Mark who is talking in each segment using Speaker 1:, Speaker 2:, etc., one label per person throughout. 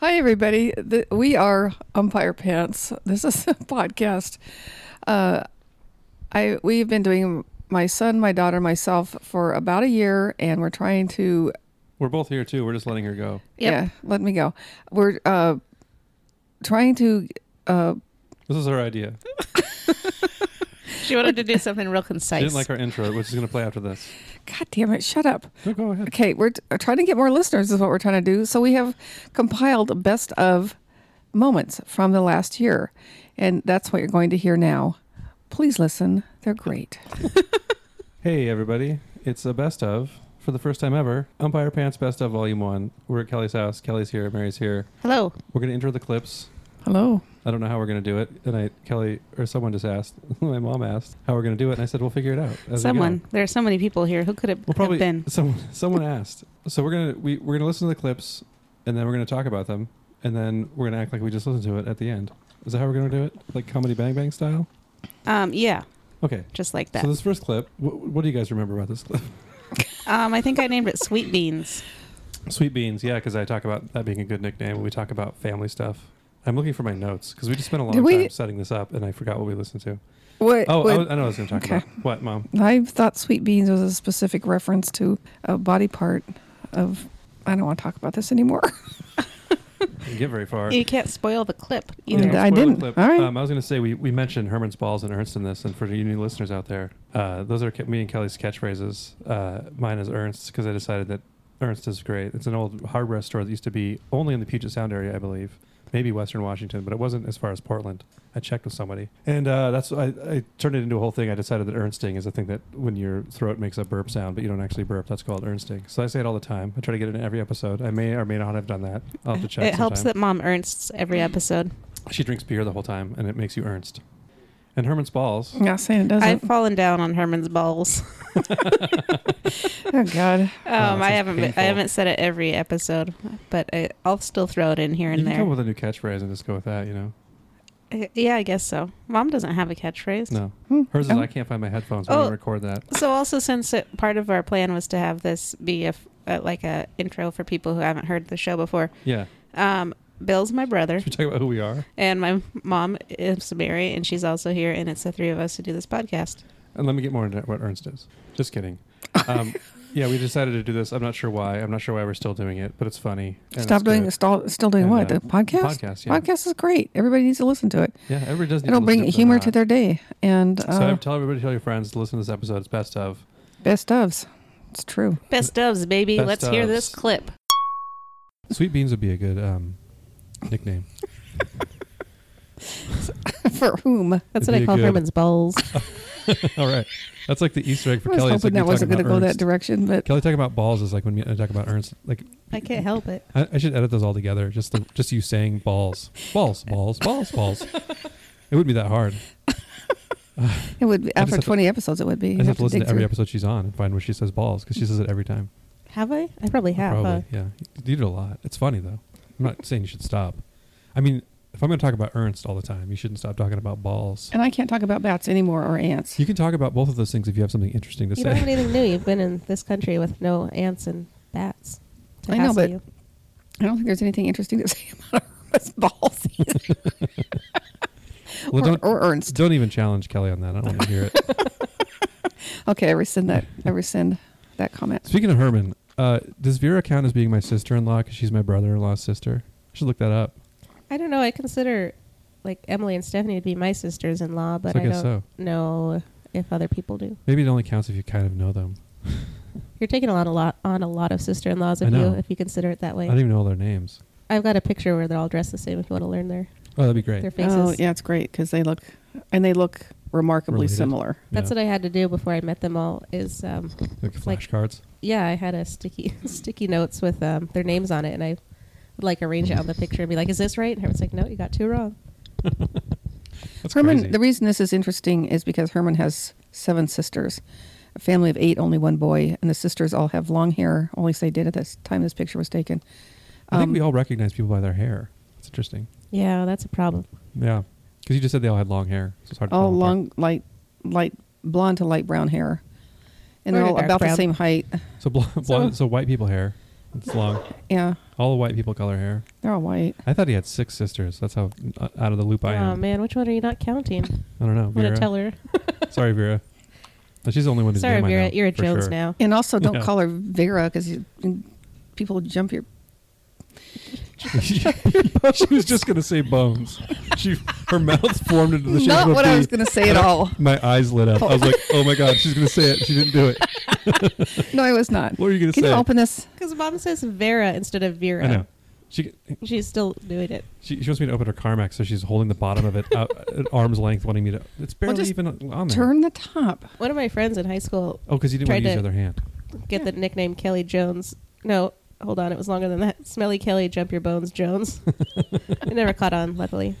Speaker 1: Hi, everybody. The, we are Umpire Pants. This is a podcast. Uh, I we've been doing my son, my daughter, myself for about a year, and we're trying to
Speaker 2: We're both here too. We're just letting her go.
Speaker 3: Yep.
Speaker 1: yeah. Let me go. We're uh, trying to uh,
Speaker 2: This is her idea.
Speaker 3: She wanted to do something real
Speaker 2: She
Speaker 3: concise.
Speaker 2: didn't like our intro, which is going to play after this.
Speaker 1: God damn it! Shut up.
Speaker 2: No, go ahead.
Speaker 1: Okay, we're t- uh, trying to get more listeners, is what we're trying to do. So we have compiled best of moments from the last year, and that's what you're going to hear now. Please listen; they're great.
Speaker 2: Hey, everybody. It's a best of for the first time ever. Umpire Pants Best of Volume 1. We're at Kelly's house. Kelly's here. Mary's here.
Speaker 3: Hello.
Speaker 2: We're going to intro the clips.
Speaker 1: Hello.
Speaker 2: I don't know how we're going to do it. And I, Kelly, or someone just asked, my mom asked, how we're going to do it. And I said, we'll figure it out. as we go."
Speaker 3: Someone. There are so many people here. Who could have,
Speaker 2: Well, probably
Speaker 3: have been?
Speaker 2: someone someone asked. So we're gonna we, we're gonna listen to the clips, and then we're gonna talk about them, and then we're gonna act like we just listened to it at the end. Is that how we're gonna do it? Like comedy Bang Bang style?
Speaker 3: Um, yeah,
Speaker 2: Okay.
Speaker 3: just like that.
Speaker 2: So this first clip, wh- what do you guys remember about this clip?
Speaker 3: um, I think I named it Sweet Beans.
Speaker 2: Sweet beans, yeah, because I talk about that being a good nickname. We talk about family stuff. I'm looking for my notes because we just spent a long
Speaker 1: Did we-
Speaker 2: time setting this up, and I forgot what we listened to.
Speaker 1: What?
Speaker 2: Oh, I,
Speaker 1: what-
Speaker 2: was- I know what I was gonna talk
Speaker 1: Okay.
Speaker 2: about. What, mom?
Speaker 1: I thought sweet beans was a specific reference to a body part of. I don't want to talk about this anymore.
Speaker 2: I didn't get very far.
Speaker 3: You can't spoil the clip
Speaker 2: Yeah,
Speaker 3: either.
Speaker 1: And I
Speaker 2: spoiler
Speaker 1: didn't.
Speaker 2: clip.
Speaker 1: All right.
Speaker 2: Um, I was going to say we, we mentioned Herman's balls and Ernst in this, and for you new listeners out there, uh, those are Ke- me and Kelly's catchphrases. Uh, mine is Ernst because I decided that Ernst is great. It's an old hardware store that used to be only in the Puget Sound area, I believe, maybe Western Washington, but it wasn't as far as Portland. I checked with somebody, and uh, that's I, I turned it into a whole thing. I decided that Ernsting is a thing that when your throat makes a burp sound, but you don't actually burp. That's called Ernsting. So I say it all the time. I try to get it in every episode. I may or may not have done that. I'll have to check.
Speaker 3: it helps
Speaker 2: sometime.
Speaker 3: that Mom Ernsts every episode.
Speaker 2: She drinks beer the whole time, and it makes you earnest. And Herman's balls.
Speaker 1: I'm not saying it
Speaker 3: I've
Speaker 1: doesn't.
Speaker 3: fallen down on Herman's balls.
Speaker 1: oh God.
Speaker 2: that
Speaker 3: Um, I
Speaker 2: sounds
Speaker 3: haven't. been-
Speaker 2: painful.
Speaker 3: I haven't said it every episode, but I, I'll still throw it in here
Speaker 2: You
Speaker 3: and
Speaker 2: can
Speaker 3: there.
Speaker 2: come up with a new catchphrase and just go with that, you know?
Speaker 3: Uh, Yeah, I guess so. Mom doesn't have a catchphrase.
Speaker 2: No.
Speaker 1: Hmm.
Speaker 2: Hers is
Speaker 1: Oh.
Speaker 2: I can't find my headphones when I
Speaker 3: Oh.
Speaker 2: record that.
Speaker 3: So also since it, part of our plan was to have this be a, f- uh like a intro for people who haven't heard the show before.
Speaker 2: Yeah.
Speaker 3: Um, Bill's my brother
Speaker 2: Should we talk about who we are?
Speaker 3: and my mom is Mary and she's also here and it's the three of us who do this podcast.
Speaker 2: And let me get more into what Ernst is. Just kidding. Um, yeah, we decided to do this. I'm not sure why. I'm not sure why we're still doing it, but it's funny. and
Speaker 1: Stop
Speaker 2: it's
Speaker 1: doing.
Speaker 2: good.
Speaker 1: Still, still doing
Speaker 2: And,
Speaker 1: what?
Speaker 2: uh,
Speaker 1: The podcast.
Speaker 2: Podcast, yeah.
Speaker 1: Podcast is great. Everybody needs to listen to it.
Speaker 2: Yeah, everybody does need
Speaker 1: It'll
Speaker 2: to
Speaker 1: bring
Speaker 2: listen if they're
Speaker 1: humor
Speaker 2: not.
Speaker 1: to their day and uh,
Speaker 2: So I tell everybody, tell your friends, to listen to this episode. It's best of.
Speaker 1: best ofs. It's true.
Speaker 3: Best doves, baby.
Speaker 2: Best
Speaker 3: Let's hear this
Speaker 2: ofs.
Speaker 3: clip.
Speaker 2: Sweet Beans would be a good um, nickname.
Speaker 1: For whom?
Speaker 2: It'd
Speaker 3: That's what
Speaker 2: be
Speaker 3: I call
Speaker 2: good.
Speaker 3: Herman's balls.
Speaker 2: All right. That's like the Easter egg
Speaker 1: I
Speaker 2: for
Speaker 1: was
Speaker 2: Kelly. It's
Speaker 1: hoping
Speaker 2: like
Speaker 1: that
Speaker 2: me
Speaker 1: wasn't
Speaker 2: talking
Speaker 1: going to go
Speaker 2: about
Speaker 1: that
Speaker 2: Ernst.
Speaker 1: direction, but
Speaker 2: Kelly talking about balls is like when me, I talk about Ernst. Like
Speaker 3: I can't help it.
Speaker 2: I, I should edit those all together. Just the, just you saying balls, balls, balls, balls, balls. It wouldn't be that hard.
Speaker 1: it would be,
Speaker 2: I just
Speaker 1: after
Speaker 2: have to-
Speaker 1: 20 episodes. It would be.
Speaker 2: I
Speaker 1: You'd
Speaker 2: just have to listen
Speaker 1: dig
Speaker 2: to every
Speaker 1: through.
Speaker 2: episode she's on and find where she says balls because she says it every time.
Speaker 3: Have I? I probably have.
Speaker 2: Probably,
Speaker 3: huh?
Speaker 2: yeah. You did it a lot. It's funny though. I'm not saying you should stop. I mean, if I'm going to talk about Ernst all the time, you shouldn't stop talking about balls.
Speaker 1: And I can't talk about bats anymore or ants.
Speaker 2: You can talk about both of those things if you have something interesting to
Speaker 4: You don't have
Speaker 2: say.
Speaker 4: anything new. You've been in this country with no ants and bats. to
Speaker 1: I know,
Speaker 4: hassle
Speaker 1: but-
Speaker 4: you.
Speaker 1: I don't think there's anything interesting to say about Ernest balls either.
Speaker 2: Well,
Speaker 1: or,
Speaker 2: don't
Speaker 1: or Ernst.
Speaker 2: don't even challenge Kelly on that. I don't want to hear it.
Speaker 1: Okay, I rescind that. I rescind that comment.
Speaker 2: Speaking of Herman, uh, does Vera count as being my sister-in-law because she's my brother-in-law's sister? I should look that up.
Speaker 4: I don't know. I consider like Emily and Stephanie to be my sisters-in-law, but
Speaker 2: So I
Speaker 4: I,
Speaker 2: guess
Speaker 4: don't
Speaker 2: so.
Speaker 4: know if other people do.
Speaker 2: Maybe it only counts if you kind of know them.
Speaker 4: You're taking a lot, a lot on a lot of sister-in-laws
Speaker 2: I
Speaker 4: if you
Speaker 2: know.
Speaker 4: if you consider it that
Speaker 2: I
Speaker 4: way.
Speaker 2: don't even know all their names.
Speaker 4: I've got a picture where they're all dressed the same. If you want to learn their
Speaker 2: Oh, that'd be great.
Speaker 4: their faces,
Speaker 1: Oh, yeah, it's great because they look and they look remarkably
Speaker 2: Related.
Speaker 1: similar.
Speaker 4: that's
Speaker 2: Yeah.
Speaker 4: what I had to do before I met them all. Is um,
Speaker 2: like
Speaker 4: like-
Speaker 2: flashcards.
Speaker 4: yeah, I had a sticky sticky notes with um, their names on it, and I would like arrange it on the picture and be like, "Is this right?" And Herman's like, "No, you got two wrong."
Speaker 2: That's
Speaker 1: Herman,
Speaker 2: crazy.
Speaker 1: the reason this is interesting is because Herman has seven sisters, a family of eight, only one boy, and the sisters all have long hair. At least they did at this time this picture was taken.
Speaker 2: I
Speaker 1: um,
Speaker 2: think we all recognize people by their hair. It's interesting.
Speaker 4: Yeah, that's a problem.
Speaker 2: Yeah, because you just said they all had long hair. So it's hard to
Speaker 1: All
Speaker 2: tell apart.
Speaker 1: Oh, long, light, light blonde to light brown hair, and
Speaker 4: Or
Speaker 1: they're
Speaker 4: to
Speaker 1: all
Speaker 4: dark
Speaker 1: about the
Speaker 4: brown.
Speaker 1: same height.
Speaker 2: So bl- blonde, so white people hair. It's long.
Speaker 1: Yeah,
Speaker 2: All the white people color hair.
Speaker 1: they're all white.
Speaker 2: I thought he had six sisters. That's how uh, out of the loop I
Speaker 5: oh
Speaker 2: am.
Speaker 5: man, which one are you not counting?
Speaker 2: I don't know.
Speaker 5: I'm gonna
Speaker 2: Vera.
Speaker 5: tell her.
Speaker 2: Sorry, Vera. But she's the only one who's
Speaker 6: Sorry,
Speaker 2: name I
Speaker 6: Vera,
Speaker 2: know,
Speaker 6: you're a
Speaker 2: for
Speaker 6: Jones
Speaker 2: sure.
Speaker 6: now.
Speaker 1: And also, don't
Speaker 2: Yeah.
Speaker 1: call her Vera because people jump your.
Speaker 2: she was just gonna say bones. She her mouth formed into the shape
Speaker 1: Not
Speaker 2: of a
Speaker 1: what I
Speaker 2: bee.
Speaker 1: was going to say at all.
Speaker 2: My eyes lit up. I was like, "Oh my god, she's gonna say it." She didn't do it.
Speaker 1: No, I was not.
Speaker 2: What were you gonna
Speaker 1: Can
Speaker 2: say?
Speaker 1: you open this?
Speaker 5: Because mom says Vera instead of Vera.
Speaker 2: I know. She,
Speaker 5: She's still doing it.
Speaker 2: she she wants me to open her Carmack, so she's holding the bottom of it out at arm's length, wanting me to. It's barely
Speaker 1: just
Speaker 2: even on there.
Speaker 1: Turn the top.
Speaker 5: One of my friends in high school
Speaker 2: Oh, because you didn't
Speaker 5: Try
Speaker 2: want to use
Speaker 5: to-
Speaker 2: the other hand.
Speaker 5: get the nickname Kelly Jones. No, hold on, it was longer than that. Smelly Kelly, jump your bones, Jones. it never caught on, luckily.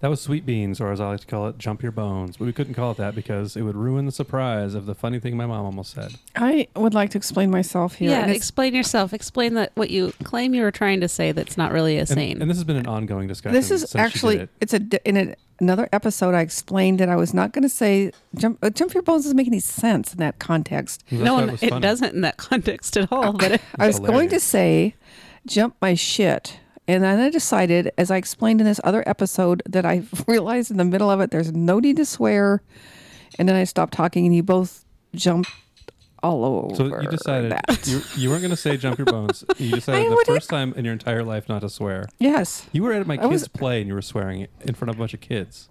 Speaker 2: That was sweet beans, or as I like to call it, jump your bones. But we couldn't call it that because it would ruin the surprise of the funny thing my mom almost said.
Speaker 1: I would like to explain myself here.
Speaker 3: yeah,
Speaker 1: and it's-
Speaker 3: explain yourself. Explain that what you claim you were trying to say that's not really a
Speaker 2: And,
Speaker 3: saying.
Speaker 2: and this has been an ongoing discussion.
Speaker 1: this is
Speaker 2: since she did
Speaker 1: actually
Speaker 2: it.
Speaker 1: it's a di- in a, another episode. I explained that I was not going to say jump. Uh, jump your bones doesn't make any sense in that context.
Speaker 2: That's
Speaker 3: no,
Speaker 2: why
Speaker 3: one,
Speaker 2: was
Speaker 3: it
Speaker 2: funny.
Speaker 3: doesn't in that context at all. But it,
Speaker 1: I was going to
Speaker 2: hilarious.
Speaker 1: say, jump my shit. And then I decided, as I explained in this other episode, that I realized in the middle of it, there's no need to swear. And then I stopped talking, and you both jumped all over.
Speaker 2: So you decided
Speaker 1: that.
Speaker 2: you, you weren't going to say jump your bones. You decided
Speaker 1: I
Speaker 2: the
Speaker 1: would-
Speaker 2: first time in your entire life not to swear.
Speaker 1: Yes,
Speaker 2: You were at my
Speaker 1: I
Speaker 2: kids'
Speaker 1: was-
Speaker 2: play and you were swearing in front of a bunch of kids.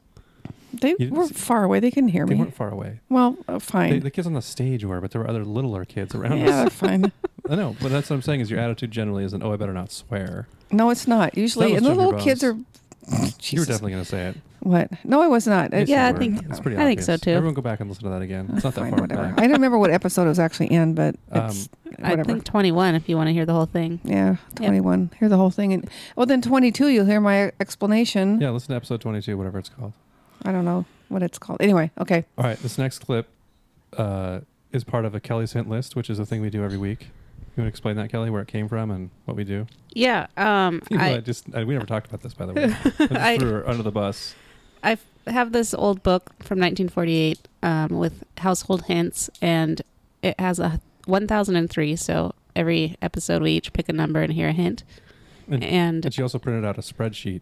Speaker 1: they
Speaker 2: didn't
Speaker 1: were
Speaker 2: see-
Speaker 1: far away. They couldn't hear
Speaker 2: They
Speaker 1: me.
Speaker 2: weren't far away.
Speaker 1: Well, uh,
Speaker 2: They,
Speaker 1: fine.
Speaker 2: the kids on the stage were, but there were other littler kids around
Speaker 1: yeah,
Speaker 2: us.
Speaker 1: fine.
Speaker 2: I know, but that's what I'm saying is your attitude generally isn't, oh, I better not swear.
Speaker 1: No, it's not. Usually,
Speaker 2: was
Speaker 1: and the
Speaker 2: jump your
Speaker 1: little kids are.
Speaker 2: bones. You were
Speaker 1: Jesus.
Speaker 2: definitely going to say it.
Speaker 1: What? No, I was not. Uh,
Speaker 2: You
Speaker 1: It-
Speaker 2: said
Speaker 3: Yeah,
Speaker 2: you
Speaker 3: I
Speaker 2: were.
Speaker 3: think-
Speaker 2: it's pretty
Speaker 3: I think
Speaker 2: obvious.
Speaker 3: so, too.
Speaker 2: Everyone go back and listen to that again. It's not that
Speaker 1: fine,
Speaker 2: far
Speaker 1: whatever.
Speaker 2: back.
Speaker 1: I don't remember what episode it was actually in, but
Speaker 2: Um,
Speaker 1: it's whatever.
Speaker 3: I think 21 if you want to hear the whole thing.
Speaker 1: Yeah,
Speaker 3: Yep.
Speaker 1: 21. Hear the whole thing. And well, then 22, you'll hear my explanation.
Speaker 2: Yeah, listen to episode 22, whatever it's called.
Speaker 1: I don't know what it's called. Anyway, okay.
Speaker 2: All right, this next clip uh, is part of a Kelly's Hint List, which is a thing we do every week. You want to explain that, Kelly, where it came from and what we do?
Speaker 3: Yeah. Um,
Speaker 2: You know, I,
Speaker 3: I,
Speaker 2: just I, we never talked about this by the way. I just
Speaker 3: I-
Speaker 2: threw her under the bus.
Speaker 3: I have this old book from 1948 um, with household hints, and it has a 1003. So every episode, we each pick a number and hear a hint.
Speaker 2: And-
Speaker 3: And
Speaker 2: And she also printed out a spreadsheet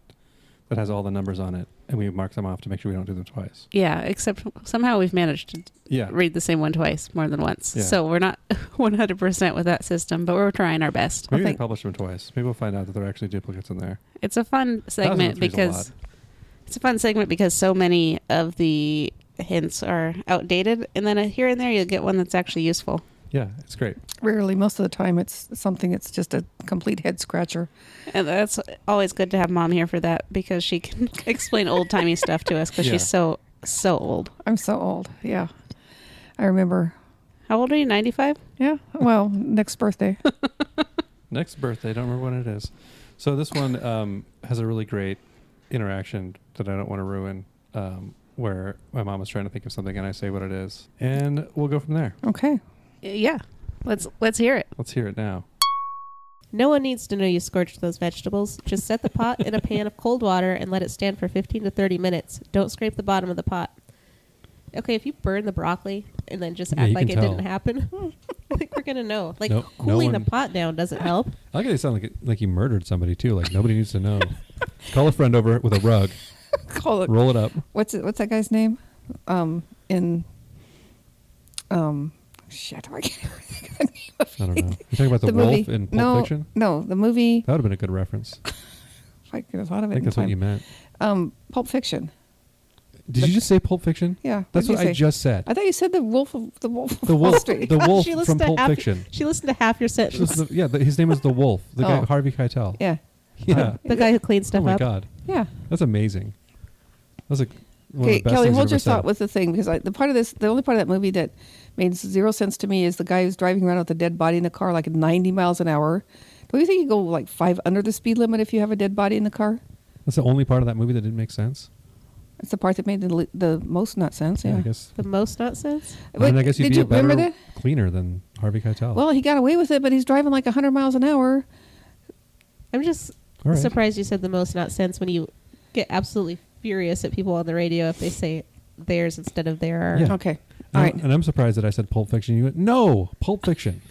Speaker 2: that has all the numbers on it, and we mark them off to make sure we don't do them twice.
Speaker 3: yeah, except somehow we've managed to
Speaker 2: Yeah,
Speaker 3: read the same one twice more than once.
Speaker 2: Yeah.
Speaker 3: So we're not 100% with that system, but we're trying our best.
Speaker 2: maybe
Speaker 1: I
Speaker 2: they
Speaker 1: think-
Speaker 2: published them twice. Maybe we'll find out that there are actually duplicates in there.
Speaker 3: It's a fun
Speaker 2: 1003 is
Speaker 3: segment
Speaker 2: a
Speaker 3: because it's a fun segment because so many of the hints are outdated and then uh, here and there you'll get one that's actually useful.
Speaker 2: Yeah, it's great.
Speaker 1: Rarely, most of the time, it's something that's just a complete head scratcher.
Speaker 3: And Uh, that's always good to have mom here for that because she can explain old-timey stuff to us cuz
Speaker 2: Yeah.
Speaker 3: she's so so old.
Speaker 1: I'm so old. Yeah. I remember.
Speaker 3: How old are you? 95?
Speaker 1: Yeah. Well, next birthday.
Speaker 2: Next birthday, I don't remember when it is. So this one um, has a really great interaction that I don't want to ruin, um, where my mom is trying to think of something and I say what it is, and we'll go from there.
Speaker 1: Okay.
Speaker 3: Uh, Yeah. Let's let's hear it.
Speaker 2: Let's hear it now.
Speaker 5: No one needs to know you scorched those vegetables. Just set the pot in a pan of cold water and let it stand for 15 to 30 minutes. Don't scrape the bottom of the pot. Okay, if you burn the broccoli and then just
Speaker 2: Yeah,
Speaker 5: act
Speaker 2: you
Speaker 5: like it
Speaker 2: can tell.
Speaker 5: didn't happen, I think we're going to know. Like,
Speaker 2: No- no
Speaker 5: cooling
Speaker 2: one-
Speaker 5: the pot down doesn't help.
Speaker 2: I like how you sound like it- like you murdered somebody too. Like nobody needs to know. Call a friend over with a rug,
Speaker 1: Call it.
Speaker 2: roll it up.
Speaker 1: What's it, What's that guy's name? Um, in. Um, shit. I can't
Speaker 2: I don't know. You talking about the, wolf
Speaker 1: movie.
Speaker 2: in Pulp
Speaker 1: no,
Speaker 2: Fiction?
Speaker 1: no, the movie.
Speaker 2: That would have been a good reference. I
Speaker 1: If I could have thought of it.
Speaker 2: think
Speaker 1: in
Speaker 2: that's
Speaker 1: time.
Speaker 2: what you meant.
Speaker 1: Um, Pulp Fiction.
Speaker 2: Did you just say Pulp Fiction?
Speaker 1: Yeah.
Speaker 2: That's
Speaker 1: what'd
Speaker 2: what
Speaker 1: you say?
Speaker 2: I just said.
Speaker 1: I thought you said the wolf of the wolf of
Speaker 2: The
Speaker 1: Wall
Speaker 2: wolf,
Speaker 1: Street.
Speaker 2: the wolf
Speaker 5: She listened
Speaker 2: from
Speaker 5: to
Speaker 2: Pulp
Speaker 5: half-
Speaker 2: Fiction.
Speaker 5: She listened to half your sentence.
Speaker 2: This is the- yeah, the, his name is the Wolf. The guy
Speaker 1: Oh.
Speaker 2: Harvey Keitel.
Speaker 1: yeah.
Speaker 2: Yeah.
Speaker 5: The guy who cleans
Speaker 2: Oh
Speaker 5: stuff
Speaker 2: my
Speaker 5: up.
Speaker 2: god,
Speaker 1: Yeah.
Speaker 2: that's amazing. That's like one
Speaker 1: Okay,
Speaker 2: of the best
Speaker 1: Kelly,
Speaker 2: things I've
Speaker 1: hold
Speaker 2: ever
Speaker 1: your
Speaker 2: said.
Speaker 1: thought with the thing because I, the part of this, the only part of that movie that made zero sense to me is the guy who's driving around with a dead body in the car like 90 miles an hour. Do you think you go like five under the speed limit if you have a dead body in the car?
Speaker 2: That's the only part of that movie that didn't make sense.
Speaker 1: It's the part that made the, le- the most not sense. Yeah.
Speaker 2: I guess.
Speaker 5: The most nonsense?
Speaker 2: I mean, I guess
Speaker 1: did
Speaker 2: you'd be
Speaker 1: you
Speaker 2: a better Oh.
Speaker 1: remember that?
Speaker 2: cleaner than Harvey Keitel.
Speaker 1: Well, he got away with it, but he's driving like 100 miles an hour.
Speaker 5: I'm just
Speaker 2: All right.
Speaker 5: surprised you said the most not sense when you get absolutely furious at people on the radio if they say theirs instead of their.
Speaker 2: Yeah.
Speaker 1: Okay.
Speaker 2: And
Speaker 1: All
Speaker 2: I'm-
Speaker 1: right.
Speaker 2: And I'm surprised that I said Pulp Fiction. You went, no, Pulp Fiction.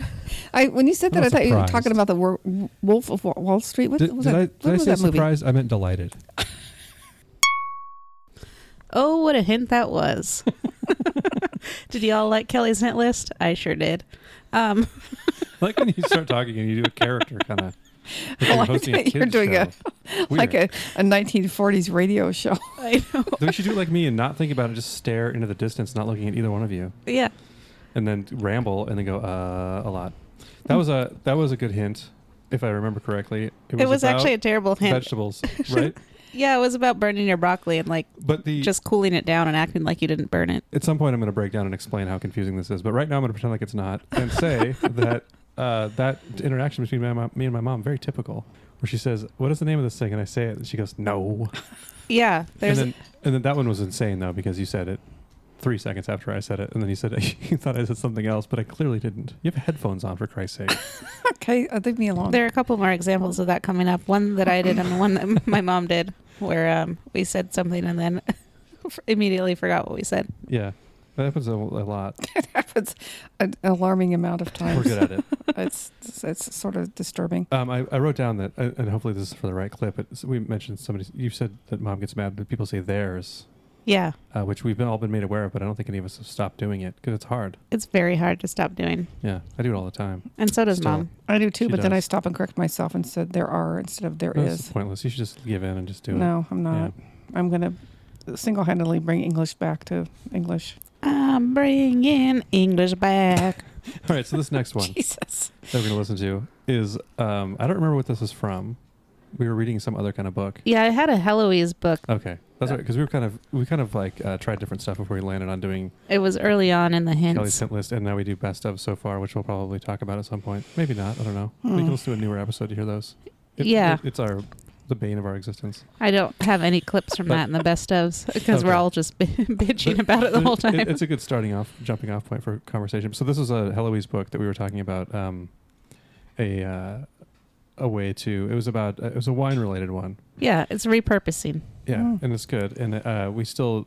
Speaker 1: I when you said
Speaker 2: I'm
Speaker 1: that, I thought you were
Speaker 2: surprised.
Speaker 1: talking about the wor- Wolf of Wa- Wall Street. What
Speaker 2: Did,
Speaker 1: was
Speaker 2: did
Speaker 1: that?
Speaker 2: I,
Speaker 1: what
Speaker 2: did I
Speaker 1: was
Speaker 2: say
Speaker 1: that movie?
Speaker 2: surprised? I meant delighted.
Speaker 7: Oh, what a hint that was. did y'all like Kelly's hint list? I sure did. Um,
Speaker 2: like when you start talking and you do a character kind of.
Speaker 1: Oh, I like that you're doing a- Like a, a 1940s radio show.
Speaker 7: I know.
Speaker 2: They should do it like me and not think about it. Just stare into the distance, not looking at either one of you,
Speaker 7: Yeah.
Speaker 2: and then ramble and then go uh, a lot. That was a that was a good hint, if I remember correctly.
Speaker 7: It was,
Speaker 2: about
Speaker 7: actually a terrible hint.
Speaker 2: vegetables, right?
Speaker 7: Yeah, it was about burning your broccoli and like
Speaker 2: But the
Speaker 7: just cooling it down and acting like you didn't burn it.
Speaker 2: at some point I'm going to break down and explain how confusing this is. But right now I'm going to pretend like it's not and say that uh, that interaction between my mom, me and my mom very typical, where she says, "What is the name of this thing?" and I say it, and she goes, "No."
Speaker 7: Yeah,
Speaker 2: And
Speaker 7: there's
Speaker 2: then, and then that one was insane though because you said it three seconds after I said it, and then you said you thought I said something else, but I clearly didn't. You have headphones on for Christ's sake.
Speaker 1: Okay, uh, leave me alone.
Speaker 7: there are a couple more examples of that coming up. One that I did and one that my mom did, where um, we said something and then immediately forgot what we said.
Speaker 2: yeah, that happens a, a lot.
Speaker 1: It happens an alarming amount of
Speaker 2: We're
Speaker 1: times.
Speaker 2: good at it.
Speaker 1: it's, it's it's sort of disturbing.
Speaker 2: Um, I, I wrote down that, and and hopefully this is for the right clip. But s- we mentioned somebody. You said that mom gets mad, but people say theirs,
Speaker 7: Yeah,
Speaker 2: uh, which we've been all been made aware of, but I don't think any of us have stopped doing it because it's hard.
Speaker 7: it's very hard to stop doing,
Speaker 2: Yeah, I do it all the time.
Speaker 7: and so does
Speaker 2: Still,
Speaker 7: mom.
Speaker 1: I do too,
Speaker 2: She
Speaker 1: but then I
Speaker 2: does.
Speaker 1: stop and correct myself and said there are instead of there
Speaker 2: That's
Speaker 1: is.
Speaker 2: pointless. You should just give in and just do it.
Speaker 1: No, I'm
Speaker 2: Yeah.
Speaker 1: not. I'm gonna single-handedly bring English back to English.
Speaker 7: I'm bringing English back.
Speaker 2: All right. So this next one.
Speaker 1: Jesus.
Speaker 2: that we're going to listen to is um, I don't remember what this is from. We were reading some other kind of book.
Speaker 7: Yeah, I had a Heloise book.
Speaker 2: Okay, that's right because we were kind of we kind of like uh, tried different stuff before we landed on doing
Speaker 7: It was early on in the
Speaker 2: Kelly's
Speaker 7: hints.
Speaker 2: hint list, and now we do best of so far, which we'll probably talk about at some point. Maybe not. I don't know. We
Speaker 1: Hmm.
Speaker 2: can listen to a newer episode to hear those.
Speaker 7: Yeah.
Speaker 2: it- it's our the bane of our existence.
Speaker 7: I don't have any clips from
Speaker 2: But-
Speaker 7: that in the best ofs because we're
Speaker 2: Okay.
Speaker 7: all just bitching
Speaker 2: But-
Speaker 7: about it the
Speaker 2: but
Speaker 7: whole
Speaker 2: it-
Speaker 7: time.
Speaker 2: it's a good starting off, jumping off point for conversation. So this is a Heloise book that we were talking about. Um, a uh, a way to it was about uh, it was a wine related one.
Speaker 7: yeah, it's repurposing.
Speaker 2: Yeah,
Speaker 1: Mm.
Speaker 7: Hmm.
Speaker 2: and it's good. And uh, we still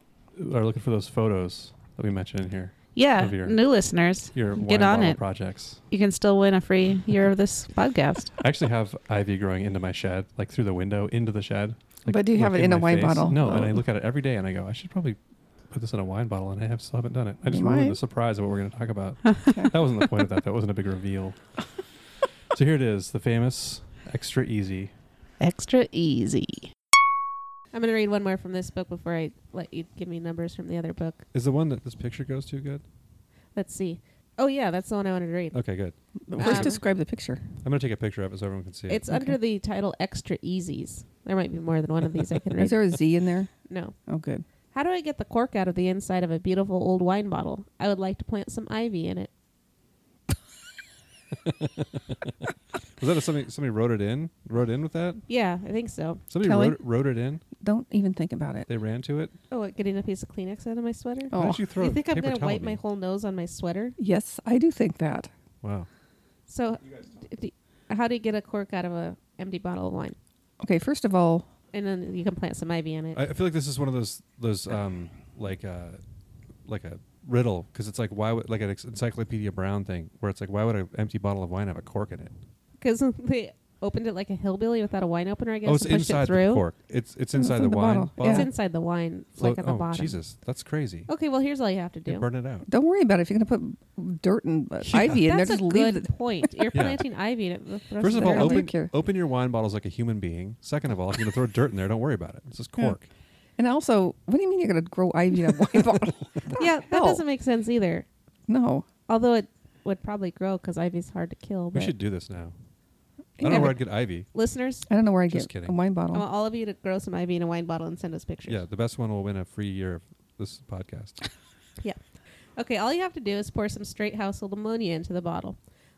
Speaker 2: are looking for those photos that we mentioned in here.
Speaker 7: Yeah,
Speaker 2: Of your-
Speaker 7: new listeners,
Speaker 2: Your
Speaker 7: Get
Speaker 2: wine
Speaker 7: on
Speaker 2: bottle
Speaker 7: it.
Speaker 2: projects.
Speaker 7: you can still win a free year of this podcast.
Speaker 2: I actually have ivy growing into my shed, like through the window into the shed. Like,
Speaker 1: But do you have
Speaker 2: look
Speaker 1: it in
Speaker 2: my
Speaker 1: a wine
Speaker 2: face.
Speaker 1: bottle?
Speaker 2: No, and I
Speaker 1: Oh.
Speaker 2: look at it every day and I go, I should probably put this in a wine bottle, and I have still haven't done it. I
Speaker 1: You
Speaker 2: just ruined
Speaker 1: might.
Speaker 2: the surprise of what we're going to talk about.
Speaker 1: Okay.
Speaker 2: that wasn't the point of that. That wasn't a big reveal. so here it is, the famous extra easy.
Speaker 7: Extra easy.
Speaker 3: I'm going to read one more from this book before I let you give me numbers from the other book.
Speaker 2: Is the one that this picture goes to good?
Speaker 3: Let's see. Oh, yeah, that's the one I wanted to read.
Speaker 2: Okay, good.
Speaker 1: First,
Speaker 3: Um,
Speaker 1: describe the picture.
Speaker 2: I'm going to take a picture of it so everyone can see it.
Speaker 3: It's under the title Extra Easies. There might be more than one of these I can
Speaker 1: Is
Speaker 3: read.
Speaker 1: there a Z in there?
Speaker 3: No.
Speaker 1: Oh, good.
Speaker 3: How do I get the cork out of the inside of a beautiful old wine bottle? I would like to plant some ivy in it.
Speaker 2: Was that a, somebody? Somebody wrote it in. Wrote in with that.
Speaker 3: Yeah, I think so.
Speaker 2: Somebody
Speaker 1: Kelly?
Speaker 2: wrote, wrote it in.
Speaker 1: Don't even think about it.
Speaker 2: They ran to it.
Speaker 3: Oh, what, getting a piece of Kleenex out of my sweater?
Speaker 2: Why
Speaker 1: Oh,
Speaker 2: did you throw
Speaker 3: you
Speaker 2: a
Speaker 3: think I'm
Speaker 2: paper
Speaker 3: going to
Speaker 2: towel
Speaker 3: wipe
Speaker 2: at
Speaker 3: my
Speaker 2: me?
Speaker 3: whole nose on my sweater?
Speaker 1: yes, I do think that.
Speaker 2: Wow.
Speaker 3: So, d- d- how do you get a cork out of a empty bottle of wine?
Speaker 1: Okay, first of all,
Speaker 3: And then you can plant some ivy in it.
Speaker 2: I, I feel like this is one of those those um like uh like a riddle because it's like why would like an ex- encyclopedia Brown thing where it's like why would an empty bottle of wine have a cork in it?
Speaker 3: Because they opened it like a hillbilly without a wine opener, I guess.
Speaker 2: oh, it's
Speaker 3: and pushed
Speaker 2: inside
Speaker 3: it through.
Speaker 2: the cork. It's it's inside
Speaker 1: in
Speaker 2: the,
Speaker 1: the
Speaker 2: wine.
Speaker 1: bottle.
Speaker 3: It's
Speaker 1: Yeah.
Speaker 3: inside the wine, It's
Speaker 2: Float-
Speaker 3: like at the
Speaker 2: oh
Speaker 3: bottom.
Speaker 2: Jesus, that's crazy.
Speaker 3: Okay, well, here's all you have to
Speaker 2: You
Speaker 3: do.
Speaker 2: burn it out.
Speaker 1: don't worry about it. If you're going to put dirt and uh,
Speaker 2: Yeah.
Speaker 1: ivy in there,
Speaker 3: That's a
Speaker 1: just leave
Speaker 3: good
Speaker 1: it.
Speaker 3: point. You're
Speaker 2: Yeah.
Speaker 3: planting ivy in it. the rest
Speaker 2: First of
Speaker 3: the
Speaker 2: all,
Speaker 1: I don't
Speaker 3: family.
Speaker 2: open
Speaker 1: care.
Speaker 2: open your wine bottles like a human being. Second of all, if you're gonna throw dirt in there, don't worry about it. It's just
Speaker 1: Yeah.
Speaker 2: cork.
Speaker 1: And also, what do you mean you're going to grow ivy in a wine bottle?
Speaker 3: yeah, that
Speaker 1: hell?
Speaker 3: doesn't make sense either.
Speaker 1: No.
Speaker 3: Although it would probably grow because ivy's hard to kill.
Speaker 2: We
Speaker 3: But
Speaker 2: should do this now. I
Speaker 1: Yeah,
Speaker 2: don't know where
Speaker 1: but-
Speaker 2: I'd get ivy.
Speaker 3: listeners,
Speaker 1: I don't know where I
Speaker 2: Just
Speaker 1: get
Speaker 2: kidding.
Speaker 1: a wine
Speaker 3: I
Speaker 1: bottle.
Speaker 3: want all of you to grow some ivy in a wine bottle and send us pictures.
Speaker 2: Yeah, the best one will win a free year of this podcast.
Speaker 3: Okay, all you have to do is pour some straight household ammonia into the bottle.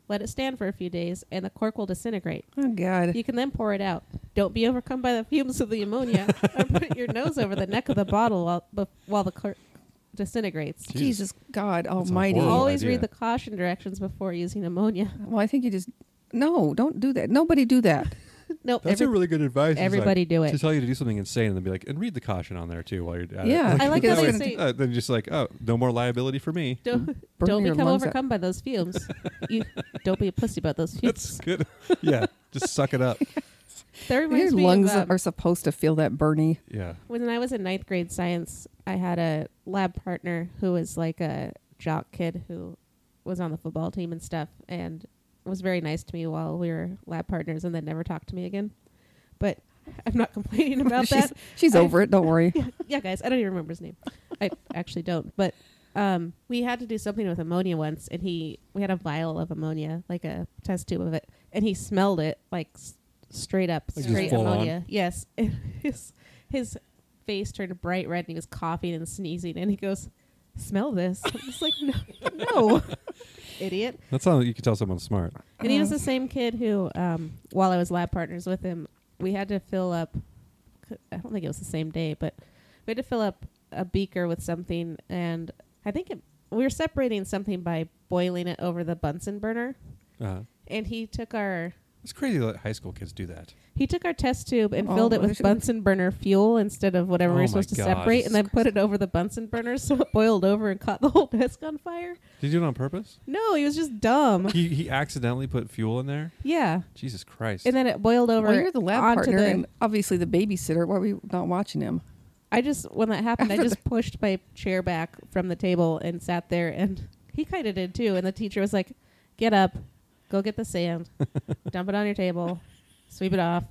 Speaker 3: Let it stand for a few days, and the cork will disintegrate.
Speaker 1: oh, God.
Speaker 3: You can then pour it out. Don't be overcome by the fumes of the ammonia, or put your nose over the neck of the bottle while, bef- while the cork disintegrates.
Speaker 2: Jesus.
Speaker 1: Jesus, God
Speaker 2: That's a
Speaker 1: almighty.
Speaker 2: horrible
Speaker 3: Always
Speaker 2: idea.
Speaker 3: read the caution directions before using ammonia.
Speaker 1: Well, I think you just. No, don't do that. Nobody do that.
Speaker 3: Nope.
Speaker 2: That's
Speaker 3: every-
Speaker 2: a really good advice. is, like,
Speaker 3: everybody do
Speaker 2: To
Speaker 3: it.
Speaker 2: tell you to do something insane and then be like, and read the caution on there too while you're at it.
Speaker 1: Yeah.
Speaker 3: I like
Speaker 2: that
Speaker 3: how
Speaker 2: way-
Speaker 3: they say-
Speaker 2: uh, then just like, oh, no more liability for me.
Speaker 3: don't
Speaker 1: Burn
Speaker 3: don't
Speaker 1: your
Speaker 3: become
Speaker 1: lungs out.
Speaker 3: overcome by those fumes. you don't be a pussy about those
Speaker 2: That's
Speaker 3: fumes.
Speaker 2: good. yeah, just suck it up.
Speaker 3: That reminds
Speaker 1: Your
Speaker 3: me
Speaker 1: lungs
Speaker 3: of, um,
Speaker 1: are supposed to feel that Bernie.
Speaker 2: Yeah.
Speaker 3: when I was in ninth grade science, I had a lab partner who was like a jock kid who was on the football team and stuff and was very nice to me while we were lab partners and then never talked to me again. But I'm not complaining about
Speaker 1: she's
Speaker 3: that.
Speaker 1: she's
Speaker 3: I-
Speaker 1: over it. Don't worry.
Speaker 3: yeah, guys, I don't even remember his name. I actually don't. But um, we had to do something with ammonia once, and he we had a vial of ammonia, like a test tube of it, and he smelled it like s- straight up,
Speaker 2: Like just
Speaker 3: straight
Speaker 2: full on?
Speaker 3: ammonia. Yes, And his his face turned bright red, and he was coughing and sneezing, and he goes, "Smell this!" I was like, "No, no, idiot."
Speaker 2: That's how you can tell someone's smart.
Speaker 3: And
Speaker 1: Mm.
Speaker 3: he was the same kid who, um, while I was lab partners with him, we had to fill up. I don't think it was the same day, but we had to fill up a beaker with something, and I think it, we were separating something by boiling it over the Bunsen burner.
Speaker 2: Uh,
Speaker 3: And he took our
Speaker 2: it's crazy that high school kids do that.
Speaker 3: he took our test tube and
Speaker 1: Oh,
Speaker 3: filled it
Speaker 1: well, they
Speaker 3: with
Speaker 1: should-
Speaker 3: Bunsen burner fuel instead of whatever we
Speaker 2: Oh
Speaker 3: were supposed
Speaker 2: my
Speaker 3: to
Speaker 2: gosh.
Speaker 3: separate, and then put it over the Bunsen burner, so it boiled over and caught the whole desk on fire.
Speaker 2: Did you do it on purpose?
Speaker 3: No, he was just dumb.
Speaker 2: he, he accidentally put fuel in there?
Speaker 3: yeah,
Speaker 2: Jesus Christ.
Speaker 3: and then it boiled over.
Speaker 1: Well, you're the lab
Speaker 3: onto
Speaker 1: partner
Speaker 3: the-
Speaker 1: and obviously the babysitter. Why are we not watching him?
Speaker 3: I just when that happened, I just pushed my chair back from the table and sat there, and he kind of did too. And the teacher was like, "Get up, go get the sand, dump it on your table, sweep it off."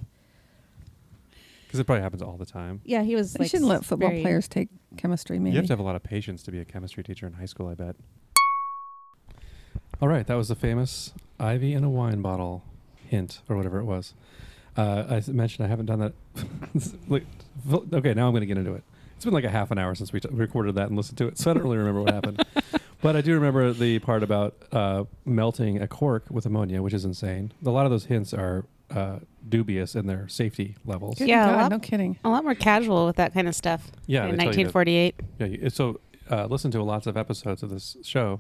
Speaker 2: Because it probably happens all the time.
Speaker 3: Yeah, he was.
Speaker 1: They
Speaker 3: like,
Speaker 1: shouldn't let football
Speaker 3: very-
Speaker 1: players take chemistry. Maybe
Speaker 2: You have to have a lot of patience to be a chemistry teacher in high school, I bet. All right, that was the famous ivy in a wine bottle hint or whatever it was. Uh, I s- mentioned I haven't done that. It's like- vo- okay, now I'm going to get into it. It's been like a half an hour since we t- recorded that and listened to it, so I don't really remember what happened. But I do remember the part about uh, melting a cork with ammonia, which is insane. A lot of those hints are uh, dubious in their safety levels.
Speaker 1: Good
Speaker 8: Yeah,
Speaker 1: God,
Speaker 8: well-
Speaker 1: no kidding.
Speaker 8: A lot more casual with that kind of stuff.
Speaker 2: Yeah,
Speaker 8: in
Speaker 2: they tell you to-
Speaker 8: 1948.
Speaker 2: Yeah. you- So uh, listen to lots of episodes of this show.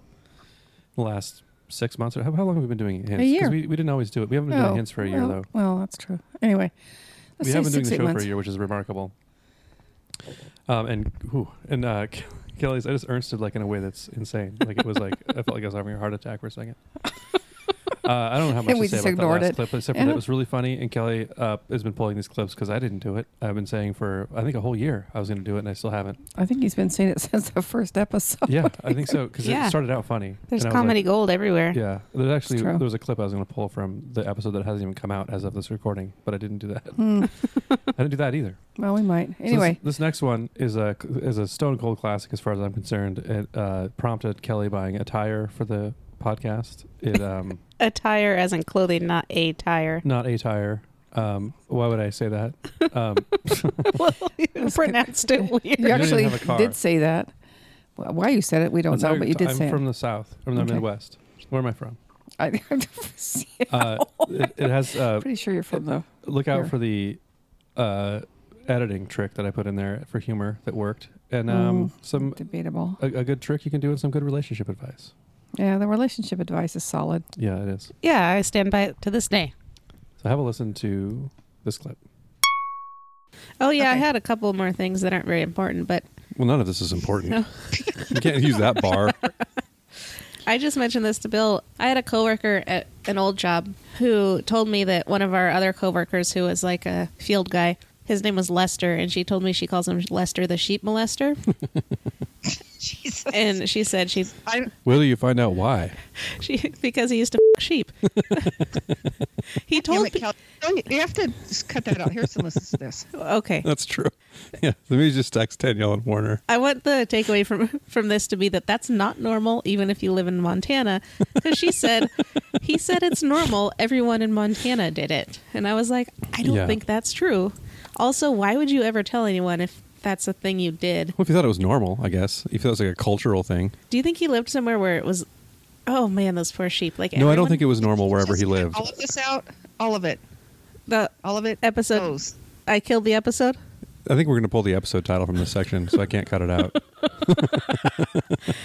Speaker 2: The last six months or how, how long have we been doing hints? 'Cause
Speaker 1: year. Oh,
Speaker 2: We, we didn't always do it. We haven't been doing hints for a year
Speaker 1: well,
Speaker 2: though.
Speaker 1: Well, that's true. Anyway, let's
Speaker 2: we
Speaker 1: say
Speaker 2: haven't been doing
Speaker 1: six,
Speaker 2: the
Speaker 1: eight
Speaker 2: show
Speaker 1: months.
Speaker 2: for a year, which is remarkable. Um, and whew, and uh, Kelly's I just ernsted like in a way that's insane. Like it was like I felt like I was having a heart attack for a second. Uh, I don't know how much
Speaker 1: And
Speaker 2: to
Speaker 1: we
Speaker 2: say
Speaker 1: just
Speaker 2: about
Speaker 1: ignored
Speaker 2: that last
Speaker 1: it.
Speaker 2: clip, except for that it was really funny. And Kelly uh, has been pulling these clips because I didn't do it. I've been saying for I think a whole year I was going to do it, and I still haven't.
Speaker 1: I think he's been saying it since the first episode.
Speaker 2: Yeah, I think so because
Speaker 8: Yeah.
Speaker 2: it started out funny.
Speaker 8: There's
Speaker 2: and I was like,
Speaker 8: comedy gold everywhere.
Speaker 2: Yeah, there's actually
Speaker 1: true.
Speaker 2: there was a clip I was going to pull from the episode that hasn't even come out as of this recording, but I didn't do that.
Speaker 1: Hmm.
Speaker 2: I didn't do that either.
Speaker 1: Well, we might.
Speaker 2: So this-
Speaker 1: Anyway,
Speaker 2: this, next one is a is a stone cold classic as far as I'm concerned. It uh, prompted Kelly buying a tire for the podcast. It um
Speaker 8: Attire as in clothing, not a tire.
Speaker 2: not a tire. Um, why would I say that? Um,
Speaker 8: well, you pronounced it weird.
Speaker 1: you
Speaker 2: didn't
Speaker 1: actually
Speaker 2: have a car.
Speaker 1: did say that. Well, Why you said it, we don't
Speaker 2: that's how
Speaker 1: know, but you did
Speaker 2: I'm
Speaker 1: say
Speaker 2: from
Speaker 1: it.
Speaker 2: the south, from the
Speaker 1: Okay.
Speaker 2: Midwest. Where am I from?
Speaker 1: I, I'm
Speaker 2: Uh, it, it has uh,
Speaker 1: pretty sure you're from the.
Speaker 2: look out
Speaker 1: Here.
Speaker 2: for the uh, editing trick that I put in there for humor that worked, and um, some
Speaker 1: Debatable.
Speaker 2: a, a good trick you can do and some good relationship advice.
Speaker 1: Yeah, the relationship advice is solid.
Speaker 2: Yeah, it is.
Speaker 8: Yeah, I stand by it to this day.
Speaker 2: So have a listen to this clip.
Speaker 9: Oh yeah, I
Speaker 1: Okay.
Speaker 9: had a couple more things that aren't very important, but
Speaker 2: Well, none of this is important. you can't use that bar.
Speaker 9: I just mentioned this to Bill. I had a coworker at an old job who told me that one of our other coworkers who was like a field guy, his name was Lester, and she told me she calls him Lester the sheep molester. And she said she
Speaker 2: Will you find out why?
Speaker 9: she because he used to f- sheep. he
Speaker 10: Damn
Speaker 9: told
Speaker 10: it,
Speaker 9: me
Speaker 10: Cal. Don't- you have to just cut that out. Here's some listens to this.
Speaker 9: okay.
Speaker 2: That's true. Yeah, let me just text Danielle and Warner.
Speaker 9: I want the takeaway from from this to be that that's not normal, even if you live in Montana, because she said he said it's normal. Everyone in Montana did it, and I was like, I don't
Speaker 2: Yeah.
Speaker 9: think that's true. Also, why would you ever tell anyone if that's a thing you did?
Speaker 2: Well, if you thought it was normal, I guess. If that was like a cultural thing.
Speaker 9: Do you think he lived somewhere where it was? Oh man, those poor sheep! Like
Speaker 2: No, I don't
Speaker 9: everyone-
Speaker 2: think it was normal wherever
Speaker 10: Just
Speaker 2: he
Speaker 10: cut
Speaker 2: lived.
Speaker 10: All of this out. All of it.
Speaker 9: the
Speaker 10: All of it.
Speaker 9: episode.
Speaker 10: goes.
Speaker 9: I killed the episode.
Speaker 2: I think we're going to pull the episode title from this section, so I can't cut it out.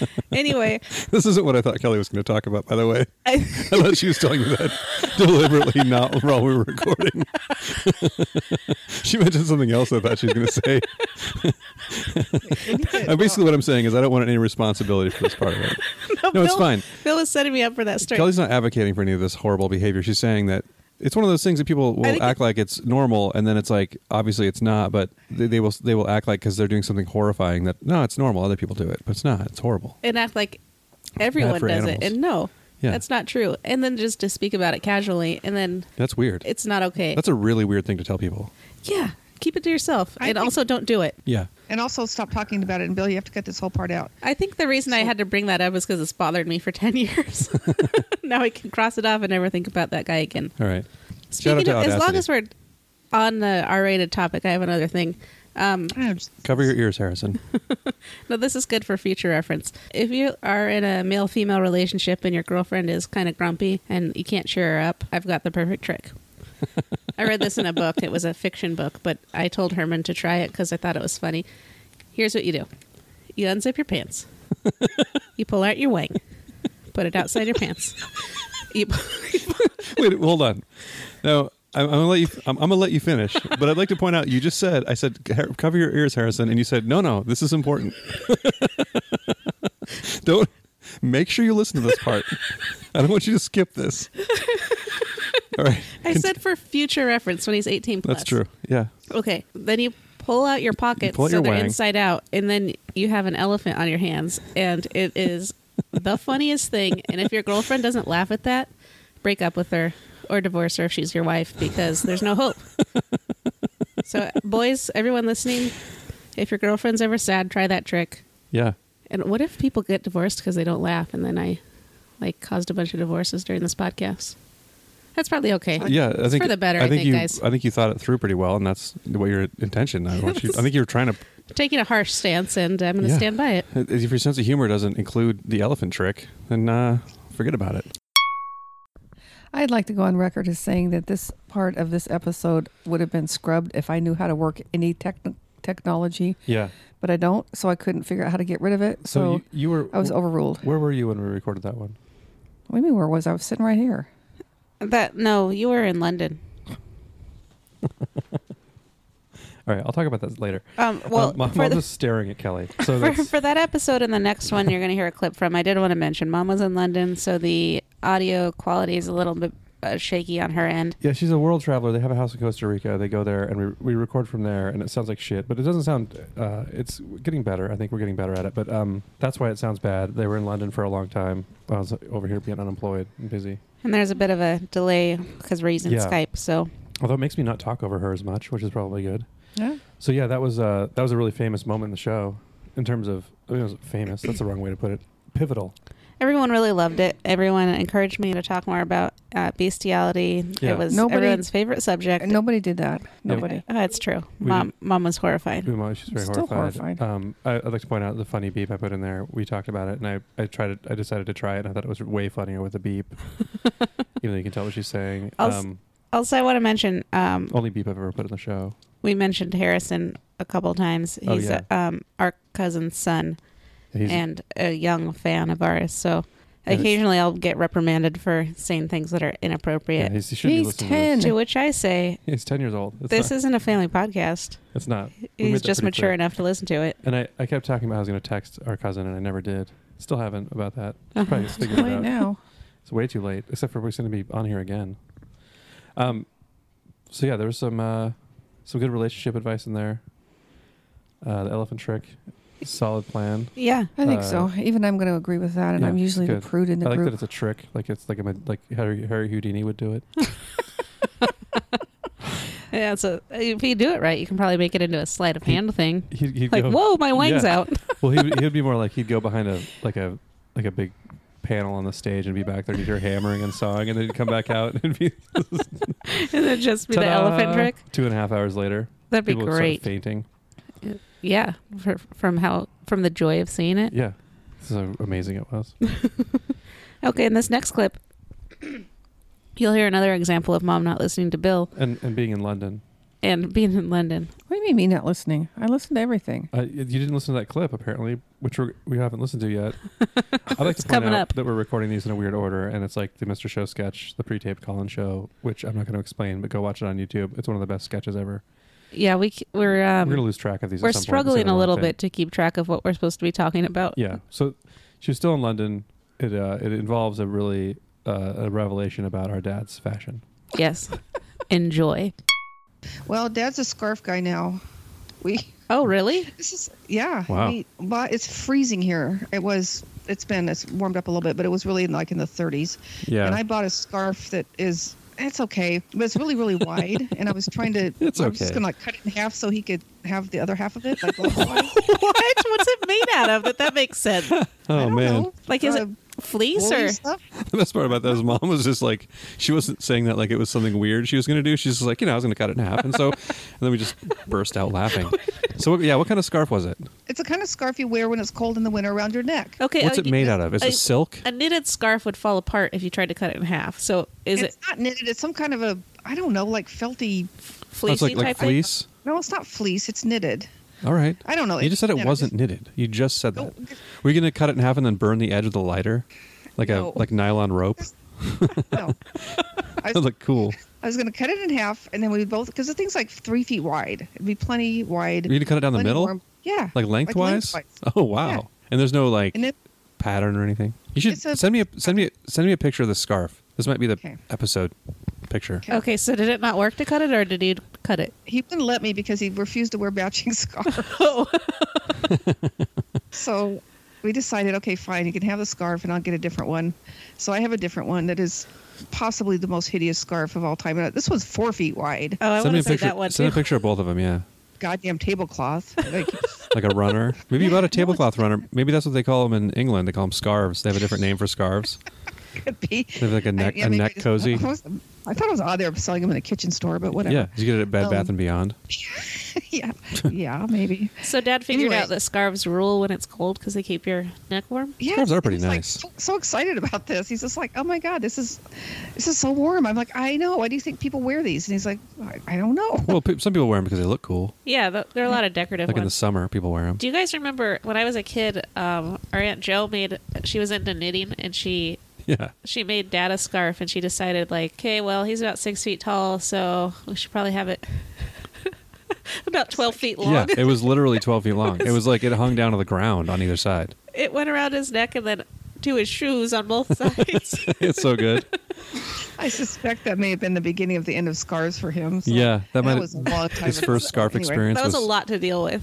Speaker 3: Anyway,
Speaker 2: this isn't what I thought Kelly was going to talk about, by the way.
Speaker 3: I,
Speaker 2: I thought she was telling me that deliberately, not while we were recording. she mentioned something else I thought she was going to say. Uh, basically, what I'm saying is I don't want any responsibility for this part of it. No, it's
Speaker 3: Bill-
Speaker 2: fine.
Speaker 3: Bill was setting me up for that story.
Speaker 2: Kelly's not advocating for any of this horrible behavior. She's saying that it's one of those things that people will
Speaker 3: think
Speaker 2: act like it's normal, and then it's like obviously it's not, but they, they will they will act like because they're doing something horrifying that no, it's normal. Other people do it, but it's not. It's horrible.
Speaker 3: and act like everyone
Speaker 2: for
Speaker 3: does
Speaker 2: animals.
Speaker 3: it. And no,
Speaker 2: Yeah.
Speaker 3: that's not true. And then just to speak about it casually, and then
Speaker 2: That's weird.
Speaker 3: it's not okay.
Speaker 2: That's a really weird thing to tell people.
Speaker 3: yeah, keep it to yourself,
Speaker 11: I
Speaker 3: and
Speaker 11: think-
Speaker 3: also don't do it.
Speaker 2: Yeah.
Speaker 11: And also stop talking about it. And Bill, you have to cut this whole part out.
Speaker 3: I think the reason I had to bring that up is because it's bothered me for ten years. now I can cross it off and never think about that guy again.
Speaker 2: All right. Shout out
Speaker 3: Speaking
Speaker 2: to
Speaker 3: of, as long
Speaker 2: Audacity.
Speaker 3: as we're on the R-rated topic, I have another thing. Um,
Speaker 11: I'm just-
Speaker 2: Cover your ears, Harrison.
Speaker 3: No, this is good for future reference. If you are in a male female relationship and your girlfriend is kind of grumpy and you can't cheer her up, I've got the perfect trick. I read this in a book. It was a fiction book, but I told Herman to try it because I thought it was funny. Here's what you do you unzip your pants, you pull out your wang, put it outside your pants. You,
Speaker 2: Wait, hold on. No, I'm, I'm gonna let you. I'm, I'm gonna let you finish. But I'd like to point out. You just said. I said "Har- cover your ears, Harrison, and you said no, no. This is important. Don't. Make sure you listen to this part. I don't want you to skip this. All right.
Speaker 3: I
Speaker 2: Cont-
Speaker 3: said for future reference when he's 18 plus.
Speaker 2: that's true. Yeah.
Speaker 3: Okay, then you pull out your pockets
Speaker 2: pull out
Speaker 3: so
Speaker 2: your
Speaker 3: they're
Speaker 2: wang.
Speaker 3: inside out, and then you have an elephant on your hands, and it is the funniest thing. And if your girlfriend doesn't laugh at that, break up with her or divorce her if she's your wife because there's no hope. so, boys, everyone listening, if your girlfriend's ever sad, try that trick.
Speaker 2: Yeah.
Speaker 3: And what if people get divorced because they don't laugh, and then I like caused a bunch of divorces during this podcast? That's probably okay.
Speaker 2: Yeah. I
Speaker 3: It's
Speaker 2: think
Speaker 3: for the better. I think,
Speaker 2: you.
Speaker 3: guys.
Speaker 2: I think you thought it through pretty well, and that's what your intention. I, want you, I think you were trying to
Speaker 3: Taking a harsh stance, and I'm going to
Speaker 2: Yeah.
Speaker 3: stand by it.
Speaker 2: If your sense of humor doesn't include the elephant trick, then uh, forget about it.
Speaker 1: I'd like to go on record as saying that this part of this episode would have been scrubbed if I knew how to work any tech- technology,
Speaker 2: Yeah.
Speaker 1: but I don't, so I couldn't figure out how to get rid of it. So,
Speaker 2: you, you were.
Speaker 1: I was overruled.
Speaker 2: Where were you when we recorded that one?
Speaker 1: What do you mean, where was I? I was sitting right here.
Speaker 12: That no, you were in London.
Speaker 2: All right, I'll talk about that later.
Speaker 12: Um, well,
Speaker 2: Um, my
Speaker 12: for,
Speaker 2: mom's
Speaker 12: the,
Speaker 2: just staring at Kelly. So
Speaker 12: for,
Speaker 2: that's,
Speaker 12: for that episode and the next one, you're going to hear a clip from. I did want to mention, Mom was in London, so the audio quality is a little bit uh, shaky on her end.
Speaker 2: yeah, she's a world traveler. They have a house in Costa Rica. They go there and we, we record from there, and it sounds like shit. But it doesn't sound. Uh, it's getting better. I think we're getting better at it. But um, that's why it sounds bad. They were in London for a long time. I was over here being unemployed and busy.
Speaker 12: And there's a bit of a delay because we're using
Speaker 2: Yeah.
Speaker 12: Skype. So
Speaker 2: Although it makes me not talk over her as much, which is probably good.
Speaker 1: Yeah.
Speaker 2: So yeah, that was uh, that was a really famous moment in the show in terms of I mean, it was famous. That's the wrong way to put it. Pivotal.
Speaker 12: everyone really loved it. Everyone encouraged me to talk more about uh, bestiality.
Speaker 2: Yeah.
Speaker 12: It was
Speaker 1: Nobody-
Speaker 12: everyone's favorite subject.
Speaker 1: And nobody did that. Nobody.
Speaker 12: Oh, it's true.
Speaker 2: We
Speaker 12: Mom, mom was horrified.
Speaker 2: Uma, she's very
Speaker 1: I'm still
Speaker 2: horrified.
Speaker 1: horrified.
Speaker 2: Um, I, I'd like to point out the funny beep I put in there. We talked about it, and I, I tried it. I decided to try it. and I thought it was way funnier with a beep, even though you can tell what she's saying.
Speaker 12: I'll s-
Speaker 2: Um,
Speaker 12: Also, I want to mention um,
Speaker 2: only beep I've ever put in the show.
Speaker 12: we mentioned Harrison a couple times.
Speaker 2: Oh,
Speaker 12: He's
Speaker 2: yeah.
Speaker 12: uh um, our cousin's son
Speaker 2: He's,
Speaker 12: and a young fan of ours. So
Speaker 2: And it's-
Speaker 12: occasionally I'll get reprimanded for saying things that are
Speaker 2: yeah,
Speaker 12: inappropriate.
Speaker 2: he's, he should be
Speaker 1: He's
Speaker 2: listening To
Speaker 1: 10.
Speaker 12: to which I say,
Speaker 2: this. He's ten years old. It's
Speaker 12: this
Speaker 2: not,
Speaker 12: isn't a family podcast.
Speaker 2: It's not. We made
Speaker 12: He's
Speaker 2: that
Speaker 12: just
Speaker 2: pretty
Speaker 12: mature
Speaker 2: clear.
Speaker 12: enough to listen to it.
Speaker 2: And I, I kept talking about how I was going to text our cousin, and I never did. Still haven't about that.
Speaker 12: Uh-huh.
Speaker 2: Probably just figured it
Speaker 1: Right
Speaker 2: out.
Speaker 1: now.
Speaker 2: It's way too late. Except for we're going to be on here again. Um, so yeah, there was some uh, some good relationship advice in there. Uh, the elephant trick, solid plan.
Speaker 12: Yeah.
Speaker 1: I think
Speaker 2: Uh,
Speaker 1: so. Even I'm going to agree with that, and
Speaker 2: yeah,
Speaker 1: I'm usually
Speaker 2: good.
Speaker 1: the prude in the
Speaker 2: I like
Speaker 1: group.
Speaker 2: that it's a trick. Like it's like a med- like Harry, Harry Houdini would do it.
Speaker 12: Yeah. So if you do it right, you can probably make it into a sleight of hand thing.
Speaker 2: He'd, he'd
Speaker 12: Like,
Speaker 2: go,
Speaker 12: whoa, my wang's
Speaker 2: Yeah.
Speaker 12: out.
Speaker 2: Well, he would- he would be more like he'd go behind a like a like a big panel on the stage and be back there and you'd hear hammering and sawing and then he'd come back out and be
Speaker 12: and it just be the
Speaker 2: ta-da!
Speaker 12: elephant trick.
Speaker 2: Two and a half hours later,
Speaker 12: That'd be
Speaker 2: people would
Speaker 12: great.
Speaker 2: start fainting.
Speaker 12: Yeah. For, from how from the joy of seeing it.
Speaker 2: Yeah, this is how amazing it was.
Speaker 12: Okay, in this next clip, you'll hear another example of mom not listening to Bill
Speaker 2: And and being in London,
Speaker 13: and being in London.
Speaker 14: What do you mean, me not listening? I listen to everything.
Speaker 2: Uh, y- you didn't listen to that clip apparently, which we're, we haven't listened to yet. I like to point
Speaker 13: coming
Speaker 2: out
Speaker 13: up.
Speaker 2: that we're recording these in a weird order, and it's like the Mr. Show sketch, the pre-taped Colin show, which I'm not going to explain, but go watch it on YouTube. It's one of the best sketches ever.
Speaker 13: Yeah, we c- we're um,
Speaker 2: we're
Speaker 13: we're,
Speaker 2: going to lose track of these. at some point and say
Speaker 13: struggling
Speaker 2: the
Speaker 13: a
Speaker 2: wrong
Speaker 13: little
Speaker 2: thing.
Speaker 13: bit to keep track of what we're supposed to be talking about.
Speaker 2: Yeah. So she was still in London. It uh, it involves a really uh, a revelation about our dad's fashion.
Speaker 13: Yes. Enjoy.
Speaker 1: Well, Dad's a scarf guy now. We
Speaker 3: Oh, really?
Speaker 1: this is yeah.
Speaker 2: Wow.
Speaker 1: We, but it's freezing here. It was. It's been. It's warmed up a little bit, but it was really in, like in the 30s.
Speaker 2: Yeah.
Speaker 1: And I bought a scarf that is. It's okay, but it's really really wide, and I was trying to.
Speaker 2: It's
Speaker 1: I was just
Speaker 2: okay.
Speaker 1: gonna like cut it in half so he could have the other half of it. Like, likewise.
Speaker 3: what? What's it made out of? That that makes sense.
Speaker 2: oh
Speaker 1: I don't
Speaker 2: man.
Speaker 1: know.
Speaker 3: Like, is
Speaker 1: Uh,
Speaker 3: it fleece
Speaker 1: woolly
Speaker 3: or?
Speaker 1: stuff?
Speaker 2: The best part about that is mom was just like she wasn't saying that like it was something weird she was going to do. She's just like you know I was going to cut it in half, and so and then we just burst out laughing. So what- yeah, what kind of scarf was it?
Speaker 1: It's a kind of scarf you wear when it's cold in the winter around your neck.
Speaker 3: Okay.
Speaker 2: What's
Speaker 3: uh,
Speaker 2: it made out of? Is
Speaker 3: I-
Speaker 2: it silk?
Speaker 3: A knitted scarf would fall apart if you tried to cut it in half. So is
Speaker 1: it's
Speaker 3: it
Speaker 1: not knitted. It's some kind of a I don't know, like felty.
Speaker 2: Oh, it's
Speaker 3: fleecy
Speaker 2: like like
Speaker 3: type
Speaker 2: fleece.
Speaker 1: No, it's not fleece. It's knitted.
Speaker 2: All right.
Speaker 1: I don't know.
Speaker 2: You just said it
Speaker 1: No, I
Speaker 2: wasn't
Speaker 1: just-
Speaker 2: knitted. You just said that.
Speaker 1: No.
Speaker 2: Were you going to cut it in half and then burn the edge of the lighter, like
Speaker 1: No.
Speaker 2: a like nylon rope?
Speaker 1: No, I
Speaker 2: That
Speaker 1: was,
Speaker 2: looked cool.
Speaker 1: I was going to cut it in half, and then we both because the thing's like three feet wide. It'd be plenty wide.
Speaker 2: You're going to cut it down the
Speaker 1: plenty
Speaker 2: middle,
Speaker 1: warm. Yeah.
Speaker 2: like lengthwise?
Speaker 1: lengthwise.
Speaker 2: Oh wow!
Speaker 1: Yeah.
Speaker 2: And there's no like
Speaker 1: And it,
Speaker 2: pattern or anything. You should
Speaker 1: It's a-
Speaker 2: send me a send me a, send me a picture of the scarf. This might be the
Speaker 1: Okay.
Speaker 2: episode picture.
Speaker 1: Okay.
Speaker 3: Of, okay. So did it not work to cut it, or did you cut it?
Speaker 1: he wouldn't let me because he refused to wear matching scarf.
Speaker 3: Oh.
Speaker 1: so we decided, okay, fine, you can have the scarf, and I'll get a different one. So I have a different one that is possibly the most hideous scarf of all time. And This one's four feet wide.
Speaker 3: Oh, I
Speaker 2: send
Speaker 3: want
Speaker 2: me
Speaker 3: to
Speaker 2: a
Speaker 3: say
Speaker 2: picture.
Speaker 3: that one
Speaker 2: send
Speaker 3: too.
Speaker 2: a picture of both of them. Yeah,
Speaker 1: Goddamn tablecloth. Like,
Speaker 2: like a runner. Maybe you bought a tablecloth runner. Maybe that's what they call them in England. They call them scarves. They have a different name for scarves.
Speaker 1: could be.
Speaker 2: They have like a neck
Speaker 1: I, yeah,
Speaker 2: a
Speaker 1: maybe I
Speaker 2: neck
Speaker 1: just-
Speaker 2: cozy.
Speaker 1: I, was- I thought it was odd they were selling them in a kitchen store, but
Speaker 2: Yeah,
Speaker 1: whatever.
Speaker 2: you get it at Bed
Speaker 1: Um,
Speaker 2: Bath and Beyond.
Speaker 1: Yeah. yeah. maybe.
Speaker 3: So dad figured
Speaker 1: Anyway.
Speaker 3: out that scarves rule when it's cold because they keep your neck warm.
Speaker 1: Yeah.
Speaker 2: Scarves are pretty
Speaker 1: he's, like,
Speaker 2: nice.
Speaker 1: so, so excited about this. He's just like, "Oh my god, this is this is so warm." I'm like, "I know. Why do you think people wear these?" And he's like, "I, I don't know."
Speaker 2: Well, pe- some people wear them because they look cool.
Speaker 3: Yeah, th- there are a lot of decorative
Speaker 2: Like in the
Speaker 3: ones.
Speaker 2: summer, people wear them.
Speaker 3: Do you guys remember when I was a kid? Um, our aunt Joe made. She was into knitting, and she
Speaker 2: Yeah.
Speaker 3: she made dad a scarf, and she decided like, okay, well, he's about six feet tall, so we should probably have it about twelve feet long.
Speaker 2: Yeah, it was literally 12 feet long. It was like it hung down to the ground on either side.
Speaker 3: It went around his neck and then to his shoes on both sides.
Speaker 2: It's so good.
Speaker 1: I suspect that may have been the beginning of the end of scarves for him. so
Speaker 2: Yeah, that might-
Speaker 1: was a long time
Speaker 2: His
Speaker 1: ago.
Speaker 2: first scarf
Speaker 1: Anyway,
Speaker 2: experience
Speaker 3: that was a lot to deal with.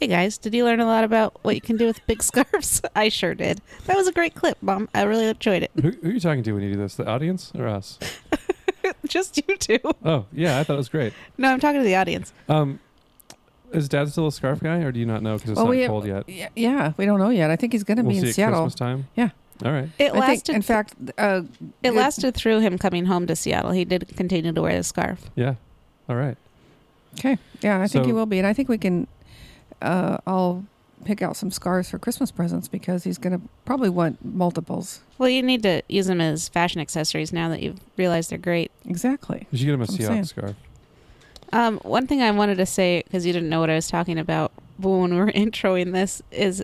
Speaker 15: Hey guys, did you learn a lot about what you can do with big scarves? I sure did. That was a great clip, Mom. I really enjoyed it.
Speaker 2: Who, who are you talking to when you do this? The audience or us?
Speaker 15: Just you two.
Speaker 2: Oh, yeah, I thought it was great.
Speaker 15: No, I'm talking to the audience.
Speaker 2: Um, is Dad still a scarf guy, or do you not know because it's
Speaker 14: Well,
Speaker 2: not
Speaker 14: we have-
Speaker 2: cold yet?
Speaker 14: Yeah, yeah, we don't know yet. I think he's going to
Speaker 2: we'll
Speaker 14: be
Speaker 2: see
Speaker 14: in
Speaker 2: at
Speaker 14: Seattle.
Speaker 2: Christmas time.
Speaker 14: Yeah.
Speaker 2: All right.
Speaker 15: It
Speaker 14: I
Speaker 15: lasted.
Speaker 14: think, in fact, uh,
Speaker 15: it
Speaker 14: good-
Speaker 15: lasted through him coming home to Seattle. He did continue to wear the scarf.
Speaker 2: Yeah. All right.
Speaker 14: Okay. Yeah, I think he
Speaker 2: So-
Speaker 14: will be, and I think we can uh, all pick out some scarves for Christmas presents because he's going to probably want multiples.
Speaker 15: Well, you need to use them as fashion accessories now that you've realized they're great.
Speaker 14: Exactly.
Speaker 2: You should get him a
Speaker 14: I'm
Speaker 2: Seahawks
Speaker 14: saying.
Speaker 2: scarf.
Speaker 15: Um, one thing I wanted to say because you didn't know what I was talking about when we were introing this is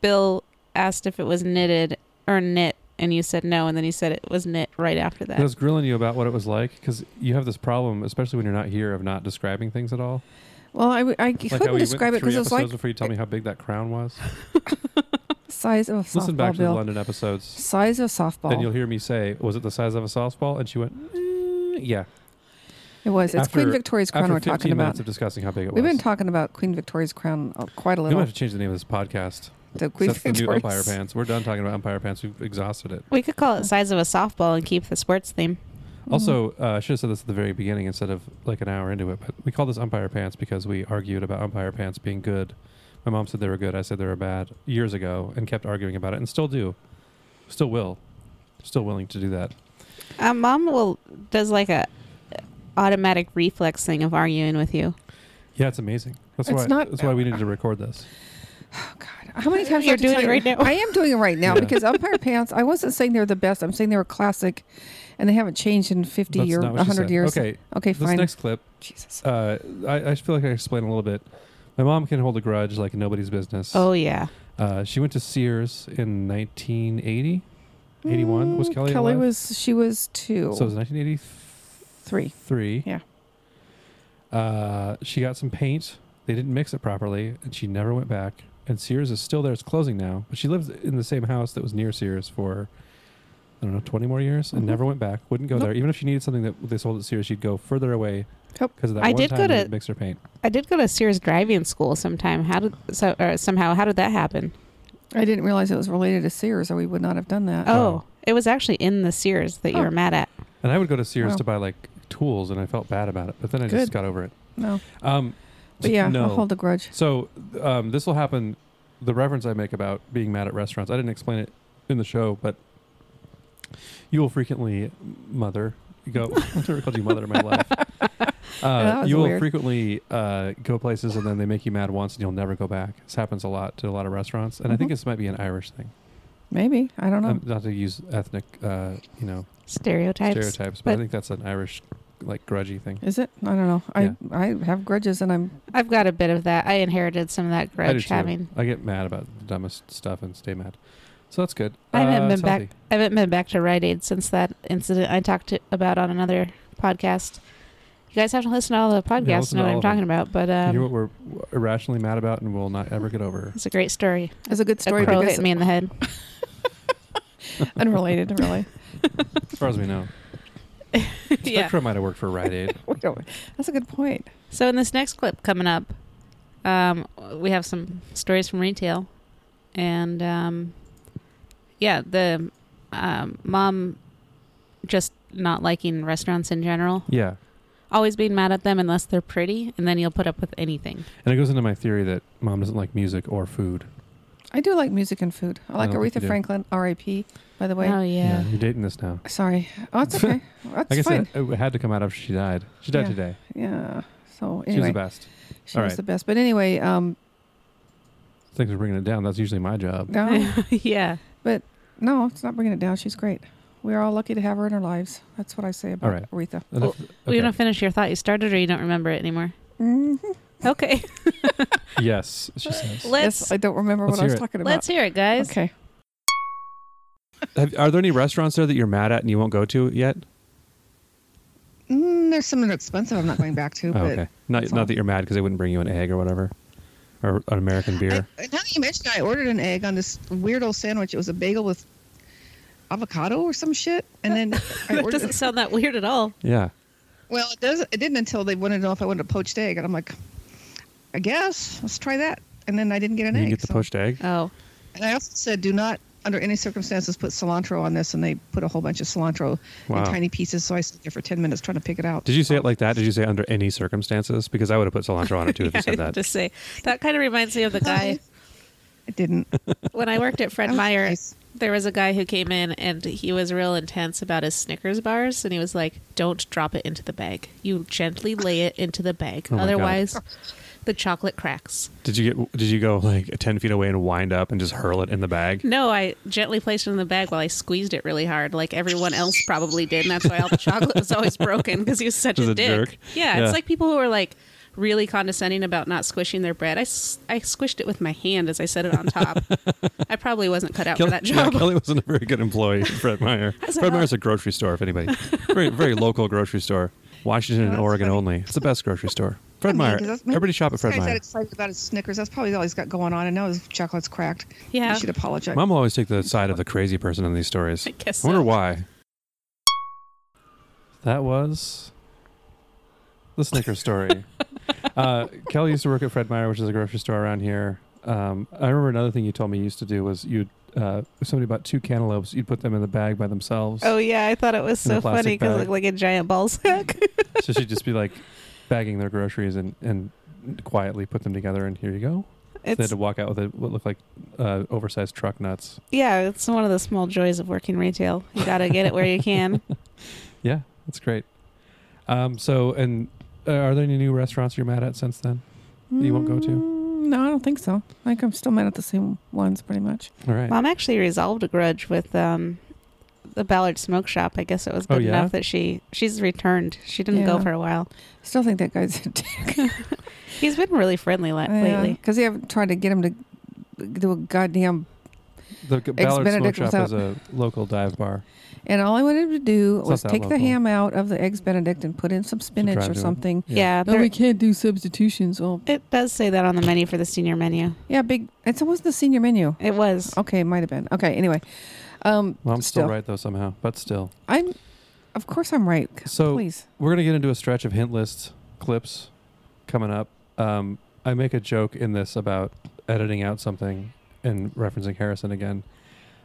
Speaker 15: Bill asked if it was knitted or knit, and you said no, and then he said it was knit right after
Speaker 14: uh,
Speaker 15: that.
Speaker 2: I was grilling you about what it was like because you have this problem, especially when you're not here, of not describing things at all.
Speaker 14: Well, I, w- I
Speaker 2: Like how
Speaker 14: couldn't
Speaker 2: we
Speaker 14: describe
Speaker 2: went
Speaker 14: it
Speaker 2: three
Speaker 14: because it was like
Speaker 2: episodes before you tell me how big that crown was.
Speaker 14: size of a softball.
Speaker 2: Listen back to the
Speaker 14: Bill.
Speaker 2: London episodes.
Speaker 14: Size of softball.
Speaker 2: Then you'll hear me say, "Was it the size of a softball?" And she went, "Eh, "Yeah."
Speaker 14: it was. It's
Speaker 2: After-
Speaker 14: Queen Victoria's crown
Speaker 2: After
Speaker 14: we're
Speaker 2: 15
Speaker 14: talking
Speaker 2: minutes
Speaker 14: about.
Speaker 2: of discussing how big it
Speaker 14: We've
Speaker 2: was,
Speaker 14: been talking about Queen Victoria's crown uh, quite a
Speaker 2: We might
Speaker 14: little.
Speaker 2: have to change the name of this podcast.
Speaker 14: The Queen
Speaker 2: That's the new
Speaker 14: Victoria's.
Speaker 2: umpire pants. We're done talking about umpire pants. We've exhausted it.
Speaker 15: we could call it size of a softball and keep the sports theme.
Speaker 14: Oh,
Speaker 2: Also, uh, I should have said this at the very beginning instead of like an hour into it. But we call this umpire pants because we argued about umpire pants being good. My mom said they were good. I said they were bad years ago, and kept arguing about it, and still do, still will, still willing to do that.
Speaker 15: Uh, Mom will does like a automatic reflex thing of arguing with you.
Speaker 2: Yeah, it's amazing. That's
Speaker 14: It's
Speaker 2: why.
Speaker 14: not-
Speaker 2: that's why we needed to record this.
Speaker 14: Oh, God,
Speaker 1: How many times do I
Speaker 16: You're
Speaker 1: have to
Speaker 16: doing
Speaker 1: tell
Speaker 16: it right
Speaker 1: you-
Speaker 16: now.
Speaker 1: I am doing it right now
Speaker 14: Yeah.
Speaker 1: because umpire pants. I wasn't saying they're the best. I'm saying they were classic, and they haven't changed in 50
Speaker 14: That's
Speaker 1: or
Speaker 14: not what she
Speaker 1: 100
Speaker 14: said.
Speaker 1: years.
Speaker 14: Okay.
Speaker 1: Okay,
Speaker 14: This
Speaker 1: fine.
Speaker 14: next clip,
Speaker 1: Jesus.
Speaker 14: uh, I, I feel like I explained a little bit. My mom can hold a grudge like nobody's business.
Speaker 3: Oh yeah.
Speaker 14: Uh, she went to Sears in 1980, 81. Was
Speaker 1: Mm,
Speaker 14: Kelly
Speaker 1: Kelly
Speaker 14: alive?
Speaker 1: was. She was two,
Speaker 14: So it was 1983.
Speaker 1: three. Yeah.
Speaker 14: Uh, she got some paint. They didn't mix it properly, and she never went back. And Sears is still there. It's closing now, but she lives in the same house that was near Sears for I don't know twenty more years, and
Speaker 1: Mhm.
Speaker 14: never went back. Wouldn't go
Speaker 1: Nope.
Speaker 14: there, even if she needed something that they sold at Sears. She'd go further away
Speaker 1: Yep.
Speaker 14: because of that
Speaker 3: I
Speaker 14: one
Speaker 3: did
Speaker 14: time
Speaker 3: go
Speaker 14: they
Speaker 3: to-
Speaker 14: didn't mix her paint.
Speaker 3: I did go to Sears driving school sometime. How did so or somehow how did that happen?
Speaker 1: I didn't realize it was related to Sears, or we would not have done that.
Speaker 3: Oh,
Speaker 14: Oh.
Speaker 3: it was actually in the Sears that you
Speaker 1: Oh.
Speaker 3: were mad at.
Speaker 14: And I would go to Sears
Speaker 1: Wow.
Speaker 14: to buy like tools, and I felt bad about it. But then I
Speaker 1: Good.
Speaker 14: just got over it.
Speaker 1: No.
Speaker 14: Um,
Speaker 1: But yeah,
Speaker 14: no.
Speaker 1: I'll hold a grudge.
Speaker 14: So um, this will happen. The reference I make about being mad at restaurants, I didn't explain it in the show, but you will frequently mother you go. I've never called you mother in my life.
Speaker 1: that
Speaker 14: Uh,
Speaker 1: was
Speaker 14: you will
Speaker 1: weird.
Speaker 14: frequently uh, go places and then they make you mad once and you'll never go back. This happens a lot to a lot of restaurants, and I think
Speaker 1: Mhm.
Speaker 14: this might be an Irish thing.
Speaker 1: Maybe I don't know.
Speaker 14: Um, not to use ethnic, uh, you know,
Speaker 3: Stereotypes.
Speaker 14: stereotypes, but I
Speaker 3: but-
Speaker 14: think that's an Irish, like grudgy thing.
Speaker 1: Is it? I don't know.
Speaker 14: Yeah.
Speaker 1: I I have grudges, and I'm
Speaker 3: I've got a bit of that. I inherited some of that
Speaker 14: I do
Speaker 3: grudge
Speaker 14: too.
Speaker 3: having.
Speaker 14: I get mad about the dumbest stuff and stay mad. So that's good.
Speaker 3: I haven't
Speaker 14: Uh,
Speaker 3: been
Speaker 14: it's
Speaker 3: back.
Speaker 14: healthy.
Speaker 3: I haven't been back to Rite Aid since that incident I talked to, about on another podcast. You guys have to listen to all the podcasts to
Speaker 14: listen
Speaker 3: know
Speaker 14: to
Speaker 3: what
Speaker 14: all
Speaker 3: I'm talking
Speaker 14: of them.
Speaker 3: about, but
Speaker 14: You hear
Speaker 3: um,
Speaker 14: what we're irrationally mad about and will not ever get over.
Speaker 3: it's a great story.
Speaker 1: it's a good story
Speaker 3: a crow
Speaker 1: because
Speaker 3: hit me in the head.
Speaker 1: unrelated really.
Speaker 14: As far as we know,
Speaker 2: yeah.
Speaker 14: Spectrum might have worked for Rite Aid.
Speaker 1: We don't- That's a good point.
Speaker 3: So in this next clip coming up, um, we have some stories from retail, and um, yeah, the um, mom just not liking restaurants in general,
Speaker 14: yeah,
Speaker 3: always being mad at them unless they're pretty, and then you'll put up with anything.
Speaker 14: and it goes into my theory that mom doesn't like music or food.
Speaker 1: I do like music and food. I like
Speaker 14: don't think
Speaker 1: Aretha
Speaker 14: you do.
Speaker 1: Franklin, R.I.P. By the way,
Speaker 3: Oh yeah.
Speaker 14: you're dating this now.
Speaker 1: sorry. Oh, it's okay. That's
Speaker 14: I guess
Speaker 1: fine.
Speaker 14: it, it had to come out after she died. She died
Speaker 1: Yeah.
Speaker 14: today.
Speaker 1: Yeah. So
Speaker 14: She was the
Speaker 1: anyway,
Speaker 14: best.
Speaker 1: she
Speaker 14: All
Speaker 1: was
Speaker 14: right.
Speaker 1: the best. But anyway, um,
Speaker 14: Thanks for bringing it down. That's usually my job.
Speaker 1: no,
Speaker 3: yeah.
Speaker 1: no, it's not bringing it down. She's great. We're all lucky to have her in our lives. That's what I say about
Speaker 14: All right.
Speaker 1: Aretha.
Speaker 14: Enough-
Speaker 3: We
Speaker 14: okay.
Speaker 3: don't finish your thought you started, or you don't remember it anymore. Mm-hmm.
Speaker 1: Mhm.
Speaker 3: Okay,
Speaker 14: yes, she says.
Speaker 1: Yes,
Speaker 3: let's
Speaker 1: I don't remember
Speaker 14: Let's
Speaker 1: what I was
Speaker 14: hear it.
Speaker 1: talking about.
Speaker 3: let's hear it, guys.
Speaker 1: okay.
Speaker 14: Have, are there any restaurants there that you're mad at and you won't go to yet?
Speaker 17: Mm, there's some that are expensive. I'm not going back to.
Speaker 14: Oh,
Speaker 17: but
Speaker 14: okay, not
Speaker 17: that's all.
Speaker 14: not that you're mad because they wouldn't bring you an egg or whatever, or an American
Speaker 17: I,
Speaker 14: beer.
Speaker 17: now that you mentioned, it, I ordered an egg on this weird old sandwich. It was a bagel with avocado or some shit, and then I
Speaker 2: That
Speaker 17: ordered.
Speaker 2: doesn't sound that weird at all.
Speaker 14: yeah,
Speaker 17: Well, it does. It didn't until they wanted to know if I wanted a poached egg, and I'm like, I guess let's try that. And then I didn't get an
Speaker 14: you
Speaker 17: egg.
Speaker 14: get the
Speaker 17: so-
Speaker 14: poached egg.
Speaker 3: Oh,
Speaker 17: And I also said, do not under any circumstances put cilantro on this, and they put a whole bunch of cilantro
Speaker 14: Wow.
Speaker 17: in tiny pieces. So I stood there for ten minutes trying to pick it out.
Speaker 14: Did you say it like that? Did you say under any circumstances? Because I would have put cilantro on it too if you said that.
Speaker 2: Just say that kind of reminds me of the guy
Speaker 17: It didn't.
Speaker 2: when I worked at Fred
Speaker 17: That was
Speaker 2: Meyer.
Speaker 17: Oh, nice.
Speaker 2: There was a guy who came in and he was real intense about his Snickers bars, and he was like, "Don't drop it into the bag. You gently lay it into the bag,
Speaker 14: Oh my God.
Speaker 2: otherwise, the chocolate cracks."
Speaker 14: Did you get? Did you go like ten feet away and wind up and just hurl it in the bag?
Speaker 2: No, I gently placed it in the bag while I squeezed it really hard, like everyone else probably did, and that's why all the chocolate was always broken because he was such
Speaker 14: He's
Speaker 2: a,
Speaker 14: a
Speaker 2: dick.
Speaker 14: jerk.
Speaker 2: Yeah,
Speaker 14: Yeah.
Speaker 2: it's like people who are like really condescending about not squishing their bread. I, s- I squished it with my hand as I set it on top. I probably wasn't cut out for
Speaker 14: Kelly,
Speaker 2: that
Speaker 14: yeah,
Speaker 2: job.
Speaker 14: Kelly wasn't a very good employee. at Fred Meyer. Fred Meyer's a grocery store, if anybody. Very, very local grocery store. Washington and
Speaker 17: that's
Speaker 14: Oregon
Speaker 17: funny.
Speaker 14: only. It's the best grocery store.
Speaker 17: I
Speaker 14: Fred
Speaker 17: mean,
Speaker 14: Meyer.
Speaker 17: 'cause that's- maybe
Speaker 14: Everybody shop at
Speaker 17: this
Speaker 14: Fred
Speaker 17: guy's that
Speaker 14: Meyer.
Speaker 17: excited about his Snickers. That's probably all he's got going on. And now his chocolate's cracked.
Speaker 2: Yeah.
Speaker 17: He should apologize.
Speaker 14: Mom will always take the side of the crazy person in these stories.
Speaker 2: I guess
Speaker 14: I wonder
Speaker 2: so.
Speaker 14: why. That was the Snickers story. uh, Kelly used to work at Fred Meyer, which is a grocery store around here. Um, I remember another thing you told me you used to do was you'd uh, if somebody bought two cantaloupes, you'd put them in the bag by themselves.
Speaker 3: oh yeah. I thought it was
Speaker 14: In a
Speaker 3: so
Speaker 14: plastic
Speaker 3: funny because it
Speaker 14: bag.
Speaker 3: looked like a giant ball sack.
Speaker 14: So she'd just be like bagging their groceries and and quietly put them together, and here you go. So they had
Speaker 3: it's
Speaker 14: to walk out with a, what looked like uh, oversized truck nuts.
Speaker 3: yeah. It's one of the small joys of working retail. You gotta get it where you can.
Speaker 14: Yeah, that's great. Um, so, and uh, are there any new restaurants you're mad at since then? that you won't go to?
Speaker 1: Mm, No, I don't think so. I think I'm still mad at the same ones pretty much.
Speaker 14: All right.
Speaker 3: Mom actually resolved a grudge with um, the Ballard Smoke Shop. I guess it was
Speaker 14: Oh,
Speaker 3: good
Speaker 14: yeah?
Speaker 3: enough that she she's returned. She didn't go
Speaker 1: Yeah.
Speaker 3: for a while.
Speaker 1: Still think that guy's a dick
Speaker 3: He's been really friendly
Speaker 1: Oh,
Speaker 3: li- lately.
Speaker 1: because they haven't tried to get him to do a goddamn.
Speaker 14: The G- Ballard Smoke
Speaker 1: Benedict
Speaker 14: Shop
Speaker 1: was
Speaker 14: is a local dive bar.
Speaker 1: And all I wanted him to do
Speaker 14: It's not
Speaker 1: was
Speaker 14: that
Speaker 1: take the
Speaker 14: local.
Speaker 1: ham out of the eggs Benedict and put in some spinach
Speaker 14: drive
Speaker 1: or
Speaker 14: to it.
Speaker 1: something.
Speaker 3: Yeah,
Speaker 1: No,
Speaker 3: there-
Speaker 1: we can't do substitutions. um, Well,
Speaker 3: it does say that on the menu for the senior menu.
Speaker 1: yeah, big. It's always the senior menu.
Speaker 3: It was.
Speaker 1: Okay, it might have been. Okay, anyway. Um,
Speaker 14: Mom's still
Speaker 1: Still.
Speaker 14: right though somehow, but still.
Speaker 1: I'm. Of course, I'm right.
Speaker 14: So-
Speaker 1: please.
Speaker 14: We're gonna get into a stretch of hint list clips coming up. Um, I make a joke in this about editing out something and referencing Harrison again.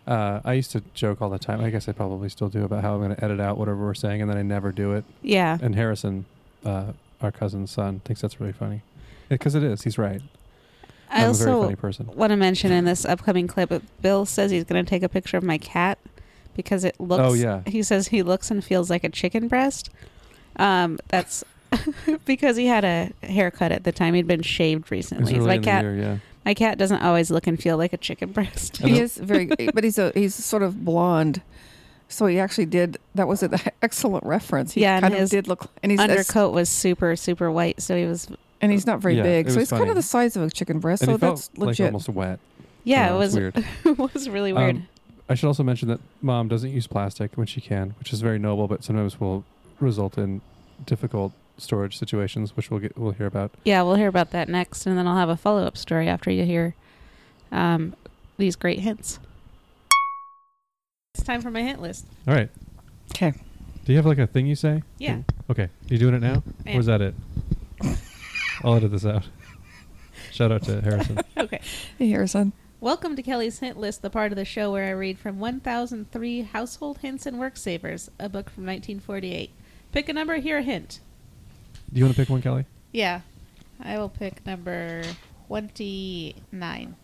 Speaker 14: Uh, I used to joke all the time. I guess I probably still do about how I'm going to edit out whatever we're saying, and then I never do it.
Speaker 3: Yeah.
Speaker 14: And Harrison, uh, our cousin's son, thinks that's really funny because it is. He's right.
Speaker 3: I
Speaker 14: am a very
Speaker 3: also
Speaker 14: funny person.
Speaker 3: want to mention in this upcoming clip, Bill says he's going to take a picture of my cat because it looks.
Speaker 14: Oh, yeah.
Speaker 3: He says he looks and feels like a chicken breast. Um, that's because he had a haircut at the time. He'd been shaved
Speaker 14: It was
Speaker 3: recently.
Speaker 14: early
Speaker 3: my
Speaker 14: in the
Speaker 3: cat,
Speaker 14: year, yeah.
Speaker 3: my cat doesn't always look and feel like a chicken breast.
Speaker 14: I
Speaker 1: He
Speaker 14: don't-
Speaker 1: is very, eh, but he's a he's sort of blonde, so he actually did. That was an excellent reference. He
Speaker 3: Yeah, and
Speaker 1: kind of
Speaker 3: his
Speaker 1: did look, and he's
Speaker 3: Undercoat was super super white, so he was.
Speaker 1: and he's not very
Speaker 14: Yeah,
Speaker 1: big,
Speaker 14: it
Speaker 1: so
Speaker 14: was
Speaker 1: he's kind
Speaker 14: funny.
Speaker 1: of the size of a chicken breast.
Speaker 14: and
Speaker 1: so
Speaker 14: he felt
Speaker 1: that's
Speaker 14: like
Speaker 1: legit.
Speaker 14: almost wet.
Speaker 3: Yeah,
Speaker 14: so
Speaker 3: it was
Speaker 14: it's Oh, weird.
Speaker 3: it was really
Speaker 14: Um,
Speaker 3: weird.
Speaker 14: I should also mention that mom doesn't use plastic when she can, which is very noble, but sometimes will result in difficult storage situations, which we'll get we'll hear about.
Speaker 3: Yeah, we'll hear about that next, and then I'll have a follow up story after you hear um, these great hints. It's time for my hint list.
Speaker 14: All right.
Speaker 1: 'Kay.
Speaker 14: Do you have like a thing you say?
Speaker 3: Yeah.
Speaker 14: Okay. You doing it now?
Speaker 3: I
Speaker 14: Or is that it? I'll edit this out. Shout out to Harrison.
Speaker 3: Okay.
Speaker 1: Hey, Harrison.
Speaker 2: Welcome to Kelly's Hint List, the part of the show where I read from 1003 Household Hints and Work Savers, a book from 1948. Pick a number, hear a hint.
Speaker 14: Do you want to pick one, Kelly?
Speaker 2: Yeah, I will pick number 29.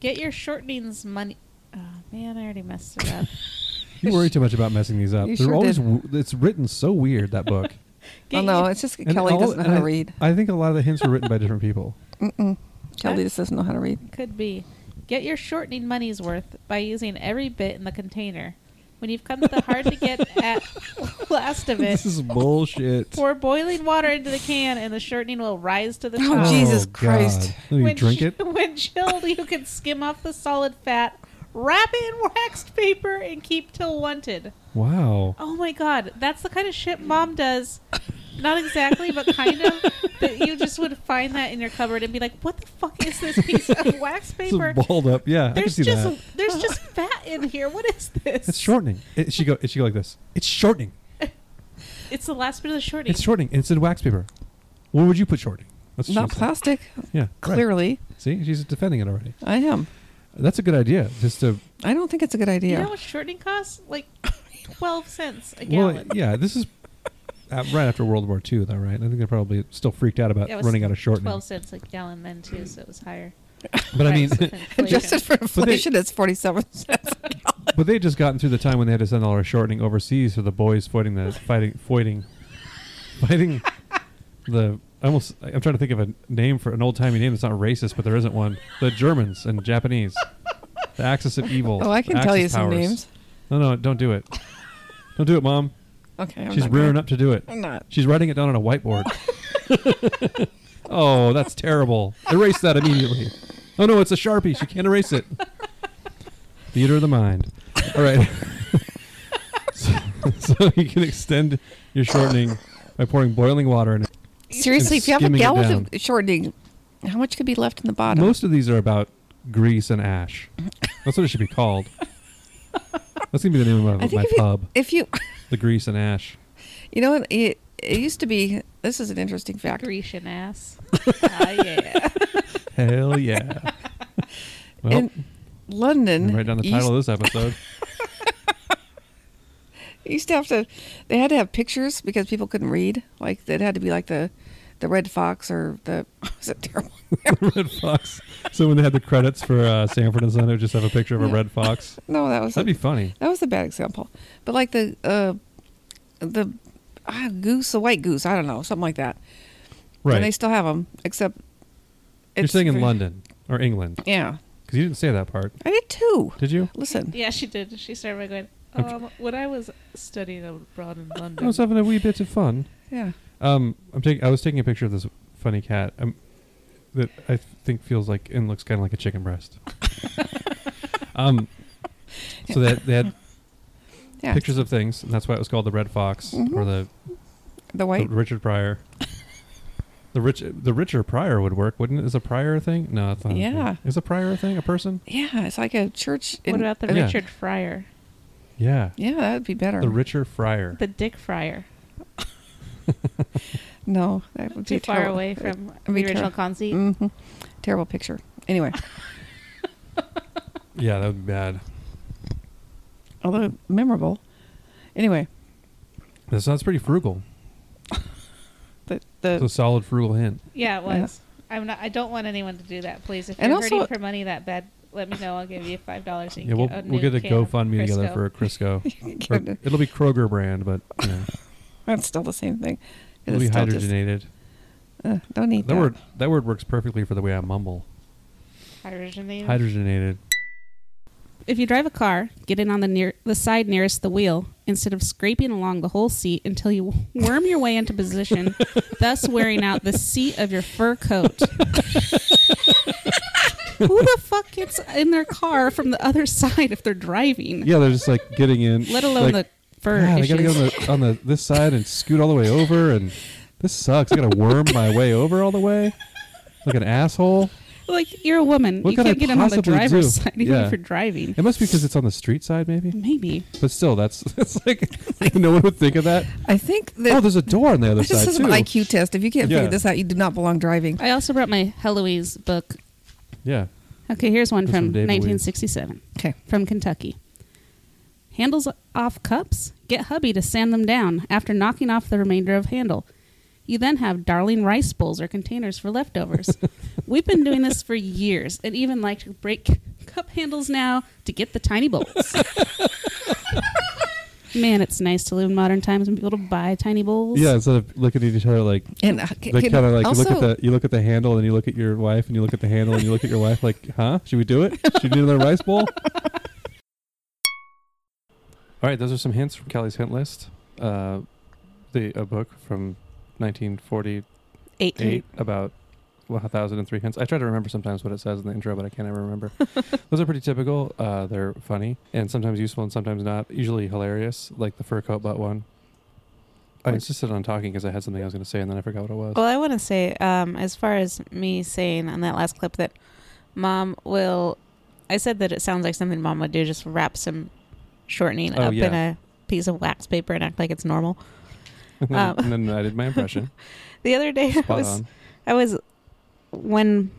Speaker 2: Get your shortenings money. Oh, man, I already messed it up.
Speaker 14: You worry too much about messing these up.
Speaker 1: You
Speaker 14: They're
Speaker 1: sure
Speaker 14: always
Speaker 1: did.
Speaker 14: w- it's written so weird that book.
Speaker 1: Oh
Speaker 2: Get
Speaker 1: no,
Speaker 2: your-
Speaker 1: it's just
Speaker 14: And
Speaker 1: Kelly
Speaker 14: all-
Speaker 1: doesn't know
Speaker 14: and
Speaker 1: how
Speaker 14: I-
Speaker 1: to read.
Speaker 14: I think a lot of the hints were written by different people.
Speaker 1: Mm-mm. Kelly just doesn't know how to read.
Speaker 2: Could be. Get your shortening money's worth by using every bit in the container. When you've come to the hard to get at last of it,
Speaker 14: This is bullshit.
Speaker 2: pour boiling water into the can and the shortening will rise to the
Speaker 1: Oh,
Speaker 2: top.
Speaker 1: Jesus Christ.
Speaker 14: God. Let me Oh. drink
Speaker 2: chi-
Speaker 14: it.
Speaker 2: When chilled, you can skim off the solid fat, wrap it in waxed paper, and keep till wanted.
Speaker 14: Wow.
Speaker 2: Oh my god, that's the kind of shit mom does. Not exactly, but kind of. That you just would find that in your cupboard and be like, "What the fuck is this piece of wax
Speaker 14: It's
Speaker 2: paper?"
Speaker 14: balled up. Yeah,
Speaker 2: There's
Speaker 14: I can see
Speaker 2: just
Speaker 14: that.
Speaker 2: there's just fat in here. What is this?
Speaker 14: It's shortening. It, she go. It, she go like this. It's shortening.
Speaker 2: It's the last bit of the shortening.
Speaker 14: It's shortening. It's in wax paper. Where would you put shortening? That's
Speaker 1: Not plastic,
Speaker 14: Yeah. Right.
Speaker 1: clearly.
Speaker 14: See, she's defending it already.
Speaker 1: I am.
Speaker 14: That's a good idea. Just to
Speaker 1: I don't think it's a good
Speaker 2: you
Speaker 1: idea.
Speaker 2: know what shortening costs? Like twelve cents a
Speaker 14: well,
Speaker 2: gallon.
Speaker 14: yeah. This is uh, right after World War II, though, right? I think they're probably still freaked out about
Speaker 2: Yeah, it was
Speaker 14: uh, running out of shortening.
Speaker 2: Twelve cents a gallon then too, so it was higher.
Speaker 14: But I mean,
Speaker 2: Price of inflation.
Speaker 1: Adjusted for inflation, it's forty-seven cents.
Speaker 14: but they just gotten through the time when they had to send all our shortening overseas for the boys fighting the fighting fighting fighting the. I Almost, I'm trying to think of a name for an old timey name that's not racist, but there isn't one. The Germans and Japanese, the axis of evil.
Speaker 1: Oh, I
Speaker 14: the
Speaker 1: can tell
Speaker 14: Axis
Speaker 1: you some
Speaker 14: powers.
Speaker 1: names.
Speaker 14: No, no, don't do it. Don't do it, mom.
Speaker 1: Okay, I'm
Speaker 14: She's
Speaker 1: not
Speaker 14: rearing
Speaker 1: gonna-
Speaker 14: up to do it.
Speaker 1: I'm not.
Speaker 14: She's writing it down on a whiteboard. oh, that's terrible. Erase that immediately. Oh no, it's a Sharpie. She can't erase it. Theater of the mind. All right. so, so you can extend your shortening by pouring boiling water in it.
Speaker 1: Seriously, if you have a
Speaker 14: skimming it
Speaker 1: gallon
Speaker 14: down.
Speaker 1: of shortening, how much could be left in the bottom?
Speaker 14: Most of these are about grease and ash. That's what it should be called. That's gonna be the name of my,
Speaker 1: I think
Speaker 14: my
Speaker 1: if you,
Speaker 14: pub.
Speaker 1: if you,
Speaker 14: The grease and ash.
Speaker 1: you know what, it, it used to be. This is an interesting fact.
Speaker 2: Grecian ass. Ah, yeah.
Speaker 14: Hell yeah. well,
Speaker 1: in London,
Speaker 14: write down the
Speaker 1: you
Speaker 14: title of this episode.
Speaker 1: used, you used to have to. They had to have pictures because people couldn't read. Like it had to be like the, the red fox or the. Was it terrible?
Speaker 14: red fox. So when they had the credits for uh, Sanford and Son, they would just have a picture of a red fox.
Speaker 1: no, that was
Speaker 14: That'd be funny.
Speaker 1: That was a bad example. But like the uh, the ah, uh, goose, the white goose, I don't know, something like that.
Speaker 14: Right.
Speaker 1: And they still have them, except
Speaker 14: You're
Speaker 1: it's
Speaker 14: saying in
Speaker 1: very-
Speaker 14: London or England
Speaker 1: Yeah,
Speaker 14: because you didn't say that part,
Speaker 1: I did too.
Speaker 14: did you?
Speaker 1: Listen,
Speaker 2: Yeah, she did. She started by going,
Speaker 14: Okay.
Speaker 2: um, when I was studying abroad in
Speaker 14: I
Speaker 2: London.
Speaker 14: was having a wee bit of fun.
Speaker 1: yeah,
Speaker 14: Um, I'm taking. I was taking a picture of this funny cat. Um, that I think feels like and looks kind of like a chicken breast. um, so that they had
Speaker 1: yeah. Mm-hmm.
Speaker 14: pictures of things, and that's why it was called the Red Fox or the,
Speaker 1: The
Speaker 14: the
Speaker 1: white.
Speaker 14: Richard Pryor. the rich, the richer Pryor would work, wouldn't it? Is a Pryor a thing? No, it's not. a thing.
Speaker 1: Yeah.
Speaker 14: is a Pryor a thing? A person?
Speaker 1: Yeah, it's like a church. In,
Speaker 2: what about the
Speaker 14: Yeah.
Speaker 2: Richard Fryer?
Speaker 14: Yeah,
Speaker 1: Yeah, that'd be better.
Speaker 14: the richer Fryer.
Speaker 2: The Dick Fryer.
Speaker 1: no, that would
Speaker 2: Too
Speaker 1: be
Speaker 2: far
Speaker 1: terrible.
Speaker 2: away from
Speaker 1: be
Speaker 2: the original
Speaker 1: terrible.
Speaker 2: conceit.
Speaker 1: Mhm. Terrible picture. Anyway,
Speaker 14: yeah, that would be bad.
Speaker 1: although memorable. Anyway,
Speaker 14: That sounds pretty frugal.
Speaker 1: the
Speaker 14: It's a
Speaker 1: the
Speaker 14: solid frugal hint.
Speaker 2: Yeah, it was. I'm not. I don't want anyone to do that, please. If
Speaker 1: And
Speaker 2: you're
Speaker 1: also-
Speaker 2: hurting for money that bad, let me know. I'll give you five dollars.
Speaker 14: Yeah,
Speaker 3: uh,
Speaker 14: we'll, we'll get a GoFundMe together for a Crisco. Or
Speaker 1: Get a-
Speaker 14: it'll be Kroger brand, but you know,
Speaker 1: that's still the same thing.
Speaker 14: it'll
Speaker 1: It's
Speaker 14: be
Speaker 1: still just-
Speaker 14: hydrogenated.
Speaker 1: uh, don't need
Speaker 14: That
Speaker 1: that.
Speaker 14: word that word works perfectly for the way I mumble.
Speaker 2: hydrogen.
Speaker 14: Hydrogenated.
Speaker 3: If you drive a car, get in on the near the side nearest the wheel instead of scraping along the whole seat until you worm your way into position, thus wearing out the seat of your fur coat. Who the fuck gets in their car from the other side if they're driving?
Speaker 14: Yeah, they're just like getting in.
Speaker 3: Let alone
Speaker 14: like,
Speaker 3: the fur
Speaker 14: "God, I gotta
Speaker 3: issues.
Speaker 14: get on the on the this side and scoot all the way over, and this sucks. I gotta worm my way over all the way, like an asshole.
Speaker 3: like you're a woman,
Speaker 14: What
Speaker 3: you
Speaker 14: could
Speaker 3: can't
Speaker 14: I
Speaker 3: get in on the
Speaker 14: possibly
Speaker 3: driver's
Speaker 14: do?
Speaker 3: side even
Speaker 14: Yeah.
Speaker 3: if you're driving.
Speaker 14: It must be because it's on the street side, maybe.
Speaker 3: Maybe.
Speaker 14: But still, that's that's like no one would think of that.
Speaker 1: I think that
Speaker 14: Oh, there's a door on the other
Speaker 1: this
Speaker 14: side
Speaker 1: is an
Speaker 14: too.
Speaker 1: IQ test. If you can't
Speaker 14: Yeah.
Speaker 1: figure this out, you do not belong driving.
Speaker 3: I also brought my Heloise book.
Speaker 14: Yeah.
Speaker 3: Okay, here's one
Speaker 14: This
Speaker 3: from
Speaker 14: from David Weir.
Speaker 3: 1967.
Speaker 1: Okay.
Speaker 3: from Kentucky. Handles off cups, get hubby to sand them down after knocking off the remainder of handle. You then have darling rice bowls or containers for leftovers. We've been doing this for years and even like to break cup handles now to get the tiny bowls. Man, it's nice to live in modern times and be able to buy tiny bowls.
Speaker 14: Yeah, instead of looking at each other like
Speaker 1: And uh,
Speaker 14: they
Speaker 1: can-
Speaker 14: kind of like you
Speaker 1: also,
Speaker 14: look at the you look at the handle and you look at your wife and you look at the handle and you look at your wife like, huh? Should we do it? Should we do another rice bowl? All right, those are some hints from Kelly's hint list. Uh, the a book from 1948
Speaker 3: Eight.
Speaker 14: about well, 1,003 hints. I try to remember sometimes what it says in the intro, but I can't ever remember. those are pretty typical. Uh, they're funny and sometimes useful and sometimes not. Usually hilarious, like the fur coat butt one. I insisted on talking because I had something I was going to say and then I forgot what it was.
Speaker 3: Oh,
Speaker 2: Well, I want to say, um, as far as me saying on that last clip that mom will, I said that it sounds like something mom would do, just wrap some shortening
Speaker 14: Oh,
Speaker 2: up in
Speaker 14: yeah.
Speaker 2: a piece of wax paper and act like it's normal.
Speaker 14: and,
Speaker 2: Um,
Speaker 14: then, and then I did my impression.
Speaker 2: The other day, I
Speaker 14: Spot
Speaker 2: was,
Speaker 14: on.
Speaker 2: I was, when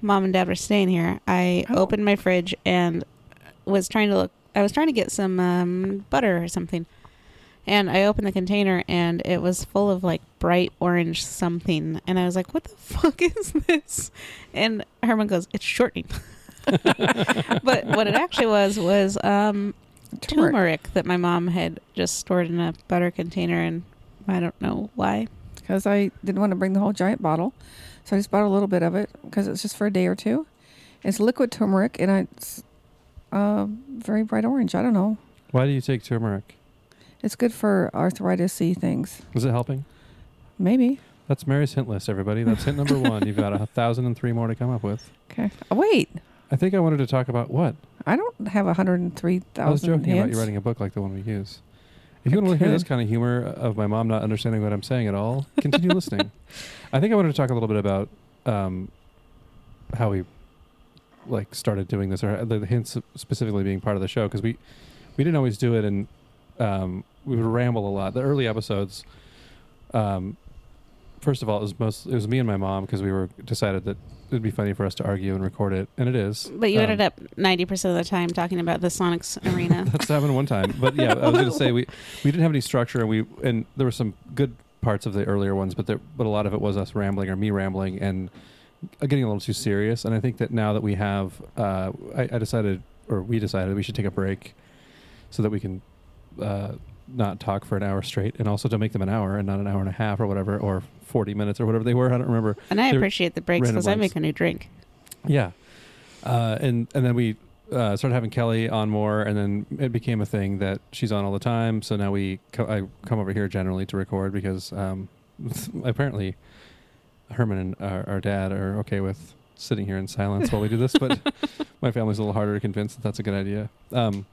Speaker 2: mom and dad were staying here, I
Speaker 1: Oh.
Speaker 2: opened my fridge and was trying to look, I was trying to get some um, butter or something. And I opened the container and it was full of like bright orange something. And I was like, what the fuck is this? And Herman goes, it's shortening. but what it actually was was um,
Speaker 1: turmeric.
Speaker 2: turmeric that my mom had just stored in a butter container. And I don't know why.
Speaker 1: because I didn't want to bring the whole giant bottle. So I just bought a little bit of it because it's just for a day or two. It's liquid turmeric and it's uh, very bright orange. I don't know.
Speaker 14: Why do you take turmeric?
Speaker 1: It's good for arthritis y things.
Speaker 14: Is it helping?
Speaker 1: Maybe.
Speaker 14: That's Mary's hint list, everybody. That's hint number one. You've got a thousand and three more to come up with.
Speaker 1: Okay. Oh, wait.
Speaker 14: I think I wanted to talk about what
Speaker 1: I don't have
Speaker 14: I was
Speaker 1: 103,000
Speaker 14: joking about
Speaker 1: hints.
Speaker 14: you writing a book like the one we use. If you want to hear this
Speaker 1: Okay.
Speaker 14: kind of humor of my mom not understanding what I'm saying at all, continue listening. I think I wanted to talk a little bit about um, how we like started doing this, or the, the hints specifically being part of the show because we we didn't always do it, and um, we would ramble a lot. The early episodes, um, first of all, it was most it was me and my mom because we were decided that it'd be funny for us to argue and record it, and it is.
Speaker 3: But you
Speaker 14: Um,
Speaker 3: ended up 90% of the time talking about the Sonics arena.
Speaker 14: That's happened one time, but yeah, I was going to say we we didn't have any structure, and we and there were some good parts of the earlier ones, but there but a lot of it was us rambling or me rambling and uh, getting a little too serious. And I think that now that we have, uh, I, I decided or we decided we should take a break so that we can uh, not talk for an hour straight, and also to make them an hour and not an hour and a half or whatever, or 40 minutes or whatever they were. I don't remember.
Speaker 3: And I
Speaker 14: They were-
Speaker 3: appreciate the breaks
Speaker 14: random
Speaker 3: because I
Speaker 14: ones.
Speaker 3: make a new drink.
Speaker 14: Yeah, uh, and and then we uh, started having Kelly on more, and then it became a thing that she's on all the time. So now we co- I come over here generally to record because um, apparently Herman and our, our dad are okay with sitting here in silence while we do this, but my family's a little harder to convince that that's a good idea. Um,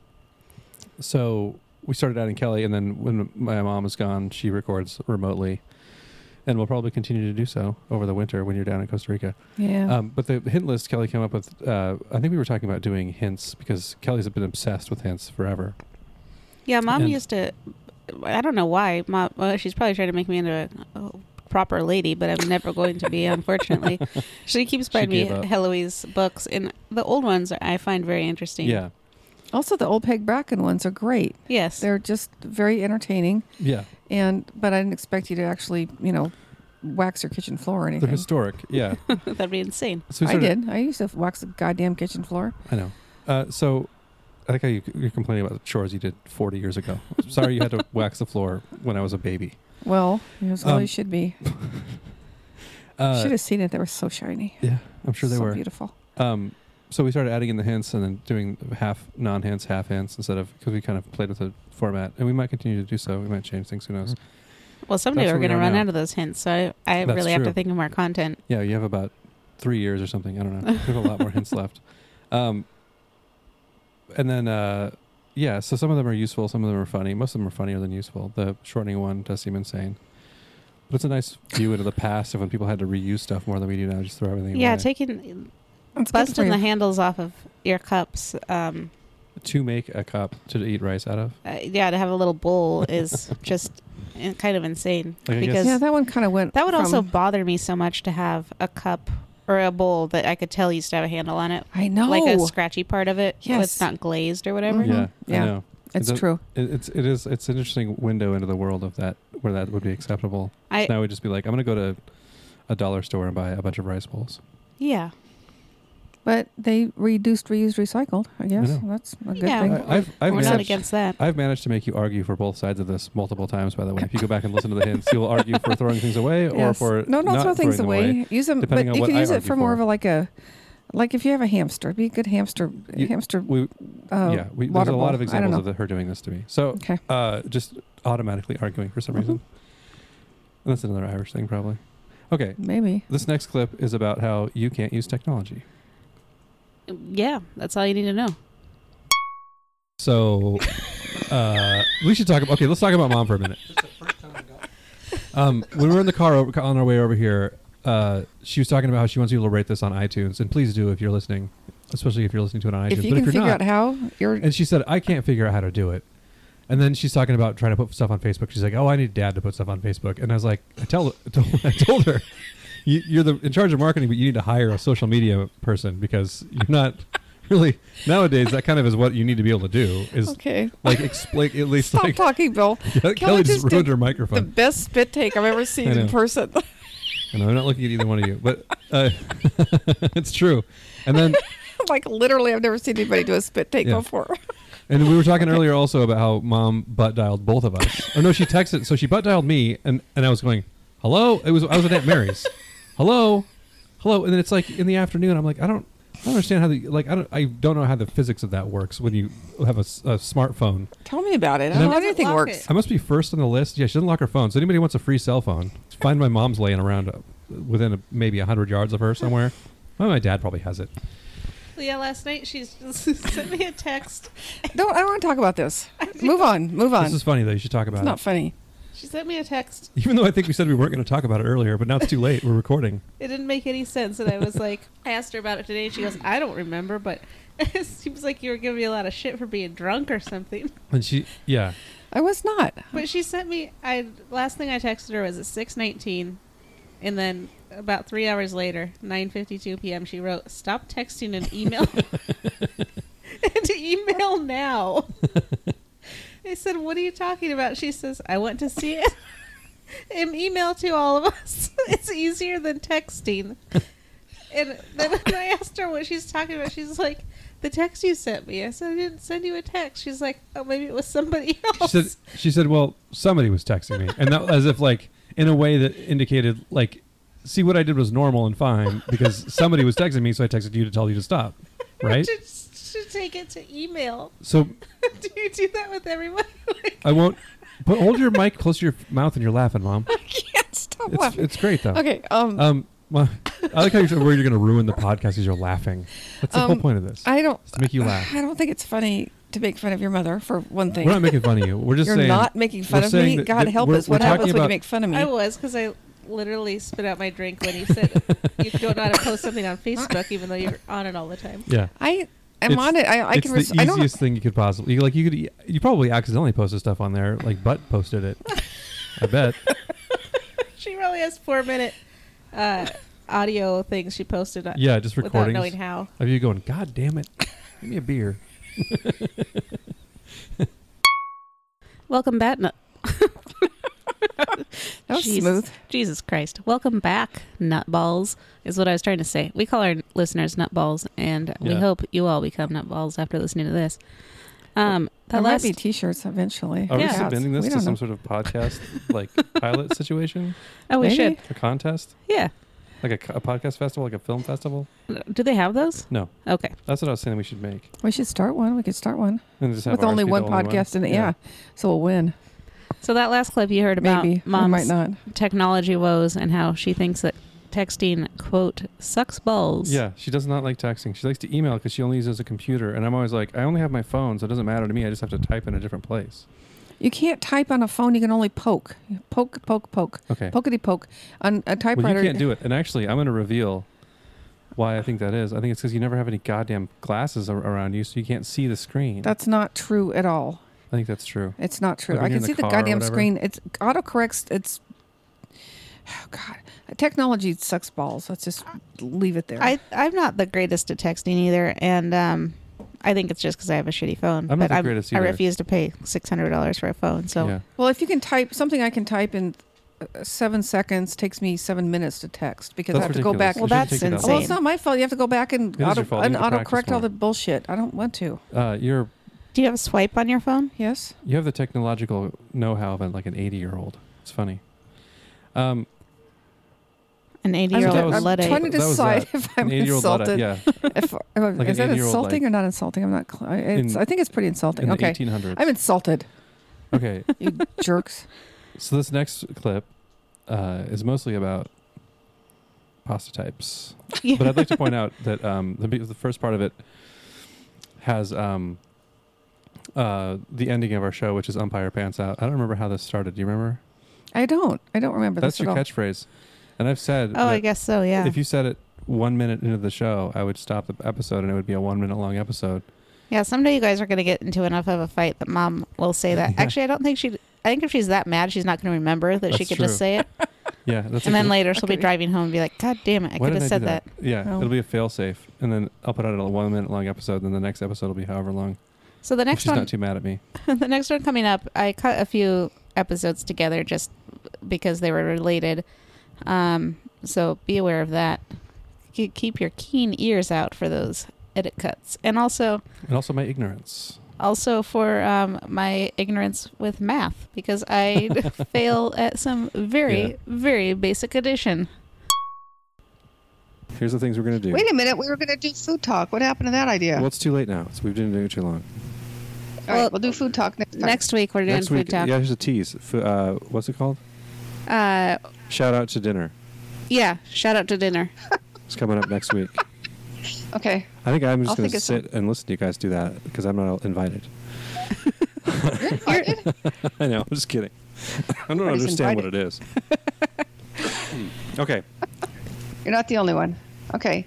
Speaker 14: so we started adding Kelly, and then when my mom is gone, she records remotely. And we'll probably continue to do so over the winter when you're down in Costa Rica.
Speaker 1: Yeah.
Speaker 14: Um, but the hint list Kelly came up with, uh, I think we were talking about doing hints because Kelly's been obsessed with hints forever.
Speaker 3: Yeah, mom
Speaker 14: And-
Speaker 3: used to. I don't know why. Mom, well, she's probably trying to make me into a, a proper lady, but I'm never going to be, unfortunately. She keeps buying me
Speaker 14: gave up.
Speaker 3: Heloise books, and the old ones are, I find very interesting.
Speaker 14: Yeah.
Speaker 1: also, the old Peg Bracken ones are great.
Speaker 3: Yes.
Speaker 1: They're just very entertaining.
Speaker 14: Yeah.
Speaker 1: And but I didn't expect you to actually, you know, wax your kitchen floor or
Speaker 14: They're
Speaker 1: anything.
Speaker 14: historic. Yeah.
Speaker 3: That'd be insane.
Speaker 14: So we
Speaker 1: I
Speaker 14: started-
Speaker 1: did. I used to wax the goddamn kitchen floor.
Speaker 14: I know. Uh, so I like how you, you're complaining about the chores you did 40 years ago. I'm sorry you had to wax the floor when I was a baby.
Speaker 1: Well, it was all
Speaker 14: Um,
Speaker 1: you should be.
Speaker 14: Uh,
Speaker 1: should have seen it. They were so shiny.
Speaker 14: yeah, I'm sure they
Speaker 1: so
Speaker 14: were.
Speaker 1: beautiful.
Speaker 14: Um, so we started adding in the hints and then doing half non hints, half hints instead of because we kind of played with the format, and we might continue to do so. We might change things. Who knows?
Speaker 3: Well, someday
Speaker 14: That's
Speaker 3: we're
Speaker 14: what we
Speaker 3: going to
Speaker 14: are
Speaker 3: run
Speaker 14: now.
Speaker 3: out of those hints, so I, I
Speaker 14: That's
Speaker 3: really have
Speaker 14: true.
Speaker 3: to think of more content.
Speaker 14: Yeah, you have about three years or something. I don't know. We have a lot more hints left. Um, and then, uh, yeah, so some of them are useful, some of them are funny. Most of them are funnier than useful. The shortening one does seem insane. But it's a nice view into the past of when people had to reuse stuff more than we do now, just throw everything
Speaker 3: Yeah,
Speaker 14: away.
Speaker 3: taking
Speaker 1: It's good for
Speaker 3: busting
Speaker 1: you.
Speaker 3: the handles off of your cups. Um,
Speaker 14: to make a cup to eat rice out of.
Speaker 3: uh, yeah, to have a little bowl is just in- kind of insane
Speaker 14: Like, I guess-
Speaker 3: because
Speaker 1: Yeah, that one kind of went.
Speaker 3: that would
Speaker 1: from-
Speaker 3: also bother me so much to have a cup or a bowl that I could tell used to have a handle on it,
Speaker 1: I know.
Speaker 3: like a scratchy part of it. where
Speaker 1: Oh. Yes.
Speaker 3: it's not glazed or whatever.
Speaker 1: Mhm.
Speaker 14: Yeah, I
Speaker 1: Yeah.
Speaker 14: know.
Speaker 1: it's
Speaker 14: does-
Speaker 1: true.
Speaker 14: It, it's it is it's an interesting window into the world of that where that would be acceptable.
Speaker 3: I-
Speaker 14: so now we'd just be like, I'm gonna go to a dollar store and buy a bunch of rice bowls.
Speaker 3: Yeah,
Speaker 1: But they reduced, reused, recycled. I guess
Speaker 14: know.
Speaker 1: that's a good
Speaker 3: Yeah.
Speaker 1: thing.
Speaker 3: Well,
Speaker 14: I, have I've
Speaker 3: we're
Speaker 14: managed-
Speaker 3: not against that.
Speaker 14: I've managed to make you argue for both sides of this multiple times. By the way, if you go back and listen to the hints, you'll argue for throwing things away or
Speaker 1: Yes.
Speaker 14: for
Speaker 1: no,
Speaker 14: not
Speaker 1: don't throw things
Speaker 14: throwing
Speaker 1: away.
Speaker 14: them
Speaker 1: Use them,
Speaker 14: depending
Speaker 1: but
Speaker 14: on
Speaker 1: you
Speaker 14: what
Speaker 1: could
Speaker 14: I
Speaker 1: use it
Speaker 14: argue
Speaker 1: for more
Speaker 14: for.
Speaker 1: of a, like a, like if you have a hamster, be a good hamster,
Speaker 14: You-
Speaker 1: hamster.
Speaker 14: We,
Speaker 1: Uh,
Speaker 14: yeah, we, there's
Speaker 1: water
Speaker 14: a lot
Speaker 1: bowl.
Speaker 14: of
Speaker 1: I don't
Speaker 14: examples
Speaker 1: know. Mm-hmm.
Speaker 14: of the, her doing this to me. So
Speaker 1: Okay.
Speaker 14: uh, just automatically arguing for some
Speaker 1: Mm-hmm.
Speaker 14: reason. And that's another Irish thing, probably. Okay,
Speaker 1: Maybe.
Speaker 14: this next clip is about how you can't use technology.
Speaker 3: Yeah, that's all you need to know.
Speaker 14: So uh, we should talk. About, okay, let's talk about mom for a minute. Um, when we were in the car over, on our way over here, uh, she was talking about how she wants people to rate this on iTunes, and please do if you're listening, especially if you're listening to it on iTunes.
Speaker 1: If you
Speaker 14: but
Speaker 1: can
Speaker 14: if you're
Speaker 1: figure out
Speaker 14: not,
Speaker 1: how you're,
Speaker 14: and she said, I can't figure out how to do it. And then she's talking about trying to put stuff on Facebook. She's like, "Oh, I need dad to put stuff on Facebook." And I was like, "I tell, I told, I told her, you, you're the in charge of marketing, but you need to hire a social media person because you're not really nowadays. That kind of is what you need to be able to do is
Speaker 1: okay.
Speaker 14: like explain at least
Speaker 1: Stop
Speaker 14: like
Speaker 1: talking, Bill.
Speaker 14: Kelly, just
Speaker 1: did
Speaker 14: ruined her
Speaker 1: the
Speaker 14: microphone.
Speaker 1: best spit take I've ever seen in
Speaker 14: know.
Speaker 1: person.
Speaker 14: and I'm not looking at either one of you, but uh, it's true. And then
Speaker 1: like literally, I've never seen anybody do a spit take
Speaker 14: Yeah.
Speaker 1: before.
Speaker 14: And we were talking earlier also about how mom butt dialed both of us. or no, she texted. So she butt dialed me, and, and I was going, "Hello." It was I was at Aunt Mary's. Hello, hello. And then it's like in the afternoon. I'm like, I don't, I don't understand how the like I don't I don't know how the physics of that works when you have a, s- a smartphone.
Speaker 1: Tell me about it. I
Speaker 14: And
Speaker 1: don't know
Speaker 14: I'm-
Speaker 1: how anything
Speaker 16: Lock
Speaker 1: works.
Speaker 14: I must be first on the list. Yeah, she doesn't lock her phone. So anybody who wants a free cell phone, find my mom's laying around uh, within a, maybe hundred yards of her somewhere. Well, my dad probably has it.
Speaker 16: Yeah, last night she sent me a text.
Speaker 1: Don't. I don't want to talk about this. Move on. Move on.
Speaker 14: This is funny though. You should talk about
Speaker 1: it's
Speaker 14: it.
Speaker 1: not funny.
Speaker 16: She sent me a text.
Speaker 14: Even though I think we said we weren't going to talk about it earlier, but now it's too late. We're recording.
Speaker 16: It didn't make any sense, and I was like, I asked her about it today, and she goes, I don't remember, but it seems like you were giving me a lot of shit for being drunk or something.
Speaker 14: And she, yeah,
Speaker 1: I was not.
Speaker 16: But she sent me. I last thing I texted her was at six nineteen, and then about three hours later, nine fifty two p.m. She wrote, "Stop texting and email, and email now." I said, "What are you talking about?" She says, "I want to see it." An email to all of us. It's easier than texting. And then when I asked her what she's talking about, she's like, the text you sent me. I said I didn't send you a text. She's like, oh, maybe it was somebody
Speaker 14: She
Speaker 16: else.
Speaker 14: said, she said, well, somebody was texting me. And that as if like in a way that indicated like, see what I did was normal and fine because somebody was texting me. So I texted you to tell you to stop. Right.
Speaker 16: should, should take it to email.
Speaker 14: So
Speaker 16: do you do that with everyone? like,
Speaker 14: I won't, but hold your mic close to your mouth and you're laughing, mom.
Speaker 1: I can't stop
Speaker 14: It's,
Speaker 1: laughing.
Speaker 14: it's great though.
Speaker 1: Okay. Um,
Speaker 14: Um, well, I like how you're so worried you're going to ruin the podcast because you're laughing. That's the whole
Speaker 1: Um,
Speaker 14: point of this.
Speaker 1: I don't.
Speaker 14: is to make you laugh.
Speaker 1: I don't think it's funny to make fun of your mother for one thing.
Speaker 14: We're not making fun of you. We're just
Speaker 1: You're
Speaker 14: saying
Speaker 1: not making fun
Speaker 14: we're
Speaker 1: of
Speaker 14: saying
Speaker 1: me.
Speaker 14: that-
Speaker 1: God
Speaker 14: that
Speaker 1: help
Speaker 14: we're-
Speaker 1: us.
Speaker 14: we're
Speaker 1: What
Speaker 14: talking
Speaker 1: happens when you
Speaker 14: about-
Speaker 1: make fun of me?
Speaker 16: I was because I literally spit out my drink when you said you don't know how to post something on Facebook, even though you're on it all the time.
Speaker 14: Yeah.
Speaker 1: I am
Speaker 14: It's-
Speaker 1: on it. I, I
Speaker 14: it's
Speaker 1: can.
Speaker 14: the
Speaker 1: Res- I don't.
Speaker 14: easiest thing you could possibly you- like. You could e- you probably accidentally posted stuff on there, like butt posted it. I bet.
Speaker 16: She probably has four minute uh, audio things she posted on,
Speaker 14: Yeah, just
Speaker 16: without
Speaker 14: recording.
Speaker 16: knowing how.
Speaker 14: Of you going, God damn it, give me a beer.
Speaker 3: Welcome back. Nut.
Speaker 1: That was
Speaker 3: Jesus.
Speaker 1: smooth.
Speaker 3: Jesus Christ. Welcome back, nutballs, is what I was trying to say. We call our listeners nutballs, and we
Speaker 14: Yeah.
Speaker 3: hope you all become nutballs after listening to this. Um,
Speaker 1: There
Speaker 3: that last,
Speaker 1: might be T-shirts eventually.
Speaker 14: Are
Speaker 3: Yeah.
Speaker 14: we submitting this
Speaker 1: We
Speaker 14: to
Speaker 1: don't
Speaker 14: some
Speaker 1: know.
Speaker 14: sort of podcast like pilot situation,
Speaker 3: oh, we
Speaker 1: Maybe.
Speaker 3: should.
Speaker 14: a contest,
Speaker 3: Yeah.
Speaker 14: like a, co- a podcast festival, like a film festival?
Speaker 3: Do they have those?
Speaker 14: No,
Speaker 3: Okay.
Speaker 14: that's what I was saying. We should make
Speaker 1: We should start one. We could start one
Speaker 14: and just have
Speaker 1: with only
Speaker 14: ours be
Speaker 1: one
Speaker 14: the
Speaker 1: podcast in it. Yeah. so we'll win.
Speaker 3: So that last clip you heard about
Speaker 1: Maybe we
Speaker 3: mom's
Speaker 1: might not.
Speaker 3: technology woes and how she thinks that texting quote sucks balls.
Speaker 14: Yeah, she does not like texting. She likes to email because she only uses a computer. And I'm always like, I only have my phone, so it doesn't matter to me. I just have to type in a different place.
Speaker 1: You can't type on a phone. You can only poke, poke, poke, poke,
Speaker 14: Okay.
Speaker 1: pokety poke. On a
Speaker 14: Well,
Speaker 1: typewriter.
Speaker 14: you can't do it. And actually, I'm going to reveal why I think that is. I think it's because you never have any goddamn glasses ar- around you, so you can't see the screen.
Speaker 1: That's not true at all.
Speaker 14: I think that's true.
Speaker 1: It's not true.
Speaker 14: Like when
Speaker 1: I
Speaker 14: you're
Speaker 1: can
Speaker 14: in
Speaker 1: see
Speaker 14: the
Speaker 1: the,
Speaker 14: car or
Speaker 1: goddamn
Speaker 14: whatever.
Speaker 1: screen. It's autocorrects. It's oh God, technology sucks balls. Let's just leave it there.
Speaker 2: I I'm not the greatest at texting either, and um, I think it's just because I have a shitty phone.
Speaker 14: I'm not
Speaker 2: but
Speaker 14: the greatest
Speaker 2: I
Speaker 14: either.
Speaker 2: refuse to pay six hundred dollars for a phone. So
Speaker 14: yeah.
Speaker 1: well, if you can type something, I can type in uh, seven seconds. Takes me seven minutes to text because I
Speaker 14: That's
Speaker 1: have to go
Speaker 14: ridiculous.
Speaker 1: back.
Speaker 14: It
Speaker 2: Well,
Speaker 14: shouldn't
Speaker 2: that's
Speaker 14: take you that
Speaker 1: Well,
Speaker 14: long.
Speaker 1: it's not my fault. You have to go back and
Speaker 14: It is
Speaker 1: auto,
Speaker 14: your fault.
Speaker 1: and
Speaker 14: You need to practice
Speaker 1: autocorrect all
Speaker 14: more.
Speaker 1: the bullshit. I don't want to.
Speaker 14: Uh, you're
Speaker 2: do you have a swipe on your phone?
Speaker 1: Yes.
Speaker 14: you have the technological know-how of a, like an 80-year-old. It's funny. Um,
Speaker 2: An eighty year
Speaker 14: that
Speaker 2: old
Speaker 14: was-
Speaker 1: I'm
Speaker 2: Luddite.
Speaker 1: trying to
Speaker 14: That was
Speaker 1: decide
Speaker 14: that.
Speaker 1: if I'm
Speaker 14: an 80-year-old Luddite,
Speaker 1: insulted.
Speaker 14: yeah,
Speaker 1: If, if-
Speaker 14: Like
Speaker 1: is
Speaker 14: an
Speaker 1: that
Speaker 14: 80-year-old,
Speaker 1: insulting
Speaker 14: like-
Speaker 1: or not insulting? I'm not. Cl- it's,
Speaker 14: In-
Speaker 1: I think it's pretty
Speaker 14: in
Speaker 1: insulting.
Speaker 14: the
Speaker 1: Okay,
Speaker 14: 1800s.
Speaker 1: I'm insulted.
Speaker 14: okay,
Speaker 1: You jerks.
Speaker 14: so this next clip uh, is mostly about pasta types. but I'd like to point out that um, the, be- the first part of it has um, uh, the ending of our show, which is umpire pants out. I don't remember how this started. Do you remember?
Speaker 1: I don't. I don't remember
Speaker 14: That's
Speaker 1: this at
Speaker 14: your
Speaker 1: all.
Speaker 14: catchphrase, and I've said.
Speaker 2: Oh, I
Speaker 14: that
Speaker 2: guess so. Yeah.
Speaker 14: If you said it one minute into the show, I would stop the episode, and it would be a one-minute-long episode.
Speaker 2: Yeah, someday you guys are going to get into enough of a fight that mom will say that.
Speaker 14: Yeah.
Speaker 2: Actually, I don't think she. I think if she's that mad, she's not going to remember that she
Speaker 14: That's
Speaker 2: could
Speaker 14: true.
Speaker 2: just say it,
Speaker 14: Yeah, that's
Speaker 2: and then
Speaker 14: like-
Speaker 2: later she'll be
Speaker 1: Okay.
Speaker 2: driving home and be like, "God damn it, I
Speaker 14: Why
Speaker 2: could
Speaker 14: did
Speaker 2: have
Speaker 14: do
Speaker 2: said that."
Speaker 14: Yeah,
Speaker 1: Oh.
Speaker 14: it'll be a fail-safe, and then I'll put out a one-minute-long episode, and the next episode will be however long.
Speaker 2: So the
Speaker 14: if
Speaker 2: next
Speaker 14: she's
Speaker 2: one,
Speaker 14: not too mad at me.
Speaker 2: the next one coming up, I cut a few episodes together just because they were related. Um, so be aware of that. Ke- Keep your keen ears out for those edit cuts, and also
Speaker 14: And also my ignorance.
Speaker 2: also for um, my ignorance with math because I fail at some very
Speaker 14: Yeah.
Speaker 2: very basic addition.
Speaker 14: Here's the things we're gonna do.
Speaker 17: Wait a minute, we were going to do food talk. What happened to that idea?
Speaker 14: Well, it's too late now. It's, we've been doing it too long.
Speaker 17: All right,
Speaker 2: well,
Speaker 17: we'll do food talk next time.
Speaker 2: Next week we're doing
Speaker 14: Next
Speaker 2: food
Speaker 14: week,
Speaker 2: talk.
Speaker 14: yeah, here's a tease. F- uh, what's it called?
Speaker 2: Yeah. Uh,
Speaker 14: Shout out to dinner.
Speaker 2: yeah. Shout out to dinner.
Speaker 14: It's coming up next week.
Speaker 17: Okay.
Speaker 14: I think I'm just
Speaker 17: I'll
Speaker 14: going
Speaker 17: think
Speaker 14: to
Speaker 17: of some-
Speaker 14: sit and listen to you guys do that because I'm not invited.
Speaker 17: You're invited.
Speaker 14: I know. I'm just kidding. I don't
Speaker 17: Everybody's
Speaker 14: understand what it is. okay.
Speaker 17: You're not the only one. Okay.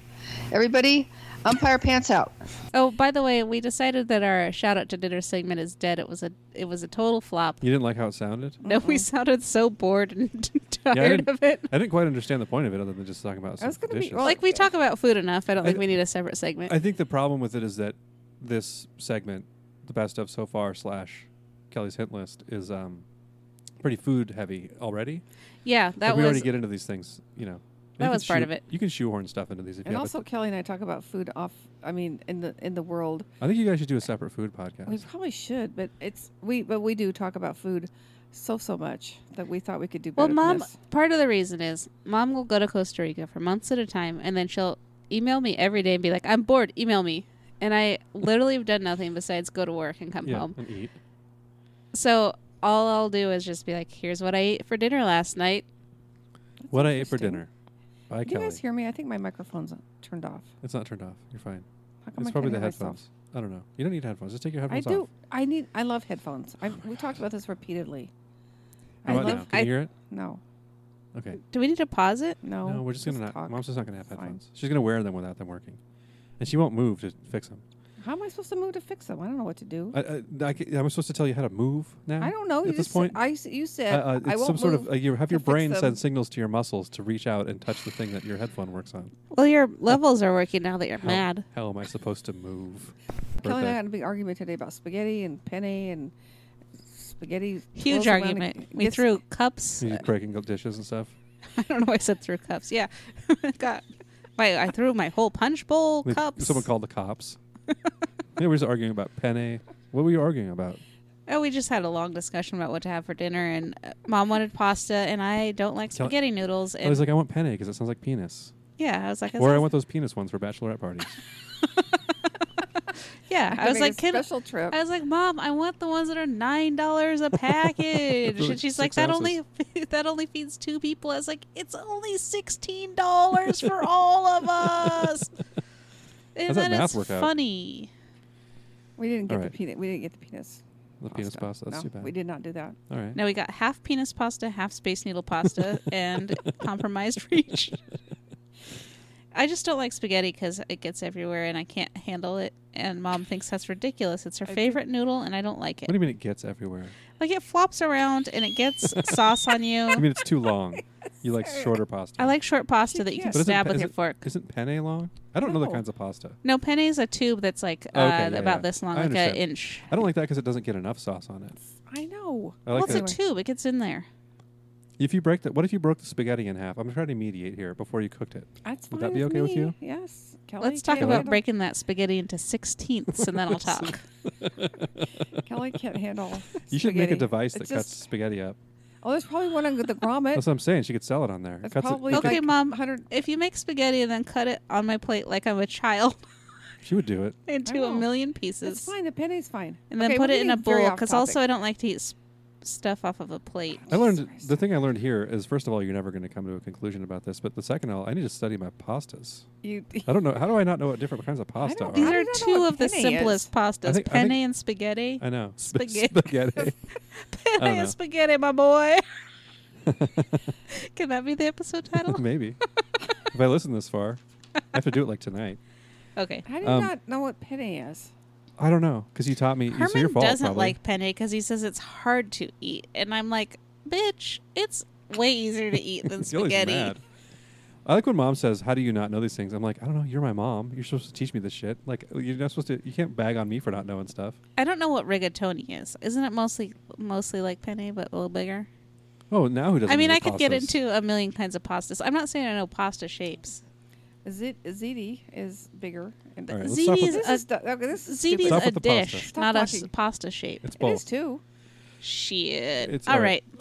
Speaker 17: Everybody, umpire pants out.
Speaker 16: Oh, by the way, we decided that our shout out to dinner segment is dead. It was a it was a total flop.
Speaker 14: You didn't like how it sounded?
Speaker 16: No, we sounded so bored and
Speaker 14: Yeah, I
Speaker 16: tired
Speaker 14: didn't-
Speaker 16: of it.
Speaker 14: I didn't quite understand the point of it other than just talking about
Speaker 1: I was
Speaker 14: some
Speaker 1: gonna be-
Speaker 14: dishes.
Speaker 1: well,
Speaker 16: Like we talk about food enough. I don't
Speaker 14: I-
Speaker 16: think we need a separate segment.
Speaker 14: I think the problem with it is that this segment, the best of so far slash Kelly's hint list, is um, pretty food heavy already.
Speaker 16: yeah, that
Speaker 14: Like, we
Speaker 16: was
Speaker 14: already get into these things, you know.
Speaker 3: That
Speaker 14: You
Speaker 3: was
Speaker 14: can
Speaker 3: part
Speaker 14: shoe-
Speaker 3: of it.
Speaker 14: You can shoehorn stuff into these. If you
Speaker 1: and
Speaker 14: have
Speaker 1: also,
Speaker 14: it.
Speaker 1: Kelly and I talk about food off. I mean, in the in the world,
Speaker 14: I think you guys should do a separate food podcast.
Speaker 1: we probably should, but it's we but we do talk about food so so much that we thought we could do better.
Speaker 3: Well,
Speaker 1: than
Speaker 3: mom,
Speaker 1: this.
Speaker 3: part of the reason is mom will go to Costa Rica for months at a time, and then she'll email me every day and be like, "I'm bored. Email me." And I literally have done nothing besides go to work and come
Speaker 14: yeah,
Speaker 3: home.
Speaker 14: and eat.
Speaker 3: So all I'll do is just be like, "Here's what I ate for dinner last night."
Speaker 14: what I ate for
Speaker 1: interesting.
Speaker 14: dinner. By
Speaker 1: do you
Speaker 14: Kelly.
Speaker 1: guys hear me? I think my microphone's turned off.
Speaker 14: It's not turned off. You're fine.
Speaker 1: How come
Speaker 14: It's
Speaker 1: I
Speaker 14: probably
Speaker 1: couldn't
Speaker 14: the
Speaker 1: hear myself?
Speaker 14: headphones. I don't know. You don't need headphones. Just take your
Speaker 1: I
Speaker 14: headphones
Speaker 1: do.
Speaker 14: off.
Speaker 1: I need. I love headphones. I, we talked about this repeatedly.
Speaker 14: How
Speaker 1: I
Speaker 14: about
Speaker 1: love.
Speaker 14: now? Can you
Speaker 3: I-
Speaker 14: hear it?
Speaker 1: No,
Speaker 14: Okay.
Speaker 3: Do we need to pause it?
Speaker 1: no.
Speaker 14: No, we're just gonna not.
Speaker 1: talk.
Speaker 14: Mom's just not gonna have
Speaker 1: Fine.
Speaker 14: headphones. She's gonna wear them without them working, and she won't move to fix them.
Speaker 1: How am I supposed to move to fix them? I don't know what to do.
Speaker 14: I, I, I, ca- am I supposed to tell you how to move now?
Speaker 1: I, don't know.
Speaker 14: At
Speaker 1: you
Speaker 14: this
Speaker 1: just
Speaker 14: point,
Speaker 1: said, I s- you
Speaker 14: Uh,
Speaker 1: said
Speaker 14: uh, it's
Speaker 1: I won't
Speaker 14: some sort
Speaker 1: move.
Speaker 14: of uh, you have
Speaker 1: to
Speaker 14: your
Speaker 1: fix
Speaker 14: brain
Speaker 1: them.
Speaker 14: send signals to your muscles to reach out and touch the thing that your headphone works on.
Speaker 3: Well, your levels are working now that you're
Speaker 14: How,
Speaker 3: mad.
Speaker 14: How am I supposed to move?
Speaker 1: Kelly and I
Speaker 14: Bertha?
Speaker 1: had a big argument today about spaghetti and penne and spaghetti.
Speaker 3: Huge
Speaker 1: swirls around and
Speaker 3: argument.
Speaker 1: g-
Speaker 3: We
Speaker 1: gets-
Speaker 3: threw cups.
Speaker 1: Uh,
Speaker 14: You breaking up dishes and stuff.
Speaker 3: I don't know why I said threw cups. Yeah, God, my, I threw my whole punch bowl
Speaker 14: Like,
Speaker 3: cups.
Speaker 14: Someone called the cops. yeah, we were just arguing about penne. What were you arguing about?
Speaker 3: Oh, we just had a long discussion about what to have for dinner, and uh, mom wanted pasta, and I don't like
Speaker 14: Tell-
Speaker 3: spaghetti noodles. And
Speaker 14: I was like, I want penne because it sounds like penis.
Speaker 3: yeah, I was like,
Speaker 14: Or I want those penis ones for bachelorette parties.
Speaker 3: yeah,
Speaker 1: I,
Speaker 3: I was like,
Speaker 1: a
Speaker 3: can,
Speaker 1: special trip.
Speaker 3: I was like, mom, I want the ones that are nine dollars a package.
Speaker 14: They're like
Speaker 3: and she's
Speaker 14: six
Speaker 3: like, that
Speaker 14: ounces.
Speaker 3: only that only feeds two people. I was like, it's only sixteen dollars for all of us. And
Speaker 14: How's
Speaker 3: then
Speaker 14: that math
Speaker 3: it's
Speaker 14: work out?
Speaker 3: funny.
Speaker 1: we didn't get
Speaker 14: Alright.
Speaker 1: the peanut. We didn't get the penis.
Speaker 14: The penis pasta. That's
Speaker 1: no,
Speaker 14: too bad.
Speaker 1: We did not do that.
Speaker 14: All right.
Speaker 3: No, we got half penis pasta, half space needle pasta, and compromised reach. I just don't like spaghetti because it gets everywhere and I can't handle it. And mom thinks that's ridiculous. It's her favorite noodle, and I don't like
Speaker 14: What
Speaker 3: it.
Speaker 14: do you mean it gets everywhere?
Speaker 3: Like it flops around and it gets sauce on
Speaker 14: I
Speaker 3: you.
Speaker 14: mean it's too long. You like shorter pasta.
Speaker 3: I like short pasta
Speaker 1: She
Speaker 3: that you can
Speaker 1: can't. But
Speaker 14: isn't
Speaker 3: stab
Speaker 14: pe-
Speaker 3: with your
Speaker 14: isn't-
Speaker 3: fork.
Speaker 14: Isn't penne long? I don't know the
Speaker 1: No.
Speaker 14: kinds of pasta.
Speaker 3: No, penne is a tube that's like uh,
Speaker 14: Oh, okay, yeah,
Speaker 3: about
Speaker 14: yeah.
Speaker 3: this long,
Speaker 14: I
Speaker 3: like an
Speaker 14: understand.
Speaker 3: inch.
Speaker 14: I don't like that because it doesn't get enough sauce on it.
Speaker 1: I know.
Speaker 14: I like
Speaker 3: What's
Speaker 14: that.
Speaker 3: a tube? It gets in there.
Speaker 14: If you break the, what if you broke the spaghetti in half? I'm trying to mediate here before you cooked it.
Speaker 1: That's
Speaker 14: Would
Speaker 1: fine
Speaker 14: that be okay with
Speaker 1: me.
Speaker 14: you?
Speaker 1: Yes, Kelly.
Speaker 3: Let's talk
Speaker 1: can't
Speaker 3: about
Speaker 1: handle-
Speaker 3: breaking that spaghetti into sixteenths, and then I'll talk.
Speaker 1: Kelly can't handle.
Speaker 14: You should make a
Speaker 1: spaghetti.
Speaker 14: device that
Speaker 1: It's
Speaker 14: cuts
Speaker 1: just-
Speaker 14: spaghetti up.
Speaker 1: Oh, there's probably one on the grommet.
Speaker 14: That's what I'm saying. She could sell it on there.
Speaker 1: That's
Speaker 14: Cuts it-
Speaker 1: probably
Speaker 14: cuts
Speaker 3: Okay,
Speaker 1: like
Speaker 3: Mom.
Speaker 1: 100
Speaker 3: if you make spaghetti and then cut it on my plate like I'm a child
Speaker 14: it- she would do it.
Speaker 3: into a
Speaker 1: know.
Speaker 3: million
Speaker 1: It's
Speaker 3: pieces,
Speaker 1: Oh, fine. The penny's fine.
Speaker 3: and then
Speaker 1: Okay,
Speaker 3: put
Speaker 1: we're
Speaker 3: it in a
Speaker 1: getting very
Speaker 3: bowl
Speaker 1: off
Speaker 3: because also I
Speaker 1: topic.
Speaker 3: don't like to eat s- stuff off of a plate.
Speaker 14: I learned
Speaker 1: Christ.
Speaker 14: the thing I learned here is first of all you're never going to come to a conclusion about this, but the second of all I need to study my pastas.
Speaker 1: you.
Speaker 14: I don't know how do I not know what different kinds of pasta
Speaker 1: don't
Speaker 14: are?
Speaker 3: These
Speaker 1: I
Speaker 3: are
Speaker 1: don't know
Speaker 3: two
Speaker 1: what
Speaker 3: of the
Speaker 1: penne
Speaker 3: simplest
Speaker 1: is.
Speaker 3: pastas:
Speaker 14: I think- I
Speaker 3: penne
Speaker 14: think-
Speaker 3: and spaghetti.
Speaker 14: I know
Speaker 3: Spaghetti.
Speaker 14: spaghetti.
Speaker 3: penne
Speaker 14: don't know.
Speaker 3: and spaghetti, my boy. Can that be the episode title?
Speaker 14: Maybe if I listen this far, I have to do it like tonight.
Speaker 3: Okay.
Speaker 1: How do you
Speaker 14: Um,
Speaker 1: not know what penny is?
Speaker 14: I don't know because you taught me. you- so your
Speaker 3: Herman
Speaker 14: fault
Speaker 3: doesn't
Speaker 14: probably.
Speaker 3: like penne because he says it's hard to eat, and I'm like, bitch, it's way easier to eat than
Speaker 14: Gilly's
Speaker 3: spaghetti.
Speaker 14: mad. I like when mom says, "How do you not know these things?" I'm like, "I don't know. You're my mom. You're supposed to teach me this shit. Like, you're not supposed to. You can't bag on me for not knowing stuff."
Speaker 3: I don't know what rigatoni is. Isn't it mostly mostly like penne but a little bigger?
Speaker 14: Oh, now who doesn't?
Speaker 3: I mean,
Speaker 14: know
Speaker 3: I could get
Speaker 14: pastas?
Speaker 3: into a million kinds of pastas. I'm not saying I know pasta shapes.
Speaker 1: Zit- Ziti is bigger. And
Speaker 14: All right, let's stop
Speaker 3: Ziti
Speaker 14: with-
Speaker 3: is
Speaker 1: This
Speaker 3: a
Speaker 1: is du- okay, this is
Speaker 3: ziti is
Speaker 14: Stop
Speaker 1: stupid.
Speaker 3: a
Speaker 14: with the pasta.
Speaker 3: dish,
Speaker 1: Stop
Speaker 3: not a
Speaker 1: talking.
Speaker 3: s- pasta shape.
Speaker 14: It's
Speaker 1: It
Speaker 14: both.
Speaker 1: is too.
Speaker 3: Shit.
Speaker 14: It's-
Speaker 3: all
Speaker 14: all
Speaker 3: right.
Speaker 14: right.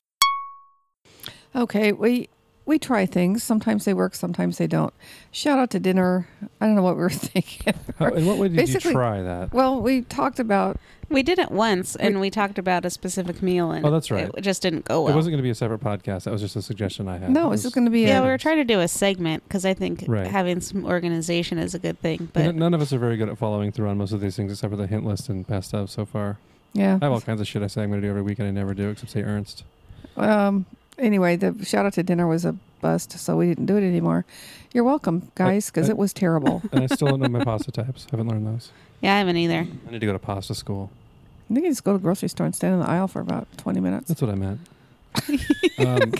Speaker 1: Okay, we we try things. Sometimes they work, sometimes they don't. Shout out to dinner. I don't know what we were thinking.
Speaker 14: How, Oh, in what way did
Speaker 1: Basically-
Speaker 14: you try that?
Speaker 1: Well, we talked about
Speaker 3: We did it once, and we talked about a specific meal, and
Speaker 14: Oh, that's right.
Speaker 3: it just didn't go well.
Speaker 14: It wasn't going to be a separate podcast. That was just a suggestion I had.
Speaker 1: no. This is going to be
Speaker 3: yeah,
Speaker 1: a,
Speaker 3: we were trying to do a segment because I think
Speaker 14: Right.
Speaker 3: having some organization is a good thing.
Speaker 14: N-
Speaker 3: But
Speaker 14: none of us are very good at following through on most of these things, except for the hint list and past stuff so far.
Speaker 1: yeah.
Speaker 14: I have all kinds of shit I say I'm going to do every week, and I never do, except say Ernst. Uh,
Speaker 1: Um. Anyway, the shout out to dinner was a bust, so we didn't do it anymore. You're welcome, guys, because
Speaker 14: I-
Speaker 1: it was terrible.
Speaker 14: And I still don't know my pasta types. Haven't learned those.
Speaker 3: yeah, I haven't either.
Speaker 14: I need to go to pasta school.
Speaker 1: I think you just go to the grocery store and stand in the aisle for about 20 minutes.
Speaker 14: That's what I meant. um,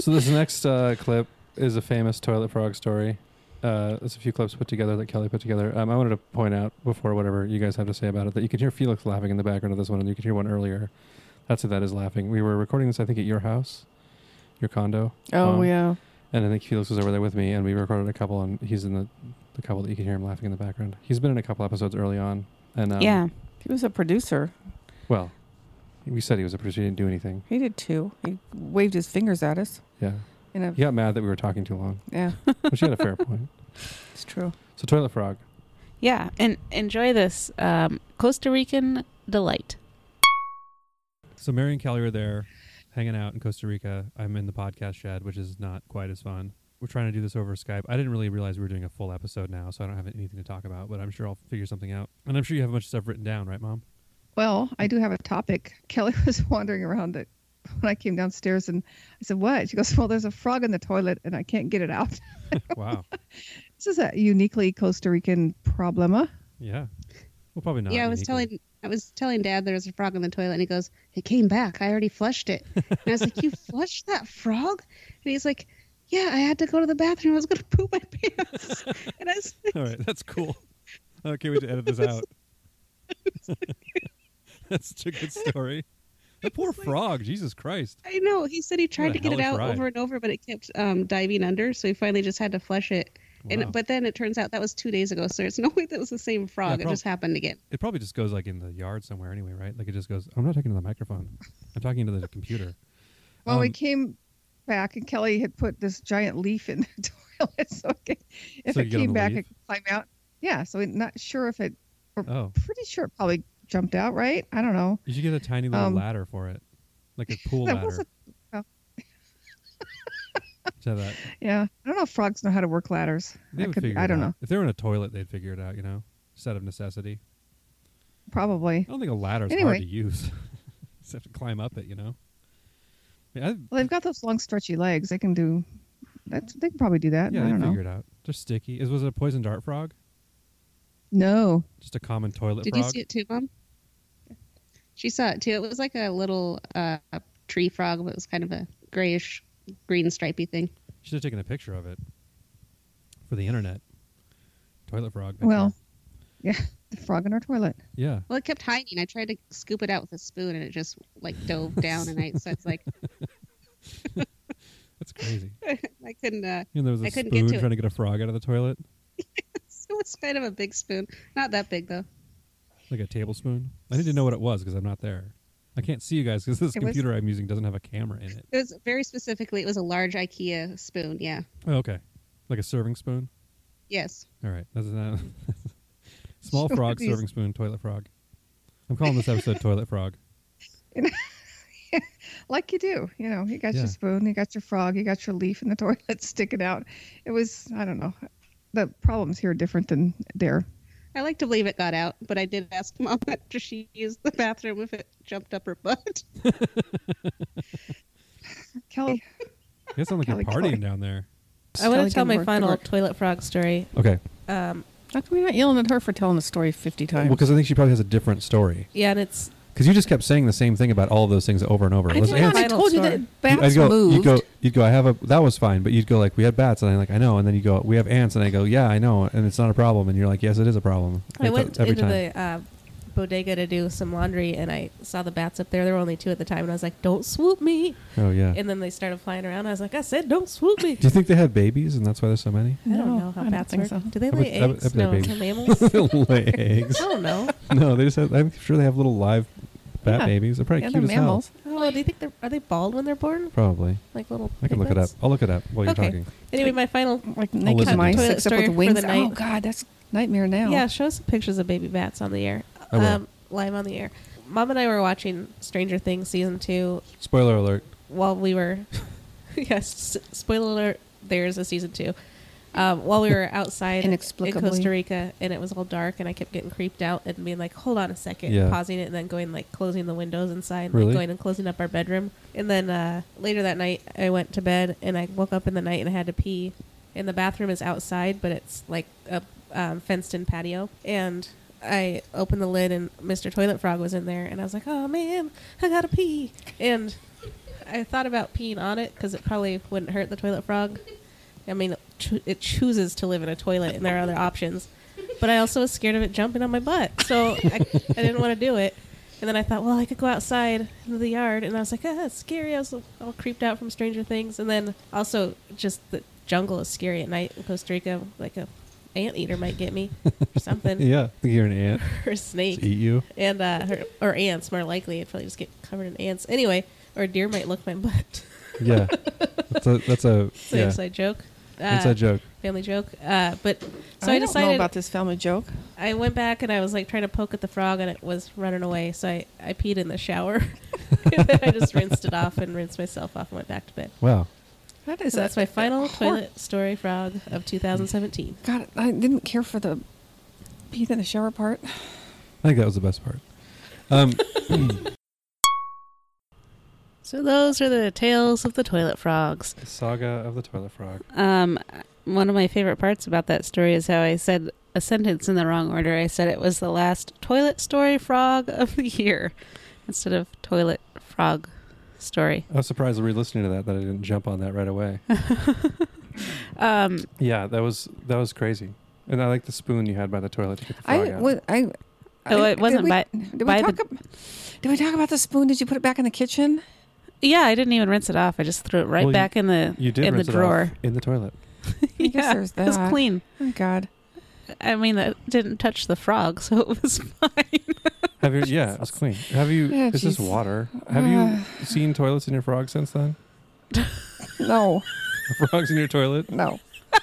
Speaker 14: So this next uh, clip is a famous toilet frog story. Uh, it's a few clips put together that Kelly put together. Um, I wanted to point out before whatever you guys have to say about it that you can hear Felix laughing in the background of this one, and you could hear one earlier. That's who that is laughing. We were recording this, I think, at your house, your condo,
Speaker 1: Oh
Speaker 14: Wow.
Speaker 1: yeah.
Speaker 14: and I think Felix was over there with me, and we recorded a couple, and he's in the, the couple that you can hear him laughing in the background. He's been in a couple episodes early on, and um,
Speaker 18: yeah.
Speaker 19: He was a producer.
Speaker 14: well, we said he was a producer. He didn't do anything.
Speaker 19: He did too. He waved his fingers at us.
Speaker 14: Yeah,
Speaker 19: In a,
Speaker 14: he got mad that we were talking too long,
Speaker 19: yeah,
Speaker 14: which he had a fair point.
Speaker 19: it's true.
Speaker 14: So Toilet Frog,
Speaker 18: Yeah, and enjoy this um, Costa Rican delight.
Speaker 14: So Mary and Kelly are there, hanging out in Costa Rica. I'm in the podcast shed, which is not quite as fun. We're trying to do this over Skype. I didn't really realize we were doing a full episode now, so I don't have anything to talk about. But I'm sure I'll figure something out. And I'm sure you have a bunch of stuff written down, right, Mom?
Speaker 1: Well, I do have a topic. Kelly was wandering around it when I came downstairs and I said, What? She goes, Well, there's a frog in the toilet and I can't get it out.
Speaker 14: wow.
Speaker 1: This is a uniquely Costa Rican problema.
Speaker 14: Yeah. Well, probably not.
Speaker 3: yeah, I was
Speaker 14: uniquely.
Speaker 3: telling I was telling Dad there was a frog in the toilet, and he goes, "It came back. I already flushed it." And I was like, "You flushed that frog?" And he's like, "Yeah, I had to go to the bathroom. I was gonna poop my pants." and I was like,
Speaker 14: All right, that's cool. I can't wait to edit this out. that's such a good story. The poor frog. Jesus Christ.
Speaker 3: "I know." He said he
Speaker 14: a
Speaker 3: tried to get it out
Speaker 14: hellish ride.
Speaker 3: over and over, but it kept um, diving under, so he finally just had to flush it.
Speaker 14: Wow.
Speaker 3: And but then it turns out that was two days ago, so there's no way that was the same frog.
Speaker 14: prob-
Speaker 3: it just happened again.
Speaker 14: It probably just goes like in the yard somewhere anyway, right? Like it just goes. I'm not talking to the microphone. I'm talking to the computer.
Speaker 1: Well, we
Speaker 14: Um,
Speaker 1: came back and Kelly had put this giant leaf in the toilet. So it, could- if
Speaker 14: So you
Speaker 1: it
Speaker 14: get on
Speaker 1: came
Speaker 14: the
Speaker 1: back,
Speaker 14: leaf?
Speaker 1: it could climb out. Yeah. So we're not sure if it,
Speaker 14: Oh,
Speaker 1: pretty sure it probably jumped out, right? I don't know.
Speaker 14: you should get a tiny little
Speaker 1: Um,
Speaker 14: ladder for it, like a pool
Speaker 1: That was
Speaker 14: ladder.
Speaker 1: a-
Speaker 14: To have that.
Speaker 1: Yeah. I don't know if frogs know how to work ladders.
Speaker 14: They
Speaker 1: That
Speaker 14: would
Speaker 1: could be-
Speaker 14: figure
Speaker 1: I
Speaker 14: it
Speaker 1: don't
Speaker 14: out.
Speaker 1: know.
Speaker 14: If they were in a toilet, they'd figure it out. You know, set of necessity.
Speaker 1: Probably.
Speaker 14: I don't think a ladder's hard
Speaker 1: Anyway.
Speaker 14: to use. just have to climb up it. You know. I mean,
Speaker 1: Well, they've got those long, stretchy legs. They can do. That's, they can probably do
Speaker 14: I,
Speaker 1: that.
Speaker 14: yeah,
Speaker 1: I
Speaker 14: they
Speaker 1: don't
Speaker 14: figure
Speaker 1: know.
Speaker 14: it out. They're sticky. Is was it a poison dart frog?
Speaker 1: No,
Speaker 14: Just a common toilet
Speaker 3: Did
Speaker 14: frog.
Speaker 3: you see it too, Mom? She saw it too. It was like a little uh, tree frog, but it was kind of a grayish, green, stripy thing.
Speaker 14: Should have taken a picture of it for the internet. Toilet frog. picture.
Speaker 1: Well. yeah, the frog in our toilet.
Speaker 14: yeah.
Speaker 3: Well, it kept hiding. I tried to scoop it out with a spoon, and it just like dove down, and I so it's like
Speaker 14: That's crazy.
Speaker 3: I couldn't. Uh,
Speaker 14: You know, there was a
Speaker 3: I couldn't get
Speaker 14: spoon
Speaker 3: to it.
Speaker 14: trying to get a frog out of the toilet,
Speaker 3: so it's kind of a big spoon, not that big though.
Speaker 14: like a tablespoon. I need to know what it was because I'm not there. I can't see you guys because this
Speaker 1: It was-
Speaker 14: computer I'm using doesn't have a camera in it.
Speaker 3: It was very specifically. It was a large IKEA spoon. Yeah.
Speaker 14: Oh, okay, like a serving spoon.
Speaker 3: Yes.
Speaker 14: All right, that's not small
Speaker 1: Sure,
Speaker 14: frog,
Speaker 1: these-
Speaker 14: serving spoon, toilet frog. I'm calling this episode toilet frog.
Speaker 1: like you do. You know, you got
Speaker 14: Yeah.
Speaker 1: your spoon, you got your frog, you got your leaf in the toilet sticking out. It was, I don't know. The problems here are different than there.
Speaker 3: I like to believe it got out, but I did ask Mom after she used the bathroom if it jumped up her butt.
Speaker 1: Kelly,
Speaker 14: You guys sound like you're
Speaker 1: Kelly,
Speaker 14: partying
Speaker 1: Kelly.
Speaker 14: down there.
Speaker 16: I want
Speaker 19: Kelly
Speaker 16: to tell
Speaker 19: can
Speaker 16: my
Speaker 19: work the
Speaker 16: final
Speaker 19: work.
Speaker 16: toilet frog story.
Speaker 14: Okay,
Speaker 16: Um,
Speaker 19: How come you're not yelling at her for telling the story 50 times?
Speaker 14: well, because I think she probably has a different story.
Speaker 16: yeah, and it's
Speaker 14: Because you just kept saying the same thing about all of those things over and over.
Speaker 19: I
Speaker 14: It was
Speaker 19: did
Speaker 16: Let's
Speaker 19: not. I
Speaker 16: answer-
Speaker 19: told you
Speaker 16: Final
Speaker 19: that bats
Speaker 14: I'd go,
Speaker 19: moved.
Speaker 14: You'd go, you'd go, I have a, that was fine. But you'd go like, we had bats. And I'm like, I know. And then you go, we have ants. And I go, yeah, I know. And it's not a problem. And you're like, yes, it is a problem.
Speaker 16: I
Speaker 14: Like,
Speaker 16: went
Speaker 14: uh, every
Speaker 16: into
Speaker 14: time.
Speaker 16: the uh, bodega to do some laundry, and I saw the bats up there. There were only two at the time, and I was like, "Don't swoop me!"
Speaker 14: Oh, yeah.
Speaker 16: And then they started flying around. I was like, "I said, don't swoop me."
Speaker 14: Do you think they had babies and that's why there's so many?
Speaker 16: I don't
Speaker 19: No,
Speaker 16: know
Speaker 19: I
Speaker 16: how
Speaker 19: don't
Speaker 16: bats
Speaker 19: think
Speaker 16: work.
Speaker 19: so.
Speaker 16: Do they
Speaker 14: I bet-
Speaker 16: lay
Speaker 14: I bet- I
Speaker 16: eggs?
Speaker 14: bet they're
Speaker 16: no, it's
Speaker 14: babies.
Speaker 16: mammals. I
Speaker 14: They'll lay eggs.
Speaker 16: don't know.
Speaker 14: No, they just have, I'm sure they have little live bat
Speaker 19: Yeah.
Speaker 14: babies. They're probably
Speaker 19: yeah,
Speaker 14: cute
Speaker 19: they're
Speaker 14: as hell.
Speaker 19: mammals.
Speaker 16: Oh, do you think they're are they bald when they're born?
Speaker 14: Probably.
Speaker 16: Like little.
Speaker 14: I can look it up.
Speaker 16: piglets?
Speaker 14: I'll look it up while you're
Speaker 16: Okay.
Speaker 14: talking.
Speaker 16: Anyway, my final.
Speaker 19: Like
Speaker 14: listen
Speaker 19: naked
Speaker 14: to
Speaker 19: mice,
Speaker 14: you.
Speaker 19: except
Speaker 16: Toilet
Speaker 19: with
Speaker 16: story for
Speaker 19: wings.
Speaker 16: the
Speaker 19: Oh
Speaker 16: night.
Speaker 19: God, that's nightmare now.
Speaker 16: Yeah, show us some pictures of baby bats on the air.
Speaker 14: I will.
Speaker 16: Um, live on the air. Mom and I were watching Stranger Things season two
Speaker 14: Spoiler alert.
Speaker 16: while we were yes s- spoiler alert there's a season two um, while we were outside in
Speaker 19: Inexplicably.
Speaker 16: costa rica and it was all dark and i kept getting creeped out and being like hold on a second
Speaker 14: Yeah.
Speaker 16: pausing it and then going like closing the windows inside
Speaker 14: Really?
Speaker 16: like going and closing up our bedroom and then uh, later that night i went to bed and i woke up in the night and i had to pee and the bathroom is outside but it's like a um, fenced in patio and I opened the lid and Mr. Toilet Frog was in there, and I was like, "Oh man, I gotta pee!" And I thought about peeing on it because it probably wouldn't hurt the toilet frog. I mean, it cho- it chooses to live in a toilet, and there are other options. But I also was scared of it jumping on my butt, so I, I didn't want to do it. And then I thought, well, I could go outside into the yard, and I was like, ah, it's scary. I was all creeped out from Stranger Things, and then also just the jungle is scary at night in Costa Rica. Like a anteater might get me or something,
Speaker 14: Yeah, I think you're an ant.
Speaker 16: or a
Speaker 14: Just
Speaker 16: snake
Speaker 14: eat you.
Speaker 16: and uh, her, or ants more likely. I'd probably just get covered in ants anyway. Or a deer might lick my butt.
Speaker 14: Yeah, that's a that's a
Speaker 16: it's an
Speaker 14: yeah,
Speaker 16: inside joke. Uh,
Speaker 14: inside joke.
Speaker 16: Family joke. Uh, but so
Speaker 17: I,
Speaker 16: I,
Speaker 17: don't
Speaker 16: decided
Speaker 17: know about this family joke.
Speaker 16: I went back and I was like trying to poke at the frog and it was running away. So I, I peed in the shower. and then I just rinsed it off and rinsed myself off and went back to bed.
Speaker 14: Wow.
Speaker 17: That is
Speaker 16: So that's my final
Speaker 17: hor-
Speaker 16: toilet story frog of 2017.
Speaker 1: God, I didn't care for the pee in the shower part.
Speaker 14: Oh, I think that was the best part. Um,
Speaker 3: So those are the tales of the toilet frogs.
Speaker 14: the saga of the toilet frog.
Speaker 3: Um, one of my favorite parts about that story is how I said a sentence in the wrong order. I said it was the last toilet story frog of the year instead of toilet frog story.
Speaker 14: I was surprised re-listening to that that I didn't jump on that right away.
Speaker 3: Um,
Speaker 14: yeah, that was that was crazy. And I like the spoon you had by the toilet to get the frog
Speaker 1: I
Speaker 14: out.
Speaker 1: was I.
Speaker 3: Oh,
Speaker 1: I-
Speaker 3: it wasn't
Speaker 1: did we,
Speaker 3: by-
Speaker 1: did we
Speaker 3: by the-
Speaker 1: talk ab- did we talk about the spoon? Did you put it back in the kitchen?
Speaker 3: yeah, I didn't even rinse it off. I just threw it right
Speaker 14: Well, you-
Speaker 3: back in the
Speaker 14: you did
Speaker 3: in the
Speaker 14: rinse it off
Speaker 3: drawer.
Speaker 14: in the toilet.
Speaker 1: I guess there's
Speaker 3: it was
Speaker 1: that.
Speaker 3: clean.
Speaker 1: Oh God,
Speaker 3: I mean, that didn't touch the frog, so it was fine.
Speaker 14: Have you? Yeah, it's clean. Have you?
Speaker 1: Yeah,
Speaker 14: is this
Speaker 1: jeez.
Speaker 14: water? Have you seen toilets in your frog since then?
Speaker 1: no,
Speaker 14: Frogs in your toilet?
Speaker 1: no,
Speaker 14: How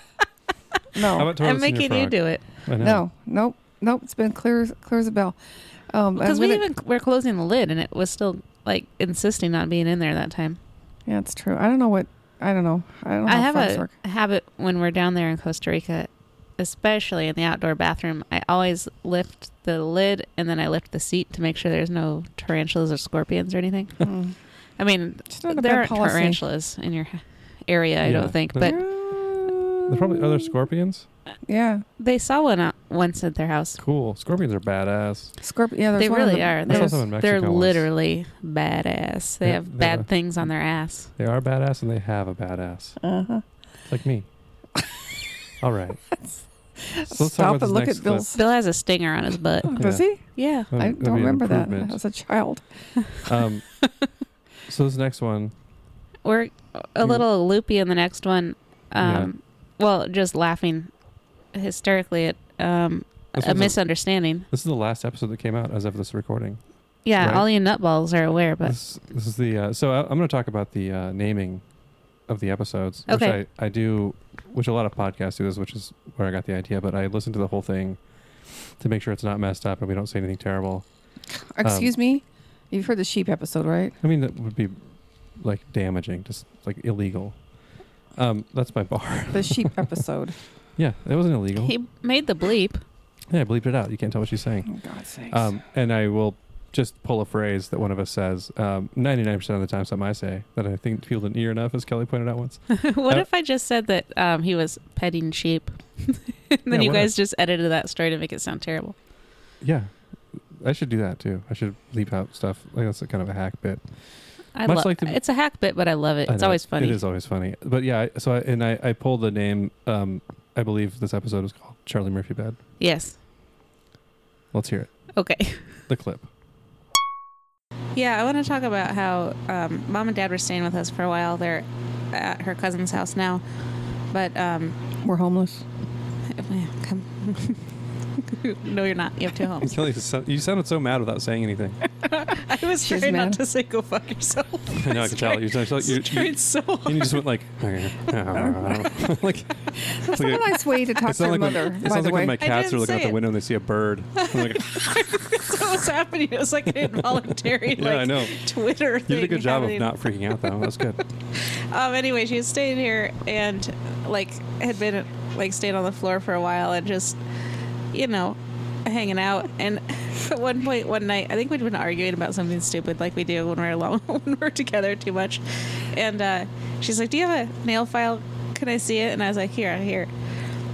Speaker 1: no,
Speaker 14: about toilets
Speaker 3: I'm
Speaker 14: in
Speaker 3: making
Speaker 14: your
Speaker 3: you
Speaker 14: frog?
Speaker 3: do it
Speaker 14: I know.
Speaker 1: no, nope, nope. It's been clear as clear as a bell. Um, I'm
Speaker 3: because we
Speaker 1: gonna-
Speaker 3: even were closing the lid, and it was still like insisting on being in there that time.
Speaker 1: Yeah, it's true. I don't know what. I don't know. I don't know.
Speaker 3: I
Speaker 1: how
Speaker 3: have
Speaker 1: frogs
Speaker 3: a
Speaker 1: work.
Speaker 3: habit when we're down there in Costa Rica, especially in the outdoor bathroom. I always lift the lid and then I lift the seat to make sure there's no tarantulas or scorpions or anything.
Speaker 1: Mm.
Speaker 3: I mean,
Speaker 1: It's not a
Speaker 3: there
Speaker 1: bad
Speaker 3: aren't
Speaker 1: policy.
Speaker 3: tarantulas in your area, I
Speaker 14: Yeah,
Speaker 3: don't think,
Speaker 14: there-
Speaker 3: but
Speaker 14: There's probably other scorpions.
Speaker 1: Yeah,
Speaker 3: they saw one out once at their house.
Speaker 14: Cool. Scorpions are badass.
Speaker 1: scorpion. Yeah, there's
Speaker 3: They
Speaker 1: one in
Speaker 3: really
Speaker 1: the-
Speaker 3: are.
Speaker 14: I saw
Speaker 3: They're,
Speaker 1: there's-
Speaker 14: some in Mexico
Speaker 3: they're
Speaker 14: once.
Speaker 3: literally badass. They
Speaker 14: Yeah,
Speaker 3: have
Speaker 14: they
Speaker 3: bad
Speaker 14: are.
Speaker 3: things on their ass.
Speaker 14: They are badass and they have a badass.
Speaker 1: Uh-huh.
Speaker 14: It's like me. All right. So let's
Speaker 1: Stop
Speaker 14: talk about this
Speaker 1: and look
Speaker 14: next
Speaker 1: at Bill's.
Speaker 3: Bill has a stinger on his butt.
Speaker 1: Oh, Does
Speaker 14: Yeah.
Speaker 1: he?
Speaker 3: Yeah.
Speaker 14: clip.
Speaker 1: I
Speaker 14: That'd be
Speaker 1: don't
Speaker 14: an
Speaker 1: remember that
Speaker 14: improvement.
Speaker 1: as a child.
Speaker 14: Um, so this next one,
Speaker 3: We're
Speaker 14: Yeah.
Speaker 3: a little loopy in the next one. Um, Well, just laughing hysterically at um,
Speaker 14: This
Speaker 3: a
Speaker 14: one's a-
Speaker 3: misunderstanding.
Speaker 14: this is the last episode that came out as of this recording.
Speaker 3: yeah,
Speaker 14: right?
Speaker 3: all you nutballs are aware, but
Speaker 14: This, this is the uh, so I, I'm going to talk about the uh, naming of the episodes,
Speaker 3: Okay.
Speaker 14: which I, I do, which a lot of podcasts do this, which is where I got the idea. But I listen to the whole thing to make sure it's not messed up and we don't say anything terrible. Um,
Speaker 1: Excuse me. You've heard the sheep episode, right?
Speaker 14: I mean, that would be like damaging, just like illegal. Um, that's my bar.
Speaker 1: The sheep episode.
Speaker 14: yeah, that wasn't illegal.
Speaker 3: he made the bleep.
Speaker 14: Yeah, I bleeped it out. You can't tell what she's saying.
Speaker 1: Oh God's sakes.
Speaker 14: Um, and I will just pull a phrase that one of us says. Um, 99% of the time, something I say that I think people didn't hear enough, as Kelly pointed out once.
Speaker 3: what
Speaker 14: Uh,
Speaker 3: if I just said that um, he was petting sheep? and then
Speaker 14: Yeah,
Speaker 3: you
Speaker 14: what
Speaker 3: guys just edited that story to make it sound terrible.
Speaker 14: Yeah, I should do that too. I should bleep out stuff. Like that's a kind of a hack bit.
Speaker 3: I
Speaker 14: Much
Speaker 3: love
Speaker 14: like the-
Speaker 3: It's a hack bit, but I love it.
Speaker 14: I
Speaker 3: It's
Speaker 14: know,
Speaker 3: always funny.
Speaker 14: It is always funny. But yeah, I, so I, and I, I pulled the name. Um, I believe this episode was called Charlie Murphy Bad.
Speaker 3: Yes.
Speaker 14: Let's hear it.
Speaker 3: Okay.
Speaker 14: The clip.
Speaker 3: Yeah, I want to talk about how um, mom and dad were staying with us for a while. They're at her cousin's house now, but um,
Speaker 1: We're homeless.
Speaker 3: Come. no, you're not. You have two homes.
Speaker 14: Kelly, you sounded so mad without saying anything.
Speaker 3: I was
Speaker 1: She's
Speaker 3: trying
Speaker 1: mad.
Speaker 3: not to say go fuck yourself.
Speaker 14: I know. I can tell. You're, so-
Speaker 3: I
Speaker 14: you're,
Speaker 3: was trying so hard.
Speaker 14: and you just went like, like
Speaker 1: That's
Speaker 14: like
Speaker 1: not a nice way to talk
Speaker 14: It
Speaker 1: to
Speaker 14: sounds
Speaker 1: your
Speaker 14: like when-
Speaker 1: mother.
Speaker 14: it
Speaker 1: by
Speaker 14: sounds
Speaker 1: the
Speaker 14: like when
Speaker 1: way,
Speaker 14: my cats are
Speaker 3: didn't
Speaker 14: looking out
Speaker 3: say
Speaker 14: the
Speaker 3: it.
Speaker 14: window and they see a bird. I'm like,
Speaker 3: That's what was happening. It was like an involuntary
Speaker 14: yeah,
Speaker 3: like,
Speaker 14: I know.
Speaker 3: Twitter
Speaker 14: You
Speaker 3: thing.
Speaker 14: did a good job of
Speaker 3: happening.
Speaker 14: not freaking out though. That's good.
Speaker 3: Um, anyway, she was staying here and like had been like staying on the floor for a while and just you know hanging out. And at one point, one night, I think we'd been arguing about something stupid like we do when we're alone, when we're together too much. And uh, she's like, "Do you have a nail file? Can I see it?" And I was like, "Here, here."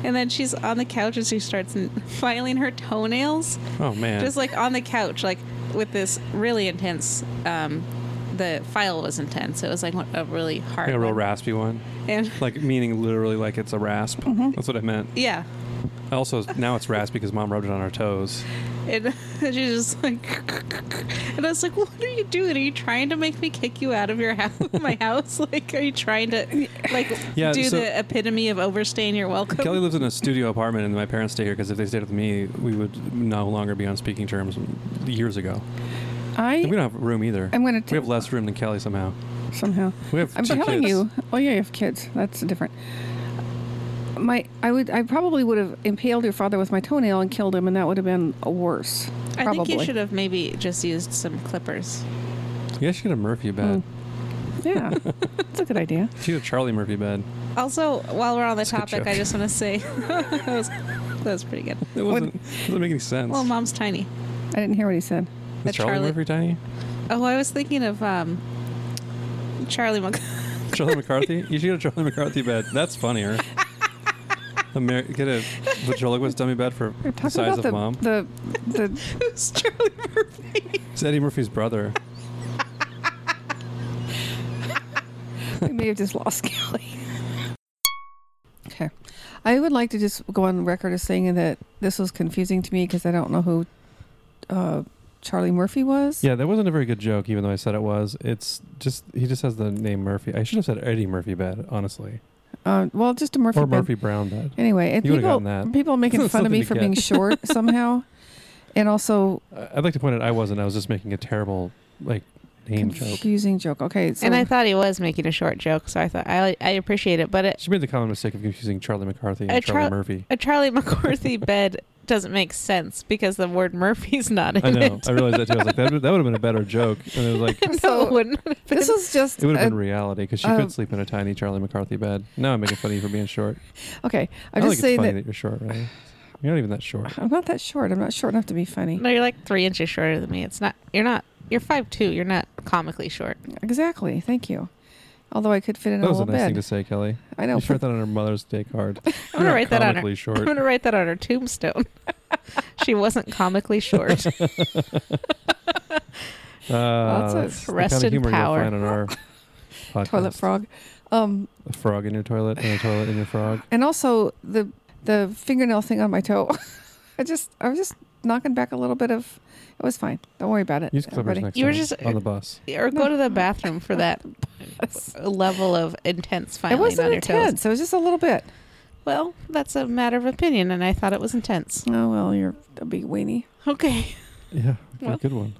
Speaker 3: And then she's on the couch and she starts n- filing her toenails
Speaker 14: Oh man.
Speaker 3: just like on the couch, like with this really intense um,
Speaker 2: the file was intense. It was like one- a really hard.
Speaker 14: Like a real
Speaker 2: one.
Speaker 14: raspy one.
Speaker 2: And
Speaker 14: Like meaning literally like it's a rasp. That's what I meant.
Speaker 2: yeah,
Speaker 14: Also, now it's rasp because mom rubbed it on our toes.
Speaker 2: and she's just like, and I was like, "What are you doing? Are you trying to make me kick you out of your house, my house? Like, are you trying to like
Speaker 14: Yeah,
Speaker 2: do
Speaker 14: so-
Speaker 2: the epitome of overstaying your welcome?"
Speaker 14: Kelly lives in a studio apartment, and my parents stay here because if they stayed with me, we would no longer be on speaking terms years ago.
Speaker 1: I
Speaker 14: And we don't have room either.
Speaker 1: I'm gonna
Speaker 14: we
Speaker 1: t-
Speaker 14: have less room than Kelly somehow.
Speaker 1: somehow.
Speaker 14: We have
Speaker 1: I'm
Speaker 14: two
Speaker 1: telling
Speaker 14: kids.
Speaker 1: you. Oh yeah, you have kids. That's different. My, I would, I probably would have impaled your father with my toenail and killed him, and that would have been worse.
Speaker 2: I
Speaker 1: Probably.
Speaker 2: think you should have maybe just used some clippers.
Speaker 14: You guys should get a Murphy bed.
Speaker 1: Yeah, that's a good idea.
Speaker 14: She had a Charlie Murphy bed.
Speaker 2: Also, while we're on the
Speaker 14: a good
Speaker 2: topic,
Speaker 14: joke.
Speaker 2: I just want to say that, was, that was pretty good.
Speaker 14: It wasn't, doesn't make any sense.
Speaker 2: Well, mom's tiny.
Speaker 1: I didn't hear what he said.
Speaker 14: Is
Speaker 2: that's
Speaker 14: Charlie,
Speaker 2: Charlie-
Speaker 14: Murphy tiny?
Speaker 2: Oh, I was thinking of um, Charlie Mc.
Speaker 14: Charlie McCarthy? You should get a Charlie McCarthy bed. That's funnier. Amer- get a ventriloquist dummy bed for
Speaker 1: We're
Speaker 14: the
Speaker 1: talking about
Speaker 14: size of
Speaker 1: the,
Speaker 14: mom.
Speaker 1: the the
Speaker 2: It's Charlie Murphy.
Speaker 14: it's Eddie Murphy's brother.
Speaker 1: we may have just lost Kelly. Okay. I would like to just go on record as saying that this was confusing to me because I don't know who uh, Charlie Murphy was.
Speaker 14: Yeah, that wasn't a very good joke, even though I said it was. It's just he just has the name Murphy. I should have said Eddie Murphy bed, honestly,
Speaker 1: Um, well, just a Murphy.
Speaker 14: or
Speaker 1: bed.
Speaker 14: Murphy Brown bed.
Speaker 1: Anyway, and
Speaker 14: You would've
Speaker 1: people
Speaker 14: gotten that.
Speaker 1: people making fun of
Speaker 14: Something
Speaker 1: me
Speaker 14: to
Speaker 1: for
Speaker 14: get.
Speaker 1: being short somehow, and also
Speaker 14: I- I'd like to point out I wasn't. I was just making a terrible like name joke.
Speaker 1: confusing joke. Okay, so
Speaker 3: and I thought he was making a short joke, so I thought I I appreciate it, but it,
Speaker 14: She made the common mistake of confusing Charlie McCarthy and
Speaker 3: Uh, Char-
Speaker 14: Charlie Murphy.
Speaker 3: a Charlie McCarthy bed doesn't make sense because the word Murphy's not in
Speaker 14: I know.
Speaker 3: it.
Speaker 14: I realized that too. I was like, that, that would have been a better joke. And it was like,
Speaker 3: No,
Speaker 1: So-
Speaker 3: it wouldn't.
Speaker 1: this is just
Speaker 14: it would have
Speaker 1: a-
Speaker 14: been reality because she
Speaker 1: um,
Speaker 14: could sleep in a tiny Charlie McCarthy bed. Now I'm making fun of you for being short.
Speaker 1: okay.
Speaker 14: I
Speaker 1: I'm
Speaker 14: don't
Speaker 1: just
Speaker 14: think it's
Speaker 1: saying
Speaker 14: funny
Speaker 1: that,
Speaker 14: that, you're short, right? You're not even that short.
Speaker 1: I'm not that short. I'm not short enough to be funny.
Speaker 3: No, you're like three inches shorter than me. It's not. You're not. You're five two. You're not comically short.
Speaker 1: Exactly. Thank you. Although I could fit in
Speaker 14: That
Speaker 1: a
Speaker 14: was
Speaker 1: whole
Speaker 14: a nice
Speaker 1: bed.
Speaker 14: thing to say, Kelly.
Speaker 1: I
Speaker 14: You
Speaker 1: know.
Speaker 14: should write that on her Mother's Day card. I'm
Speaker 3: gonna write that on her.
Speaker 14: comically
Speaker 3: I'm
Speaker 14: short.
Speaker 3: gonna write that on her tombstone. she wasn't comically short.
Speaker 14: Uh,
Speaker 1: Lots of
Speaker 14: that's Uh, the
Speaker 3: rest
Speaker 14: kind of
Speaker 3: in
Speaker 14: humor
Speaker 3: power.
Speaker 14: You'll find on our
Speaker 1: toilet
Speaker 14: podcast.
Speaker 1: frog. Um,
Speaker 14: A frog in your toilet and a toilet in your frog.
Speaker 1: and also the the fingernail thing on my toe. I just I was just knocking back a little bit of. It was fine. Don't worry about it.
Speaker 14: Use clippers
Speaker 1: everybody.
Speaker 14: next
Speaker 3: You were
Speaker 14: time
Speaker 3: just-
Speaker 1: uh,
Speaker 14: on the bus.
Speaker 3: or go to the bathroom for that level of intense
Speaker 1: It
Speaker 3: filing on
Speaker 1: wasn't
Speaker 3: your toes.
Speaker 1: intense. It was just a little bit.
Speaker 3: Well, that's a matter of opinion, and I thought it was intense.
Speaker 1: Oh well, you're a big weenie.
Speaker 3: Okay,
Speaker 14: Yeah,
Speaker 3: Well.
Speaker 14: good one.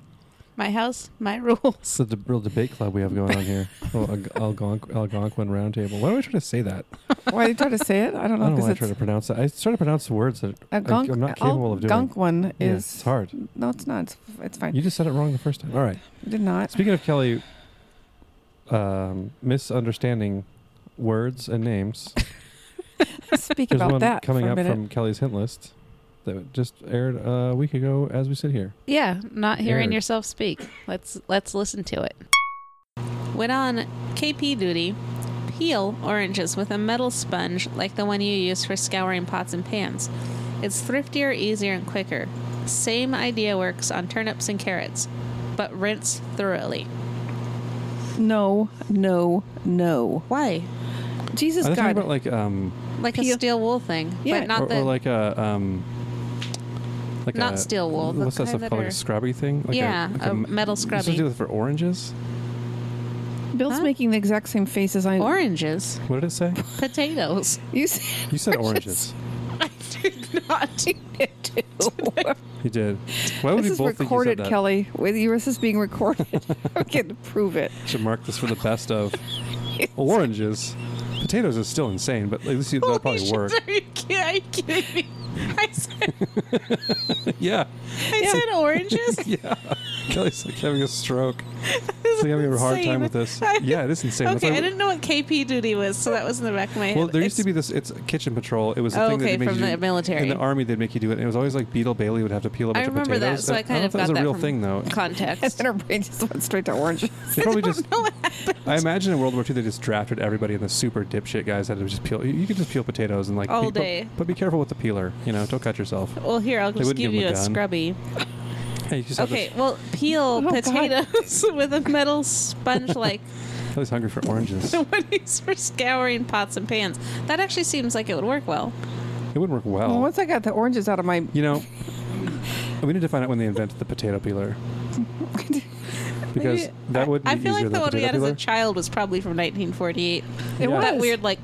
Speaker 3: my house, my rules.
Speaker 14: It's the de- real debate club we have going on here. Oh, Algonqu- Algonquin Roundtable. Why do I try to say that?
Speaker 1: Why you try to say it? I
Speaker 14: I
Speaker 1: don't know
Speaker 14: don't know why I
Speaker 1: because
Speaker 14: try to
Speaker 1: it's
Speaker 14: pronounce that. I try to pronounce the words that
Speaker 1: a
Speaker 14: I,
Speaker 1: gunk.
Speaker 14: am not capable of doing.
Speaker 1: Gunk one
Speaker 14: Yeah,
Speaker 1: is
Speaker 14: it's hard.
Speaker 1: no, it's not. It's, it's fine.
Speaker 14: You just said it wrong the first time. All right.
Speaker 1: You did not.
Speaker 14: Speaking of Kelly, um, misunderstanding words and names.
Speaker 1: Speak
Speaker 14: There's
Speaker 1: about
Speaker 14: one
Speaker 1: that
Speaker 14: coming
Speaker 1: for a
Speaker 14: up
Speaker 1: minute.
Speaker 14: from Kelly's hint list that just aired a week ago as we sit here.
Speaker 3: Yeah, not hearing
Speaker 14: Aired.
Speaker 3: yourself speak. Let's let's listen to it.
Speaker 2: When on KP duty, peel oranges with a metal sponge like the one you use for scouring pots and pans. It's thriftier, easier, and quicker. Same idea works on turnips and carrots, but rinse thoroughly.
Speaker 1: no, no, no.
Speaker 2: Why?
Speaker 1: Jesus
Speaker 14: Are they talking
Speaker 1: God.
Speaker 14: about like um
Speaker 2: Like
Speaker 1: Peel-
Speaker 2: a steel wool thing,
Speaker 1: Yeah.
Speaker 2: but not
Speaker 14: or,
Speaker 2: the
Speaker 14: or like a um like
Speaker 2: Not
Speaker 14: a-
Speaker 2: steel wool, the
Speaker 14: What's that
Speaker 2: kind
Speaker 14: stuff
Speaker 2: that
Speaker 14: called? Like
Speaker 2: are-
Speaker 14: a scrubby thing? Like
Speaker 2: Yeah, a
Speaker 14: m-
Speaker 2: metal
Speaker 14: you supposed to
Speaker 2: scrubby.
Speaker 14: do this for oranges.
Speaker 1: Bill's
Speaker 2: Huh?
Speaker 1: making the exact same face as I.
Speaker 2: oranges,
Speaker 14: What did it say?
Speaker 2: potatoes.
Speaker 1: You said
Speaker 14: You said oranges.
Speaker 2: I did not.
Speaker 1: it too.
Speaker 14: You did. Why would
Speaker 1: this
Speaker 14: we
Speaker 1: is
Speaker 14: both think you said
Speaker 1: recorded,
Speaker 14: that?
Speaker 1: Kelly. With you, this is being recorded. I'm going to prove it.
Speaker 14: Should mark this for the best of oranges. Potatoes is still insane, but at least that'll probably work.
Speaker 2: Are you kidding- are you kidding me? I said,
Speaker 14: yeah,
Speaker 2: I said oranges.
Speaker 14: yeah. Kelly's like having a stroke. She's having a hard
Speaker 2: insane.
Speaker 14: time with this. Yeah, it is insane. That's
Speaker 2: Okay,
Speaker 14: why
Speaker 2: I
Speaker 14: we-
Speaker 2: didn't know what KP duty was, so that was in the back of my head.
Speaker 14: Well, there used to be this. It's kitchen patrol. It was the
Speaker 2: Oh,
Speaker 14: thing that
Speaker 2: okay,
Speaker 14: they made
Speaker 2: from
Speaker 14: you
Speaker 2: the
Speaker 14: do-
Speaker 2: military.
Speaker 14: In the army, they'd make you do it. And it was always like Beetle Bailey would have to peel a bunch
Speaker 2: I remember
Speaker 14: of
Speaker 2: that,
Speaker 14: potatoes.
Speaker 2: so I kind of
Speaker 14: don't know if
Speaker 2: got
Speaker 14: that was
Speaker 2: that
Speaker 14: a real
Speaker 2: from
Speaker 14: thing, though.
Speaker 1: And
Speaker 2: context.
Speaker 1: her brain just went straight to oranges.
Speaker 14: They probably just. I imagine in World War II they just drafted everybody, and the super dipshit guys had to just peel. You you could just peel potatoes and like
Speaker 2: All
Speaker 14: be- but-
Speaker 2: day.
Speaker 14: But, be careful with the peeler. You know, don't cut yourself.
Speaker 2: Well, here I'll just
Speaker 14: wouldn't
Speaker 2: give
Speaker 14: give
Speaker 2: you
Speaker 14: him
Speaker 2: a
Speaker 14: a gun.
Speaker 2: scrubby.
Speaker 14: Yeah, you just have
Speaker 2: Okay, well, peel
Speaker 1: Oh, God.
Speaker 2: potatoes with a metal sponge like
Speaker 14: this- I was hungry for oranges.
Speaker 2: the
Speaker 14: it
Speaker 2: one used for scouring pots and pans. That actually seems like it would work well.
Speaker 14: wouldn't work well.
Speaker 1: Well, once I got the oranges out of my,
Speaker 14: You know, we need to find out when they invented the potato peeler. Because
Speaker 2: Maybe-
Speaker 14: that would be
Speaker 2: I feel
Speaker 14: easier
Speaker 2: like the
Speaker 14: than
Speaker 2: one we
Speaker 14: potato
Speaker 2: had as
Speaker 14: peeler.
Speaker 2: a child was probably from
Speaker 1: It
Speaker 2: 1948.
Speaker 14: Yeah.
Speaker 2: That
Speaker 1: was.
Speaker 2: weird, like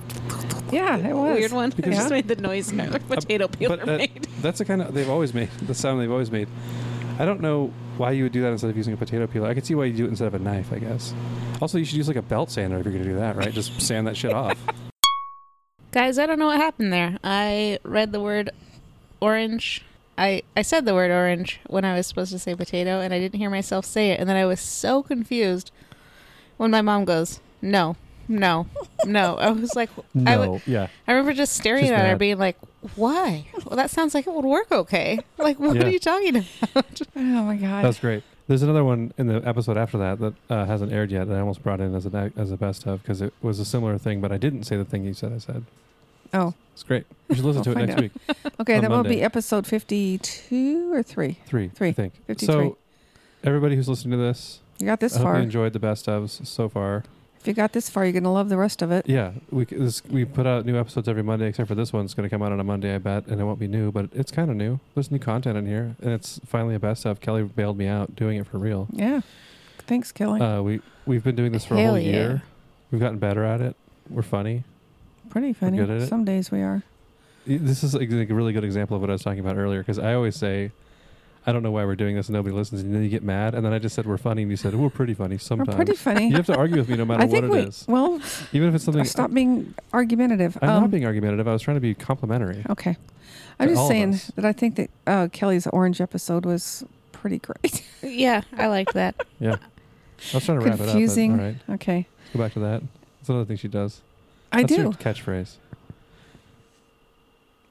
Speaker 1: yeah, it was
Speaker 2: weird one. It
Speaker 14: Because-
Speaker 2: just made the noise another potato peeler
Speaker 14: but that-
Speaker 2: made.
Speaker 14: That's the kind of they've always made the sound they've always made. I don't know why you would do that instead of using a potato peeler. I could see why you do it instead of a knife, I guess. Also, you should use like a belt sander if you're going to do that, right? Just sand that shit off.
Speaker 3: Guys, I don't know what happened there. I read the word orange. I, I said the word orange when I was supposed to say potato, and I didn't hear myself say it. And then I was so confused when my mom goes, No, no, no. I was like, I, w-
Speaker 14: yeah.
Speaker 3: I remember just staring
Speaker 14: She's
Speaker 3: at her,
Speaker 14: mad.
Speaker 3: being like, Why? Well, that sounds like it would work okay. Like, what
Speaker 14: Yeah.
Speaker 3: are you talking about?
Speaker 1: Oh my god.
Speaker 14: That's great. There's another one in the episode after that that uh, hasn't aired yet that I almost brought in as a, as a best of because it was a similar thing, but I didn't say the thing you said I said.
Speaker 1: oh,
Speaker 14: It's great. You should listen
Speaker 1: I'll
Speaker 14: to it
Speaker 1: find
Speaker 14: next
Speaker 1: out.
Speaker 14: week.
Speaker 1: okay.
Speaker 14: On
Speaker 1: That will be
Speaker 14: Monday.
Speaker 1: episode fifty-two or three.
Speaker 14: Three,
Speaker 1: Three.
Speaker 14: I think.
Speaker 1: 53.
Speaker 14: So, everybody who's listening to this,
Speaker 1: You got this
Speaker 14: I hope
Speaker 1: far.
Speaker 14: you enjoyed the best ofs so far.
Speaker 1: if you got this far, you're gonna love the rest of it.
Speaker 14: Yeah, we c- this, we put out new episodes every Monday, except for this one's going to come out on a Monday, I bet, and it won't be new, but it's kind of new. There's new content in here, and it's finally a best of. Kelly bailed me out doing it for real.
Speaker 1: Yeah. Thanks, Kelly.
Speaker 14: Uh, we we've been doing this for a
Speaker 3: Hell
Speaker 14: whole
Speaker 3: yeah.
Speaker 14: year. We've gotten better at it. We're funny.
Speaker 1: Pretty funny.
Speaker 14: good at it.
Speaker 1: Some days we are.
Speaker 14: Y- This is like a really good example of what I was talking about earlier because I always say, I don't know why we're doing this and nobody listens, and then you get mad, and then I just said we're funny, and you said we're pretty funny sometimes.
Speaker 1: We're pretty funny.
Speaker 14: you have to argue with me no matter
Speaker 1: I
Speaker 14: what
Speaker 1: think
Speaker 14: it is,
Speaker 1: we. Well,
Speaker 14: even if it's
Speaker 3: Oh,
Speaker 14: something.
Speaker 1: stop being argumentative.
Speaker 14: I'm
Speaker 1: Um,
Speaker 14: not being argumentative. I was trying to be complimentary.
Speaker 1: Okay. I'm
Speaker 14: To
Speaker 1: just
Speaker 14: all of
Speaker 1: saying
Speaker 14: us.
Speaker 1: that I think that uh, Kelly's orange episode was pretty great.
Speaker 3: yeah, I liked that.
Speaker 14: Yeah. I was trying to wrap
Speaker 1: Confusing.
Speaker 14: it up. But, all right.
Speaker 1: Okay.
Speaker 14: Let's go back to that. That's another thing she does.
Speaker 1: I
Speaker 14: That's
Speaker 1: do.
Speaker 14: Your catchphrase. No,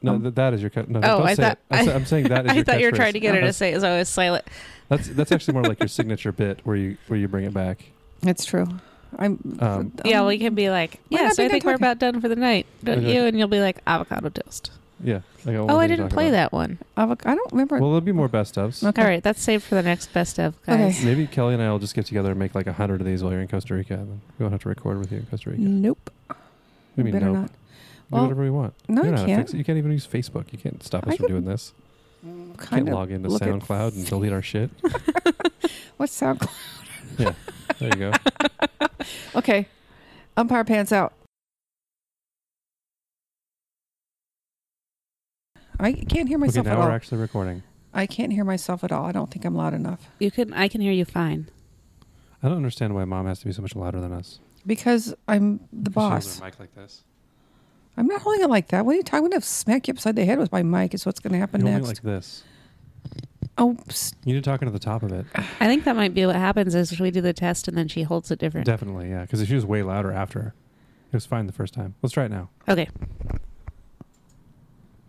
Speaker 1: Um,
Speaker 14: th- that is your cut. No,
Speaker 3: Oh,
Speaker 14: don't
Speaker 3: I
Speaker 14: say
Speaker 3: thought-
Speaker 14: it. I,
Speaker 3: I-
Speaker 14: am saying that is
Speaker 3: I
Speaker 14: your
Speaker 3: thought you were
Speaker 14: catchphrase.
Speaker 3: trying to get her to
Speaker 14: That's-
Speaker 3: say it, so I was silent.
Speaker 14: That's that's actually more like your signature bit where you where you bring it back.
Speaker 1: It's true. I'm.
Speaker 14: Um,
Speaker 3: yeah, well, you can be like,
Speaker 1: Why
Speaker 3: Yeah,
Speaker 1: not
Speaker 3: so
Speaker 1: be
Speaker 3: I think
Speaker 1: done
Speaker 3: we're about done for the night, don't
Speaker 14: Okay.
Speaker 3: you? And you'll be like, Avocado toast.
Speaker 14: Yeah. I got one
Speaker 3: Oh,
Speaker 14: more
Speaker 3: I
Speaker 14: thing to
Speaker 3: didn't
Speaker 14: talk
Speaker 3: play
Speaker 14: about.
Speaker 3: that one.
Speaker 1: avoc- I don't remember.
Speaker 14: Well, there'll be more best ofs.
Speaker 1: Okay.
Speaker 3: All right, that's saved for the next best of, guys.
Speaker 1: Okay.
Speaker 14: Maybe Kelly and I will just get together and make like a hundred of these while you're in Costa Rica, and then we won't have to record with you in Costa Rica. What
Speaker 1: Nope.
Speaker 14: do you mean,
Speaker 1: Mm, Better
Speaker 14: nope?
Speaker 1: not.
Speaker 14: do
Speaker 1: Well,
Speaker 14: whatever we want.
Speaker 1: no,
Speaker 14: You're
Speaker 1: I
Speaker 14: not a
Speaker 1: can't.
Speaker 14: fix- you can't even use Facebook. You can't stop us
Speaker 1: I
Speaker 14: from
Speaker 1: can
Speaker 14: doing this. You
Speaker 1: Kind
Speaker 14: can't
Speaker 1: of.
Speaker 14: log into
Speaker 1: look at-
Speaker 14: SoundCloud and delete our shit.
Speaker 1: What's SoundCloud?
Speaker 14: There you go.
Speaker 1: Okay. Umpire pants out. I can't hear
Speaker 14: okay,
Speaker 1: myself
Speaker 14: now
Speaker 1: at all.
Speaker 14: we're actually recording.
Speaker 1: I can't hear myself at all. I don't think I'm loud enough
Speaker 3: You can. I can hear you fine.
Speaker 14: I don't understand why mom has to be so much louder than us.
Speaker 1: because I'm the boss.
Speaker 14: mic like this.
Speaker 1: I'm not holding it like that. What are you talking? I'm gonna smack you upside the head with my mic. Is what's gonna happen
Speaker 14: you hold it
Speaker 1: next.
Speaker 14: like this.
Speaker 1: oh, psst.
Speaker 14: You need to talk into the top of it.
Speaker 3: I think that might be what happens is we do the test and then she holds it different.
Speaker 14: Definitely, yeah. Because she was way louder after. It was fine the first time. Let's try it now.
Speaker 3: Okay.